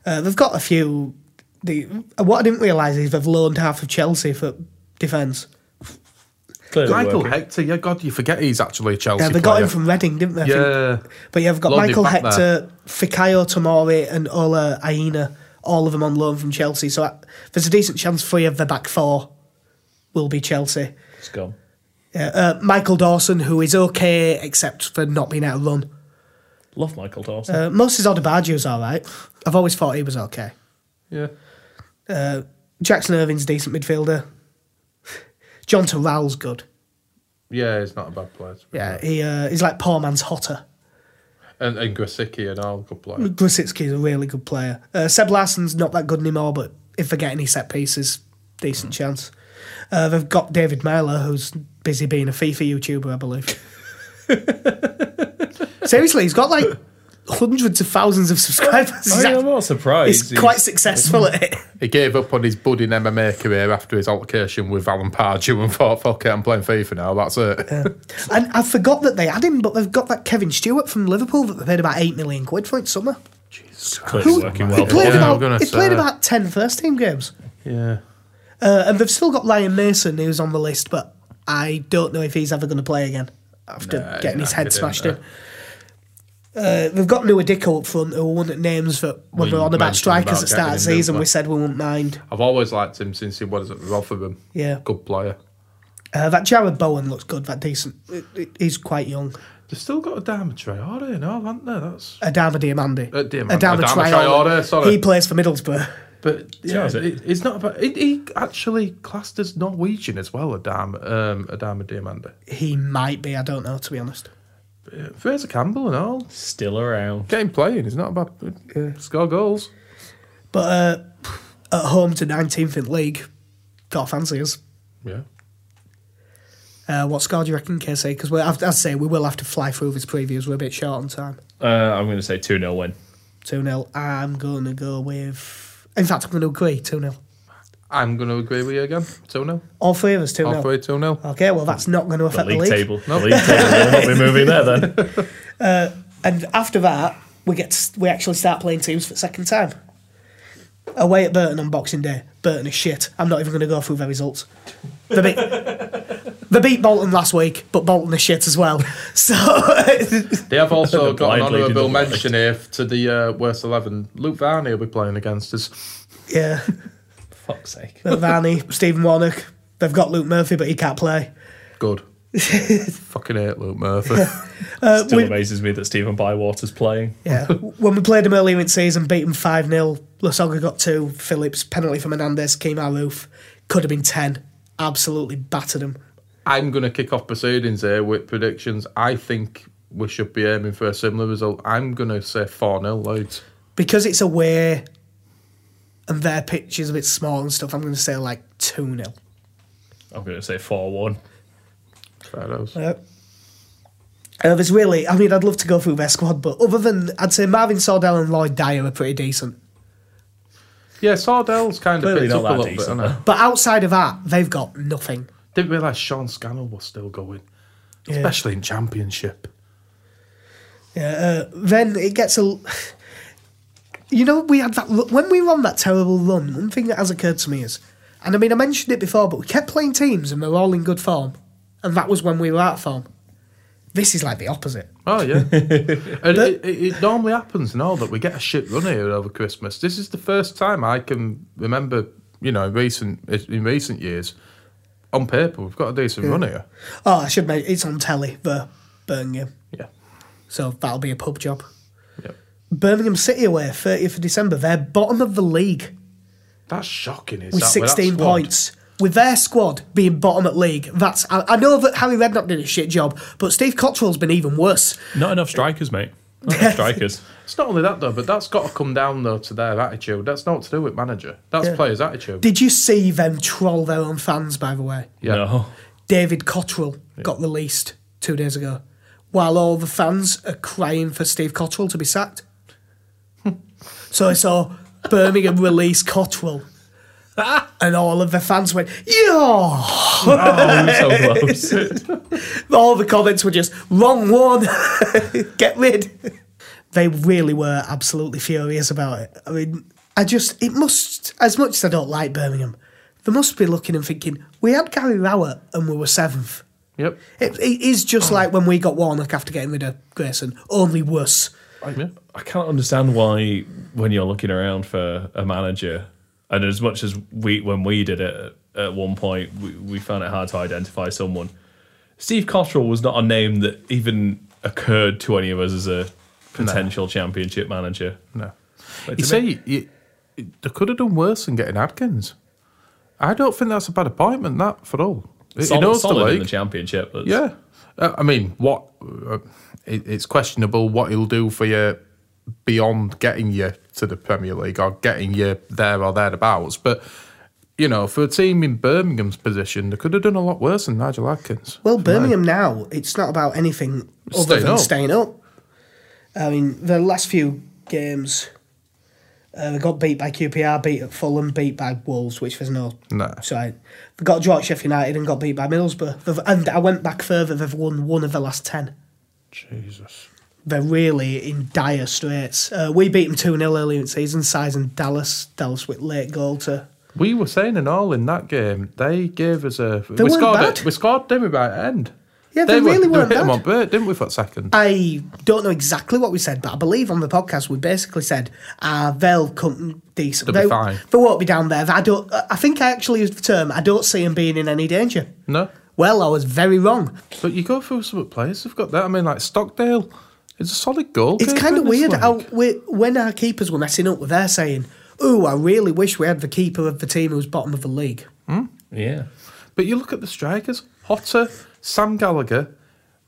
Uh, they've got a few. The uh, what I didn't realise is they've loaned half of Chelsea for defence. Clearly Michael working. Hector, yeah, God, you forget he's actually a Chelsea Yeah, they got player. him from Reading, didn't they? I think? yeah. But yeah, they've got Loaned him Michael back there. Hector, Fikayo Tomori, and Ola Aina, all of them on loan from Chelsea. So uh, there's a decent chance three of the back four will be Chelsea. It's gone. Yeah, uh, Michael Dawson, who is okay except for not being able to run. Love Michael Dawson. Uh, Moses Odebaggio's all right. I've always thought he was okay. Yeah. Uh, Jackson Irving's a decent midfielder. John Terrell's good. Yeah, he's not a bad player. to be Yeah, fair. he uh, he's like poor man's hotter. And, and Grasicki and all good players. Grosicki's a really good player. Uh, Seb Larsson's not that good anymore, but if they get any set pieces, decent chance. Uh, they've got David Myler, who's busy being a FIFA YouTuber, I believe. <laughs> Seriously, he's got like hundreds of thousands of subscribers. He's I'm act- not surprised. Oh, He's quite successful at it. He gave up on his budding MMA career after his altercation with Alan Pardew and thought, fuck it, I'm playing FIFA now, that's it. And I forgot that they had him, but they've got that Kevin Stewart from Liverpool that they paid about eight million quid for in summer. clearly working He well. played yeah, I'm gonna about he played say. about ten first team games, Yeah. uh, and they've still got Liam Mason who's on the list, but I don't know if he's ever going to play again after Nah, getting he's his knackered, head isn't smashed he? in. Uh, they've got Noah Dicko up front, who were one at names that when We we were on about mentioned strikers about at the start of getting the him, season, we but- said we wouldn't mind. I've always liked him since he was at Rotherham. Yeah. Good player. Uh, that Jared Bowen looks good, that decent. it- it- he's quite young. They've still got a Diamond Traore now, haven't they? That's... Adama Diamandi. Uh, Diamandi. Adama Traore, sorry. He plays for Middlesbrough. But yeah, is it? it, it's not about... He, he actually classed as Norwegian as well, Adama, um, Adama Diamanda. He might be, I don't know, to be honest. Fraser Campbell and all. Still around. Get him playing, he's not about... Score goals. But uh, at home to 19th in the league, got fancy us. Yeah. Uh, what score do you reckon, KC? Because as I say, we will have to fly through these previews. We're a bit short on time. Uh, I'm going to say 2 0 win. 2 0. I'm going to go with. In fact, I'm going to agree 2 0. I'm going to agree with you again. 2-0. All three of us 2 Halfway 0. 2-0. Okay, well, that's not going to The affect the league, league. table. The league table will not be moving there then. And after that, we get to, we actually start playing teams for the second time. Away at Burton on Boxing Day. Burton is shit. I'm not even going to go through their results. They beat, they beat Bolton last week, but Bolton is shit as well. <laughs> So, They <laughs> have also The got an blind lady honourable doesn't like mention here to the uh, worst 11. Luke Varney will be playing against us. yeah. Fuck's sake. Varney, Stephen Warnock. They've got Luke Murphy, but he can't play. <laughs> Good. Fucking hate Luke Murphy. Still Uh, we- amazes me that Stephen Bywater's playing. Yeah. when we played them earlier in the season, beat them 5 0. Lasoga got two. Phillips, penalty from Hernandez, came out roof. Could have been 10. Absolutely battered them. I'm going to kick off proceedings here with predictions. I think we should be aiming for a similar result. I'm going to say 4 0 loads. because it's away and their pitch is a bit small and stuff, I'm going to say like 2 0. I'm going to say 4 1. Faros. Uh, there's really, I mean, I'd love to go through their squad, but other than, I'd say Marvin Sordell and Lloyd Dyer are pretty decent. Yeah, Sardell's kind of Clearly picked up not a that little bit. decent, hasn't he? But outside of that, they've got nothing. Didn't realise Sean Scannell was still going, Yeah. especially in Championship. Yeah, uh, then it gets a. l- <sighs> You know, we had that lu- when we were on that terrible run. One thing that has occurred to me is, and I mean, I mentioned it before, but we kept playing teams and they're all in good form, and that was when we were out of form. This is like the opposite. <laughs> Oh yeah, and it, it, it normally happens and all that we get a shit run here over Christmas. This is the first time I can remember, you know, in recent in recent years. On paper, we've got a decent run here. Oh, I should make it's on telly, the Birmingham. Yeah, So that'll be a pub job. yeah, Birmingham City away, 30th of December. They're bottom of the league that's shocking. Is with that, with that 16 squad? points. With their squad being bottom at league, that's. I, I know that Harry Redknapp did a shit job, but Steve Cottrell's been even worse. Not enough strikers, mate. Not enough strikers. It's not only that though, but that's got to come down though to their attitude. That's not to do with manager. That's Yeah. players' attitude. Did you see them troll their own fans, by the way? yeah, No. David Cottrell got released two days ago, while all the fans are crying for Steve Cottrell to be sacked. so I saw Birmingham release Cottrell, and all of the fans went, yeah! Oh, we were so close. All the comments were just, wrong one, <laughs> get rid. They really were absolutely furious about it. I mean, I just, it must, as much as I don't like Birmingham, they must be looking and thinking, we had Gary Rowett and we were seventh. yep. It, it is just like when we got Warnock after getting rid of Grayson, only worse. Yeah. I can't understand why when you're looking around for a manager, and as much as we when we did it at one point, we, we found it hard to identify someone. Steve Cottrell was not a name that even occurred to any of us as a potential championship manager. No. But You to me- see, you, they could have done worse than getting Adkins. I don't think that's a bad appointment, that, for all. He- solid, he knows the solid in league. the championship. That's- yeah. Uh, I mean, what uh, it, it's questionable what he'll do for you beyond getting you to the Premier League or getting you there or thereabouts, but you know, for a team in Birmingham's position, they could have done a lot worse than Nigel Adkins. Well, Birmingham now, it's not about anything other Staying than up. staying up. I mean, the last few games, uh, they got beat by QPR, beat at Fulham, beat by Wolves, which was no. No. So I they got draw at Sheffield United and got beat by Middlesbrough. They've, and I went back further, they've won one of the last 10. Jesus. They're really in dire straits. Uh, we beat them 2 0 earlier in the season, size and Dallas. Dallas with late goal to. We were saying and all in that game. They gave us a. we weren't scored bad. it. We scored them about the end. Yeah, they really were, weren't We hit them bad. on Bert, didn't we, for a second? I don't know exactly what we said, but I believe on the podcast we basically said uh, they'll come decent. They'll be they, fine. they won't be down there. I don't. I think I actually used the term. I don't see them being in any danger. no. Well, I was very wrong. But you go through some players who've got that. I mean, like Stockdale is a solid goal. It's kind of weird how we, when our keepers were messing up, they're saying, "Ooh, I really wish we had the keeper of the team who's bottom of the league." Yeah. But you look at the strikers Hotter, Sam Gallagher.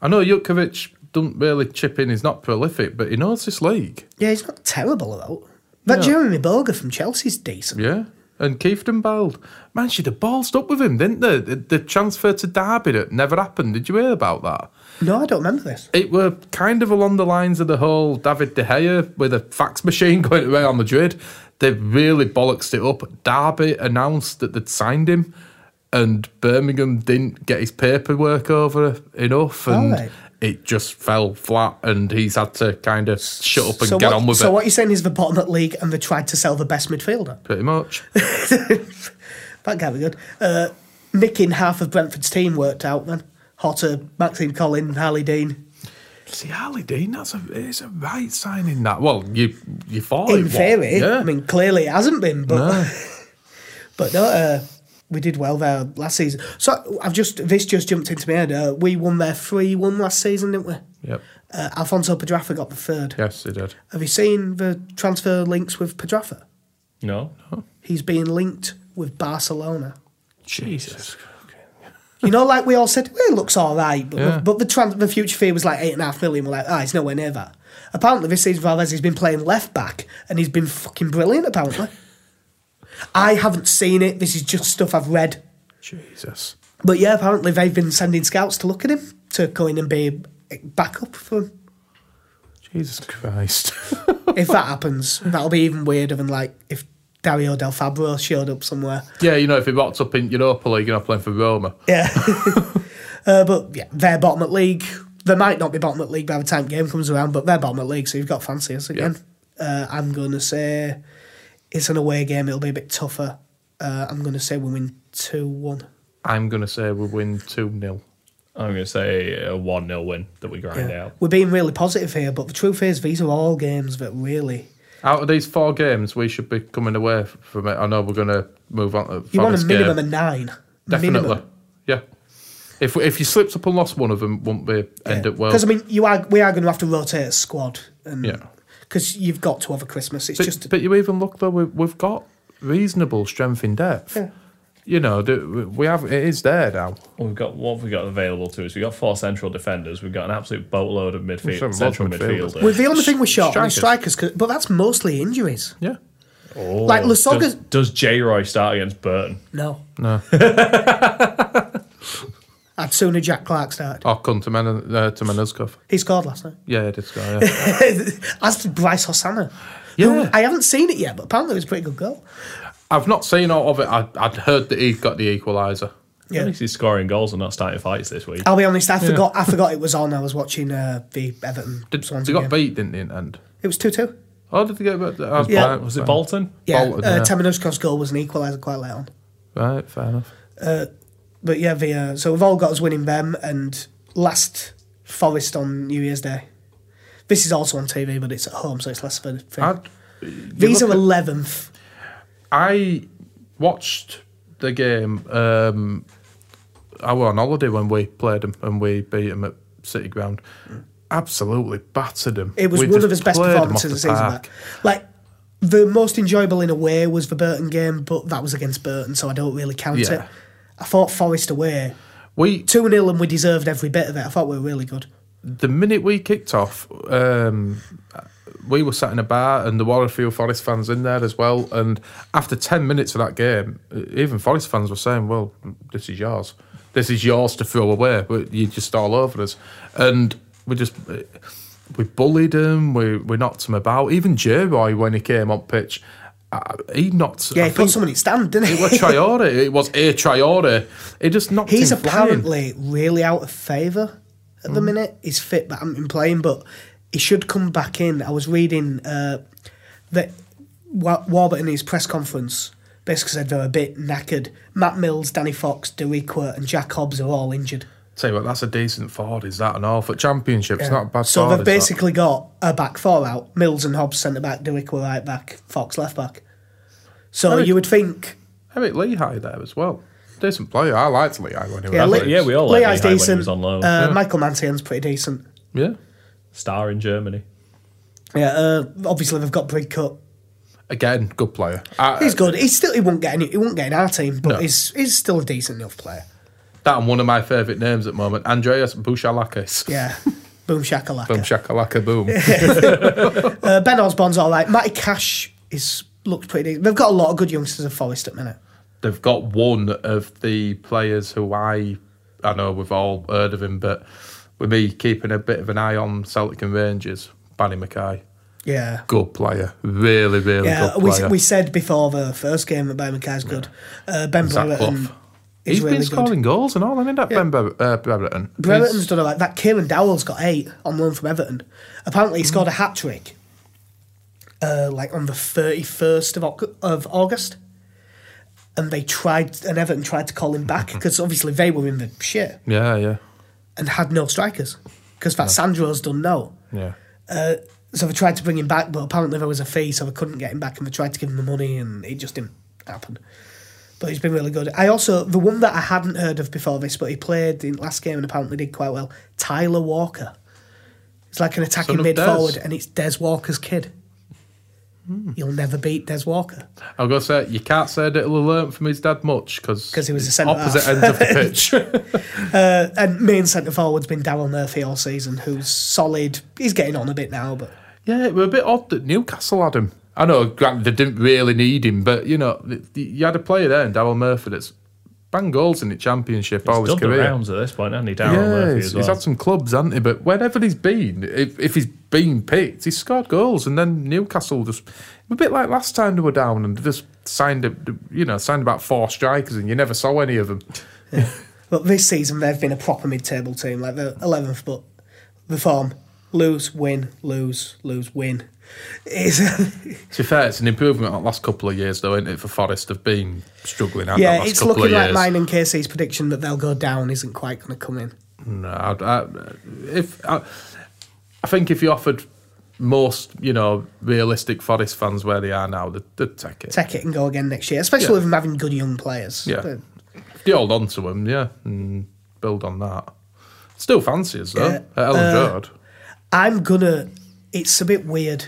I know Jukovic doesn't really chip in, he's not prolific, but he knows this league. Yeah, he's not terrible though. That Jeremy Boga from Chelsea's decent. Yeah. And Keith Dumbald. Man, she'd have ballsed up with him, didn't they? The, the transfer to Derby that never happened. Did you hear about that? No, I don't remember this. It were kind of along the lines of the whole David De Gea with a fax machine <laughs> going to Real Madrid. They really bollocksed it up. Derby announced that they'd signed him, and Birmingham didn't get his paperwork over enough, and Alright. it just fell flat. And he's had to kind of shut up and get what, on with so it, what you're saying is the bottom of the league, and they tried to sell the best midfielder. <laughs> pretty much. That can't be good. Uh, nicking half of Brentford's team worked out then. Hotter, Maxime Collin, Harley Dean. See, Ali Dean, that's a it's a right signing. That well, you you thought it In was. theory, Oh, yeah. Ah, I mean, clearly it hasn't been, but No. but no, uh, we did well there last season. So I've just this just jumped into my head. Uh, we won there three one last season, didn't we? yep, Uh, Alfonso Pedrafa got the third. yes, he did. Have you seen the transfer links with Pedrafa? No. He's being linked with Barcelona. Jesus, You know, like we all said, well, it looks all right, but, Yeah. but the, trans- the future fee was like eight and a half million. We're like, ah, it's nowhere near that. Apparently, this season Valverde has been playing left back, and he's been fucking brilliant. Apparently, I haven't seen it. This is just stuff I've read. Jesus. But yeah, apparently they've been sending scouts to look at him to go in and be a backup for him. <laughs> Jesus Christ. if that happens, that'll be even weirder than like if Dario Del Fabro showed up somewhere. yeah, you know, if he rocked up in Europa League, you know, playing for Roma. Yeah. <laughs> uh, but yeah, they're bottom at league. They might not be bottom at league by the time game comes around, but they're bottom at league, so you've got fancy us again. Uh, I'm going to say it's an away game. It'll be a bit tougher. Uh, I'm going to say we win 2 1. I'm going to say we win 2 0. I'm going to say a 1 0 win that we grind out. We're being really positive here, but the truth is, these are all games that really. Out of these four games, we should be coming away f- from it. I know we're going to move on to You from want this a minimum game. of nine. Definitely. Minimum. Yeah. If if you slipped up and lost one of them, won't be end up well. Because, I mean, you are, we are going to have to rotate a squad. and Yeah. Because you've got to have a Christmas. It's but, just. but you even look though, we, we've got reasonable strength in depth. Yeah. You know, the- we have it is there now. Well, We've got what have we got available to us. We've got four central defenders. We've got an absolute boatload of We've got midfield, lots central of midfielders. midfielders. We're the only thing we're short on is Strikers. strikers, 'cause- but that's mostly injuries. Yeah. Oh, like does, Lasaga's- does J Roy start against Burton? No. No. <laughs> I'd sooner Jack Clark started. Or come to Men uh, to Menuskov. He scored last night. <laughs> Yeah, it is. Yeah. As did Bryce Hosanna. yeah. I haven't seen it yet, but apparently it was a pretty good goal. I've not seen all of it. I, I'd heard that he got the equaliser. Yeah. At least he's scoring goals and not starting fights this week. I'll be honest, I forgot I forgot it was on. I was watching uh, the Everton Did, they Swansea got game. beat, didn't they, in the end? It was 2 2. Oh, did they get beat? Oh, Yeah. right, Was fair it Bolton? Yeah. Bolton, uh, yeah. Tamanusko's goal was an equaliser quite late on. enough. Right, fair enough. But yeah, the, uh, so we've all got us winning them and last Forest on New Year's Day. This is also on TV, but it's at home, so it's less of a thing. I'd, These are you look 11th. I watched the game. Um, I were on holiday when we played them and we beat them at City Ground. Absolutely battered them. Mm. It was We one just of his best played 'em off performances of the season. park. That. Like the most enjoyable in a way was the Burton game, but that was against Burton, so I don't really count Yeah. it. I thought Forest away We two 0 and we deserved every bit of it. I thought we were really good. the minute we kicked off, um, we were sat in a bar and there were a few Forest fans in there as well. And after 10 minutes of that game, even Forest fans were saying, Well, this is yours. This is yours to throw away. We- You're just all over us. And we just. We bullied him. We, we knocked him about. Even J Roy, when he came on pitch, uh, he knocked. Yeah, I he put think- somebody stand, didn't it was <laughs> he? Traore. It was a Traore. It just knocked He's him flying. Mm. apparently really out of favour at the minute. He's fit, but hasn't been playing. But he should come back in. I was reading uh, that Wa- Warburton in his press conference basically said they're a bit knackered. Matt Mills, Danny Fox, Dewey Quirt, and Jack Hobbs are all injured. Tell you what, that's a decent forward. Is that an all for championship? It's not a bad. So forward, they've is that? basically got a back four out. Mills and Hobbs centre back, Dewey Quirt right back, Fox left back. So Very- you would think Eric Lehigh there as well. Decent player. I liked Lehigh when he was. Yeah, at Le- Leeds. yeah, we all like Lehigh's Lehigh when he decent. was on loan. Uh, Michael Mantian's pretty decent. yeah. Star in Germany. Yeah, uh, obviously they've got Bridcut. Again, good player. I, He's good. He's still he won't get any he won't get in our team, but Um, No. he's he's still a decent enough player. uh, That and one of my favourite names at the moment, Andreas Bouchalakis. <laughs> Yeah. Boom shakalaka. Boom shakalaka boom. Uh, ben Osborne's all right. Matty Cash is looked pretty decent. They've got a lot of good youngsters of Forest at the minute. <laughs> They've got one of the players who I, I know we've all heard of him, but with me keeping a bit of an eye on Celtic and Rangers, Barry Mackay. Yeah. good player. Really, really Yeah, good we, player. we said before the first game that Ben McKay's good. Uh, ben Zach Brereton Clough. is He's really been good. scoring goals and all, hasn't he, that Ben Bre- uh, Brereton? Brereton's He's- done all right. That Kieran Dowell's got eight on loan from Everton. Apparently, he scored a hat trick, uh, like on the thirty first of, Oc- of August, and they tried and Everton tried to call him back because obviously they were in the shit Yeah, yeah, and had no strikers because that Sandro's done no. yeah. Uh, So they tried to bring him back, but apparently there was a fee, so they couldn't get him back, and they tried to give him the money, and it just didn't happen. But he's been really good. I also the one that I hadn't heard of before this, but he played in last game and apparently did quite well. Tyler Walker. It's like an Son attacking of mid Des. forward, and it's Des Walker's kid. Hmm. You'll never beat Des Walker. I'll go say you can't say that he'll learn from his dad much because 'Cause he was a centre opposite half. <laughs> end of the pitch. Uh, and main centre forward's been Daryl Murphy all season, who's solid. He's getting on a bit now, but yeah, it were a bit odd that Newcastle had him. I know, granted, they didn't really need him, but you know, th- th- you had a player there in Daryl Murphy that's bang goals in the championship all He's his done the career. rounds at this point, hasn't he? Darren yeah, Murphy he's, as he's well. had some clubs, hasn't he? But wherever he's been, if, if he's been picked, he's scored goals. And then Newcastle just a bit like last time they were down and just signed, a, you know, signed about four strikers, and you never saw any of them. But this season they've been a proper mid-table team, like the eleventh. But the form: lose, win, lose, lose, win. <laughs> Is <laughs> to be fair, it's an improvement on the last couple of years, though, isn't it? For Forest, have been struggling. haven't they, yeah, last it's couple of looking like years. mine and Casey's prediction that they'll go down isn't quite going to come in. No, I, I, if I, I think if you offered most, you know, realistic Forest fans where they are now, they'd, they'd take it. Take it and go again next year, especially Yeah. with them having good young players. Yeah. But, You hold on to him, yeah, and build on that. Still fancy us, though. Yeah, uh, At Ellen Road. I'm gonna. It's a bit weird.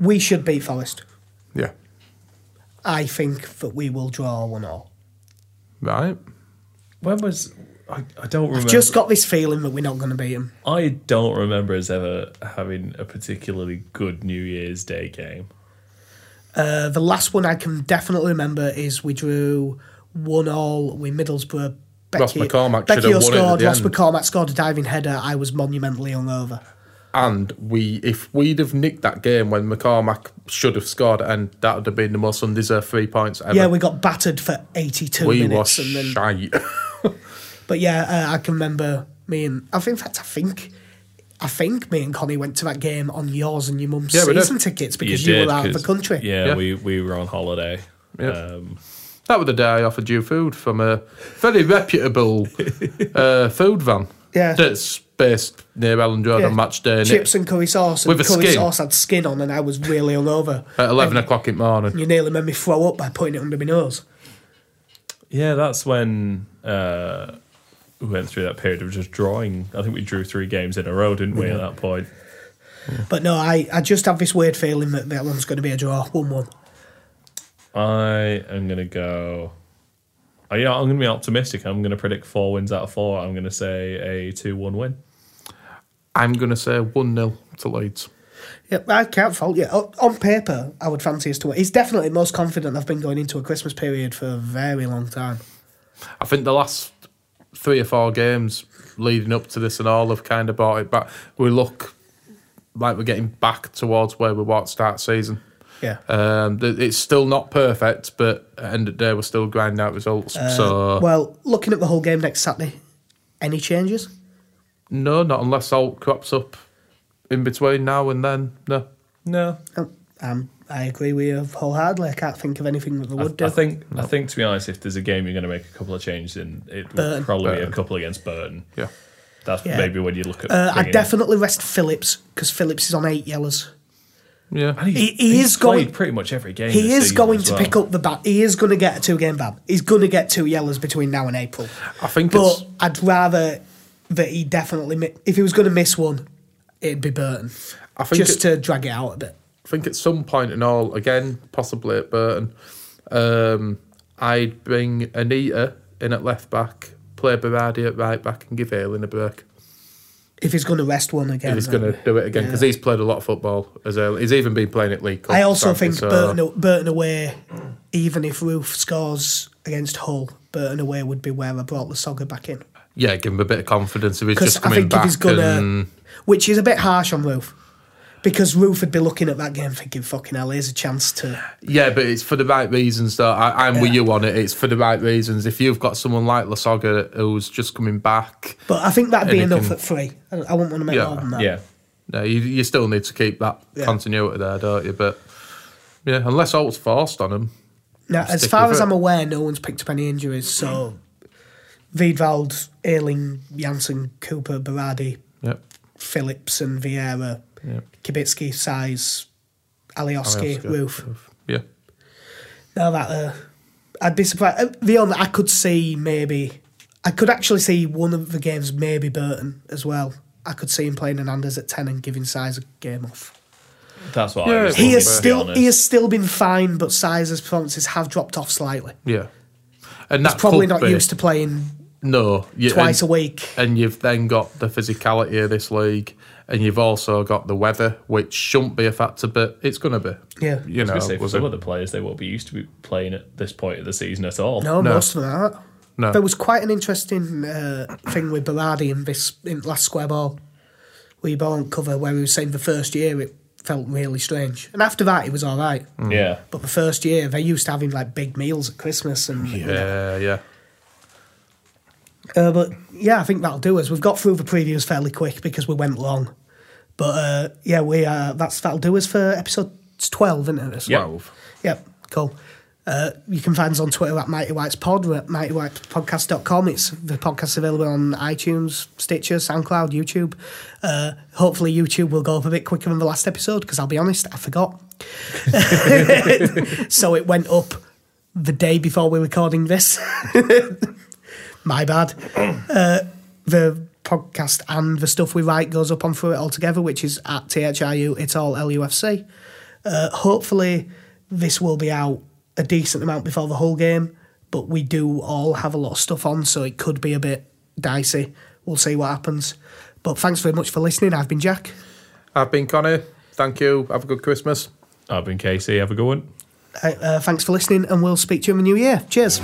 We should beat Forest. Yeah. I think that we will draw one all. Right. When was I, I don't remember. Just got this feeling that we're not going to beat them. I don't remember us ever having a particularly good New Year's Day game. Uh, the last one I can definitely remember is we drew one all with Middlesbrough. Ross Becky, McCormack should Becky have won it at scored. the Ross end. McCormack scored a diving header. I was monumentally hungover. And we, if we'd have nicked that game when McCormack should have scored, and that would have been the most undeserved three points ever. Yeah, we got battered for 82 we were minutes. And then, shite. <laughs> but yeah, uh, I can remember me and I think, in fact, I think, I think me and Connie went to that game on yours and your mum's Yeah, we did. season tickets because you, did, were out of the 'cause- country. Yeah, Yeah. we we were on holiday. Yeah. Um, that was the day I offered you food from a very reputable uh, food van. Yeah. That's based near Ellen Road Yeah. on match day. and it- Chips and curry sauce, and With a curry skin. sauce had skin on, and I was really hungover. At 11 o'clock in the morning. You nearly made me throw up by putting it under my nose. yeah, that's when uh, we went through that period of just drawing. I think we drew three games in a row, didn't we? At that point, But no, I, I just have this weird feeling that that one's going to be a draw, one-one. I am gonna go. Oh, yeah, I'm gonna be optimistic. I'm gonna predict four wins out of four. I'm gonna say a two-one win. I'm going to say 1 0 to Leeds. Yeah, I can't fault you. O- On paper, I would fancy us to win. He's definitely most confident I've been going into a Christmas period for a very long time. I think the last three or four games leading up to this and all have kind of brought it back. We look like we're getting back towards where we were at start season. Yeah. Um, th- it's still not perfect, but at the end of the day, we're still grinding out results. Uh, so Well, looking at the whole game next Saturday, any changes? no, not unless Alt crops up in between now and then. No, No, Um, um, I agree with you wholeheartedly. I can't think of anything that they I, would do. I think I think to be honest, if there's a game you're going to make a couple of changes in, it Burton. would probably be a Burton. couple against Burton. yeah. That's Yeah. maybe when you look at. uh, I bringing in- definitely rest Phillips because Phillips is on eight yellows. Yeah, And he's- He- he he's is played going- pretty much every game. He this is season going as to well. pick up the bat. He is going to get a two-game ban. He's going to get two yellows between now and April. I think But it's I'd rather that he definitely, mi- if he was going to miss one, it'd be Burton. I think just it- to drag it out a bit. I think at some point and all, again, possibly at Burton, um, I'd bring Anita in at left back, play Berardi at right back, and give Ailing a break. If he's going to rest one again, If he's then- going to do it again, because he's played a lot of football as early. He's even been playing at League Cup. I also frankly, think so- Burton, Burton away, even if Roof scores against Hull, Burton away would be where I brought the Saga back in. Yeah, give him a bit of confidence if he's Because just I coming think back. if he's going and- to. Which is a bit harsh on Roof. Because Roof would be looking at that game thinking, fucking hell, here's a chance to. Yeah, but it's for the right reasons, though. I, I'm with you on it. It's for the right reasons. If you've got someone like Lasaga who's just coming back, But I think that'd be And he enough can- at three. I, don't- I wouldn't want to make Yeah. more than that. Yeah, No, you, you still need to keep that Yeah. continuity there, don't you? But yeah, unless Alt's forced on him. Now, as stick far with as it. I'm aware, no one's picked up any injuries. So, <clears throat> Wiedwald, Ealing, Janssen, Cooper, Berardi, Yep. Phillips, and Vieira, Kibitsky, Size, Alioski, Alioski. Roof. Yeah. No, that uh, I'd be surprised. Uh, The only I could see maybe, I could actually see one of the games maybe Burton as well. I could see him playing Hernandez at ten and giving Size a game off. that's what Yeah, I was Well, He has thinking, to be still honest. he has still been fine, but Size's performances have dropped off slightly. Yeah. And that's Probably not used to playing No. You, twice and, a week. And you've then got the physicality of this league, and you've also got the weather, which shouldn't be a factor, but it's going to be. Yeah. You I know, was gonna say, for was some it? of the players, they won't be used to be playing at this point of the season at all. No, No. most of them aren't. No. There was quite an interesting uh, thing with Berardi in this in last square ball. We ball on cover where he was saying the first year it felt really strange, and after that he was all right. Yeah, But the first year they used to having like big meals at Christmas and yeah, yeah. Uh, but yeah, I think that'll do us. We've got through the previews fairly quick because we went long. But uh, yeah, we uh, that's that'll do us for episode twelve, isn't it? This Yeah. one? 12. Yep, cool. Uh, you can find us on Twitter at Mighty Whites Pod. We're at mightywhitespodcast.com. It's the podcast available on iTunes, Stitcher, SoundCloud, YouTube. Uh, hopefully, YouTube will go up a bit quicker than the last episode because I'll be honest, I forgot. <laughs> so it went up the day before we're recording this. <laughs> My bad. Uh, the podcast and the stuff we write goes up on Through It All Together, which is at THIU, it's all LUFC Uh, hopefully this will be out a decent amount before the whole game, but we do all have a lot of stuff on, so it could be a bit dicey. We'll see what happens. But thanks very much for listening. I've been Jack. I've been Connie. Thank you. Have a good Christmas. I've been Casey. Have a good one. Uh, uh, thanks for listening, and we'll speak to you in the new year. Cheers.